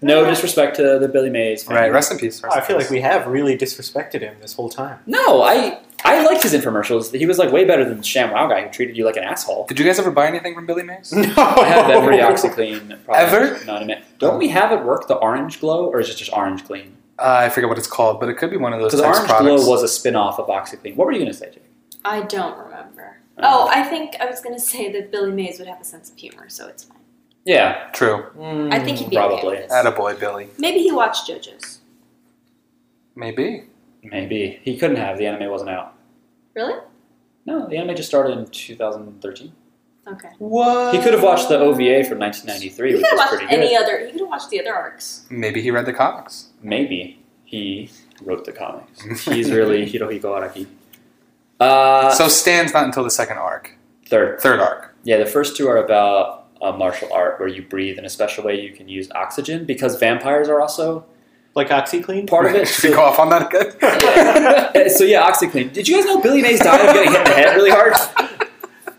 S1: no disrespect to the Billy Mays. Family.
S4: right. Rest in peace.
S2: Oh,
S4: rest
S2: I
S4: in
S2: feel
S4: peace.
S2: like we have really disrespected him this whole time.
S1: No, I I liked his infomercials. He was like way better than the Sham Wow guy who treated you like an asshole.
S4: Did you guys ever buy anything from Billy Mays?
S2: No,
S1: I have that Redoxyclean product.
S4: Ever?
S1: Not a minute. Don't we have at work the Orange Glow, or is it just Orange Clean?
S4: Uh, I forget what it's called, but it could be one of those
S1: Because
S4: types of
S1: Orange
S4: products.
S1: Glow was a spin-off of OxyClean. What were you going to say, Jake?
S3: I don't remember.
S1: Uh,
S3: Oh, I think I was gonna say that Billy Mays would have a sense of humor, so it's fine.
S1: Yeah.
S4: True.
S3: Mm. I think he'd be Okay
S1: Mm, probably.
S3: with this.
S4: Attaboy, Billy.
S3: Maybe he watched JoJo's.
S4: Maybe.
S1: Maybe. He couldn't have. The anime wasn't out.
S3: Really?
S1: No, the anime just started in 2013.
S3: Okay.
S4: What?
S1: He could have watched the OVA from 1993,
S3: He
S1: which
S3: could have
S1: is
S3: watched
S1: pretty
S3: any
S1: good.
S3: other. He could have watched the other arcs.
S4: Maybe he read the comics.
S1: Maybe he wrote the comics. He's really Hirohiko Araki. Uh,
S4: so Stan's not until the second arc,
S1: third.
S4: third arc.
S1: Yeah, the first two are about uh, martial art where you breathe in a special way you can use oxygen because vampires are also
S2: Like OxyClean?
S1: part of it.
S4: Should we go off on that again?
S1: Yeah. so yeah, OxyClean. Did you guys know Billy Mays died of getting hit in the head really hard?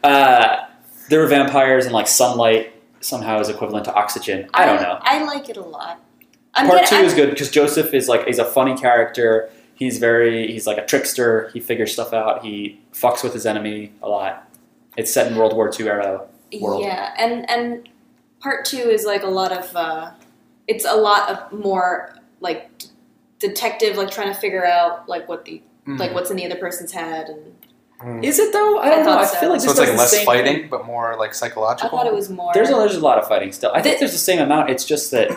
S1: Uh, there were vampires and like sunlight somehow is equivalent to oxygen. I don't know.
S3: I like it a lot. I'm
S1: Part
S3: gonna-
S1: two
S3: I'm-
S1: is good because Joseph is like he's a funny character. He's very he's like a trickster. He figures stuff out. He fucks with his enemy a lot. It's set in World War II era. world.
S3: Yeah, and and part two is like a lot of. Uh, it's a lot of more like d- detective, like trying to figure out like what the
S4: Mm.
S3: like
S1: Mm-hmm.
S3: what's in the other person's head, and
S1: Is it though? I
S3: I
S1: don't know.
S3: thought
S1: I
S3: so.
S1: feel like
S4: so
S1: this
S4: it's like
S1: does the
S4: less
S1: same-
S4: fighting, but more like
S3: I
S4: psychological.
S3: thought it was more.
S1: There's a, there's a lot of fighting still. I think
S3: Thi-
S1: there's the same amount. It's just that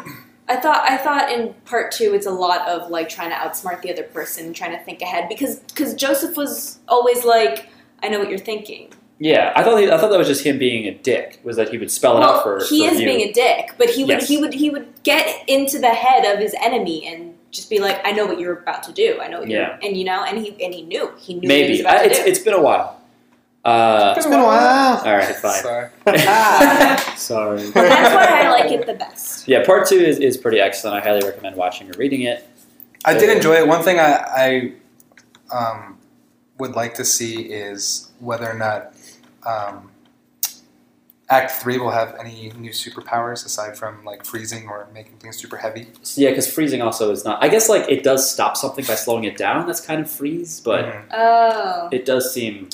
S3: I thought I thought in part two it's a lot of like trying to outsmart the other person, trying to think ahead because because Joseph was always like, I know what you're thinking.
S1: Yeah, I thought he, I thought that was just him being a dick. Was that he would spell it
S3: well,
S1: out for
S3: he
S1: for
S3: is
S1: you.
S3: being a dick, but he would
S1: Yes.
S3: he would he would get into the head of his enemy and just be like, I know what you're about to do. I know what
S1: Yeah.
S3: you're and you know and he and he knew he knew what he was
S1: maybe.
S3: about
S1: I,
S3: to
S1: it's
S3: do.
S1: it's been a while. Uh,
S2: It's been a while.
S1: all right, fine.
S4: Sorry. Ah.
S1: Sorry.
S3: But that's why I like it the best.
S1: Yeah, part two is, is pretty excellent. I highly recommend watching or reading it.
S4: I did enjoy it. One thing I, I um, would like to see is whether or not um, Act Three will have any new superpowers aside from like freezing or making things super heavy.
S1: So, yeah, because freezing also is not. I guess like it does stop something by slowing it down. That's kind of freeze, but
S4: Mhm.
S3: Oh.
S1: it does seem.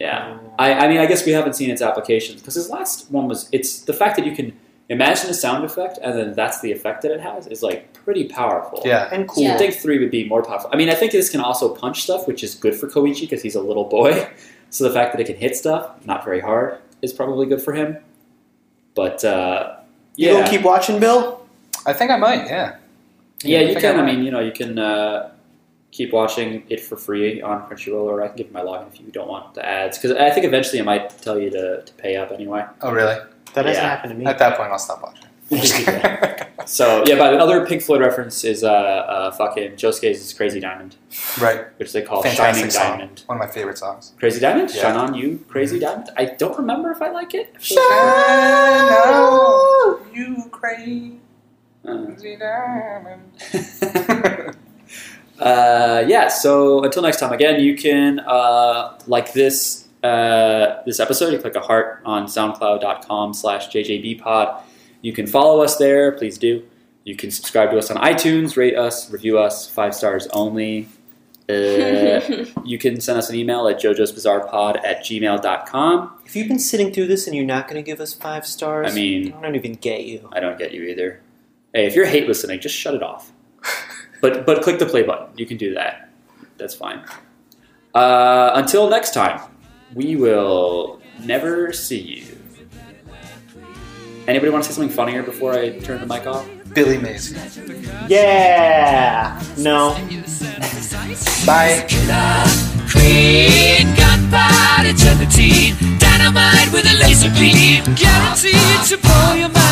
S1: Yeah, I, I mean, I guess we haven't seen its applications because his last one was it's the fact that you can imagine a sound effect and then that's the effect that it has is like pretty powerful.
S4: yeah,
S2: And cool.
S3: Yeah.
S1: I think three would be more powerful. I mean, I think this can also punch stuff, which is good for Koichi because he's a little boy. So the fact that it can hit stuff, not very hard, is probably good for him. But uh,
S2: You
S1: yeah,
S2: gonna keep watching, Bill?
S4: I think I might. Yeah,
S1: yeah,
S4: I
S1: you
S4: think
S1: can. I
S4: might.
S1: mean, you know, you can uh, keep watching it for free on Crunchyroll, or I can give you my login if you don't want the ads. Because I think eventually I might tell you to, to pay up anyway.
S4: Oh, really?
S1: Mm-hmm.
S2: That hasn't
S1: Yeah.
S2: happened to me.
S4: At that point, I'll stop watching.
S1: so yeah, but another Pink Floyd reference is uh, uh, fucking Josuke's "Crazy Diamond,"
S4: right.
S1: which they call "Shining
S4: Fantastic song.
S1: Diamond."
S4: One of my favorite songs.
S1: Crazy Diamond?
S4: Yeah.
S1: Shine on you, Crazy Diamond? I don't remember if I like it. I feel like-
S4: Shine on you crazy
S1: Uh,
S4: diamond.
S1: uh, yeah, so until next time, again, you can uh, like this uh, this episode. You click a heart on soundcloud.com slash jjbpod. You can follow us there. Please do. You can subscribe to us on iTunes, rate us, review us, five stars only. Uh, you can send us an email at jojosbizarrepod at gmail.com.
S2: If you've been sitting through this and you're not gonna give us five stars,
S1: I mean,
S2: I don't even get you.
S1: I don't get you either. Hey, if you're hate listening, just shut it off. But but click the play button. You can do that. That's fine. Uh, until next time, we will never see you. Anybody want to say something funnier before I turn the mic off?
S4: Billy Mays.
S2: Yeah. No.
S4: Bye.
S6: Queen, gunpowder gelatine, dynamite with a laser beam, guaranteed to blow your mind.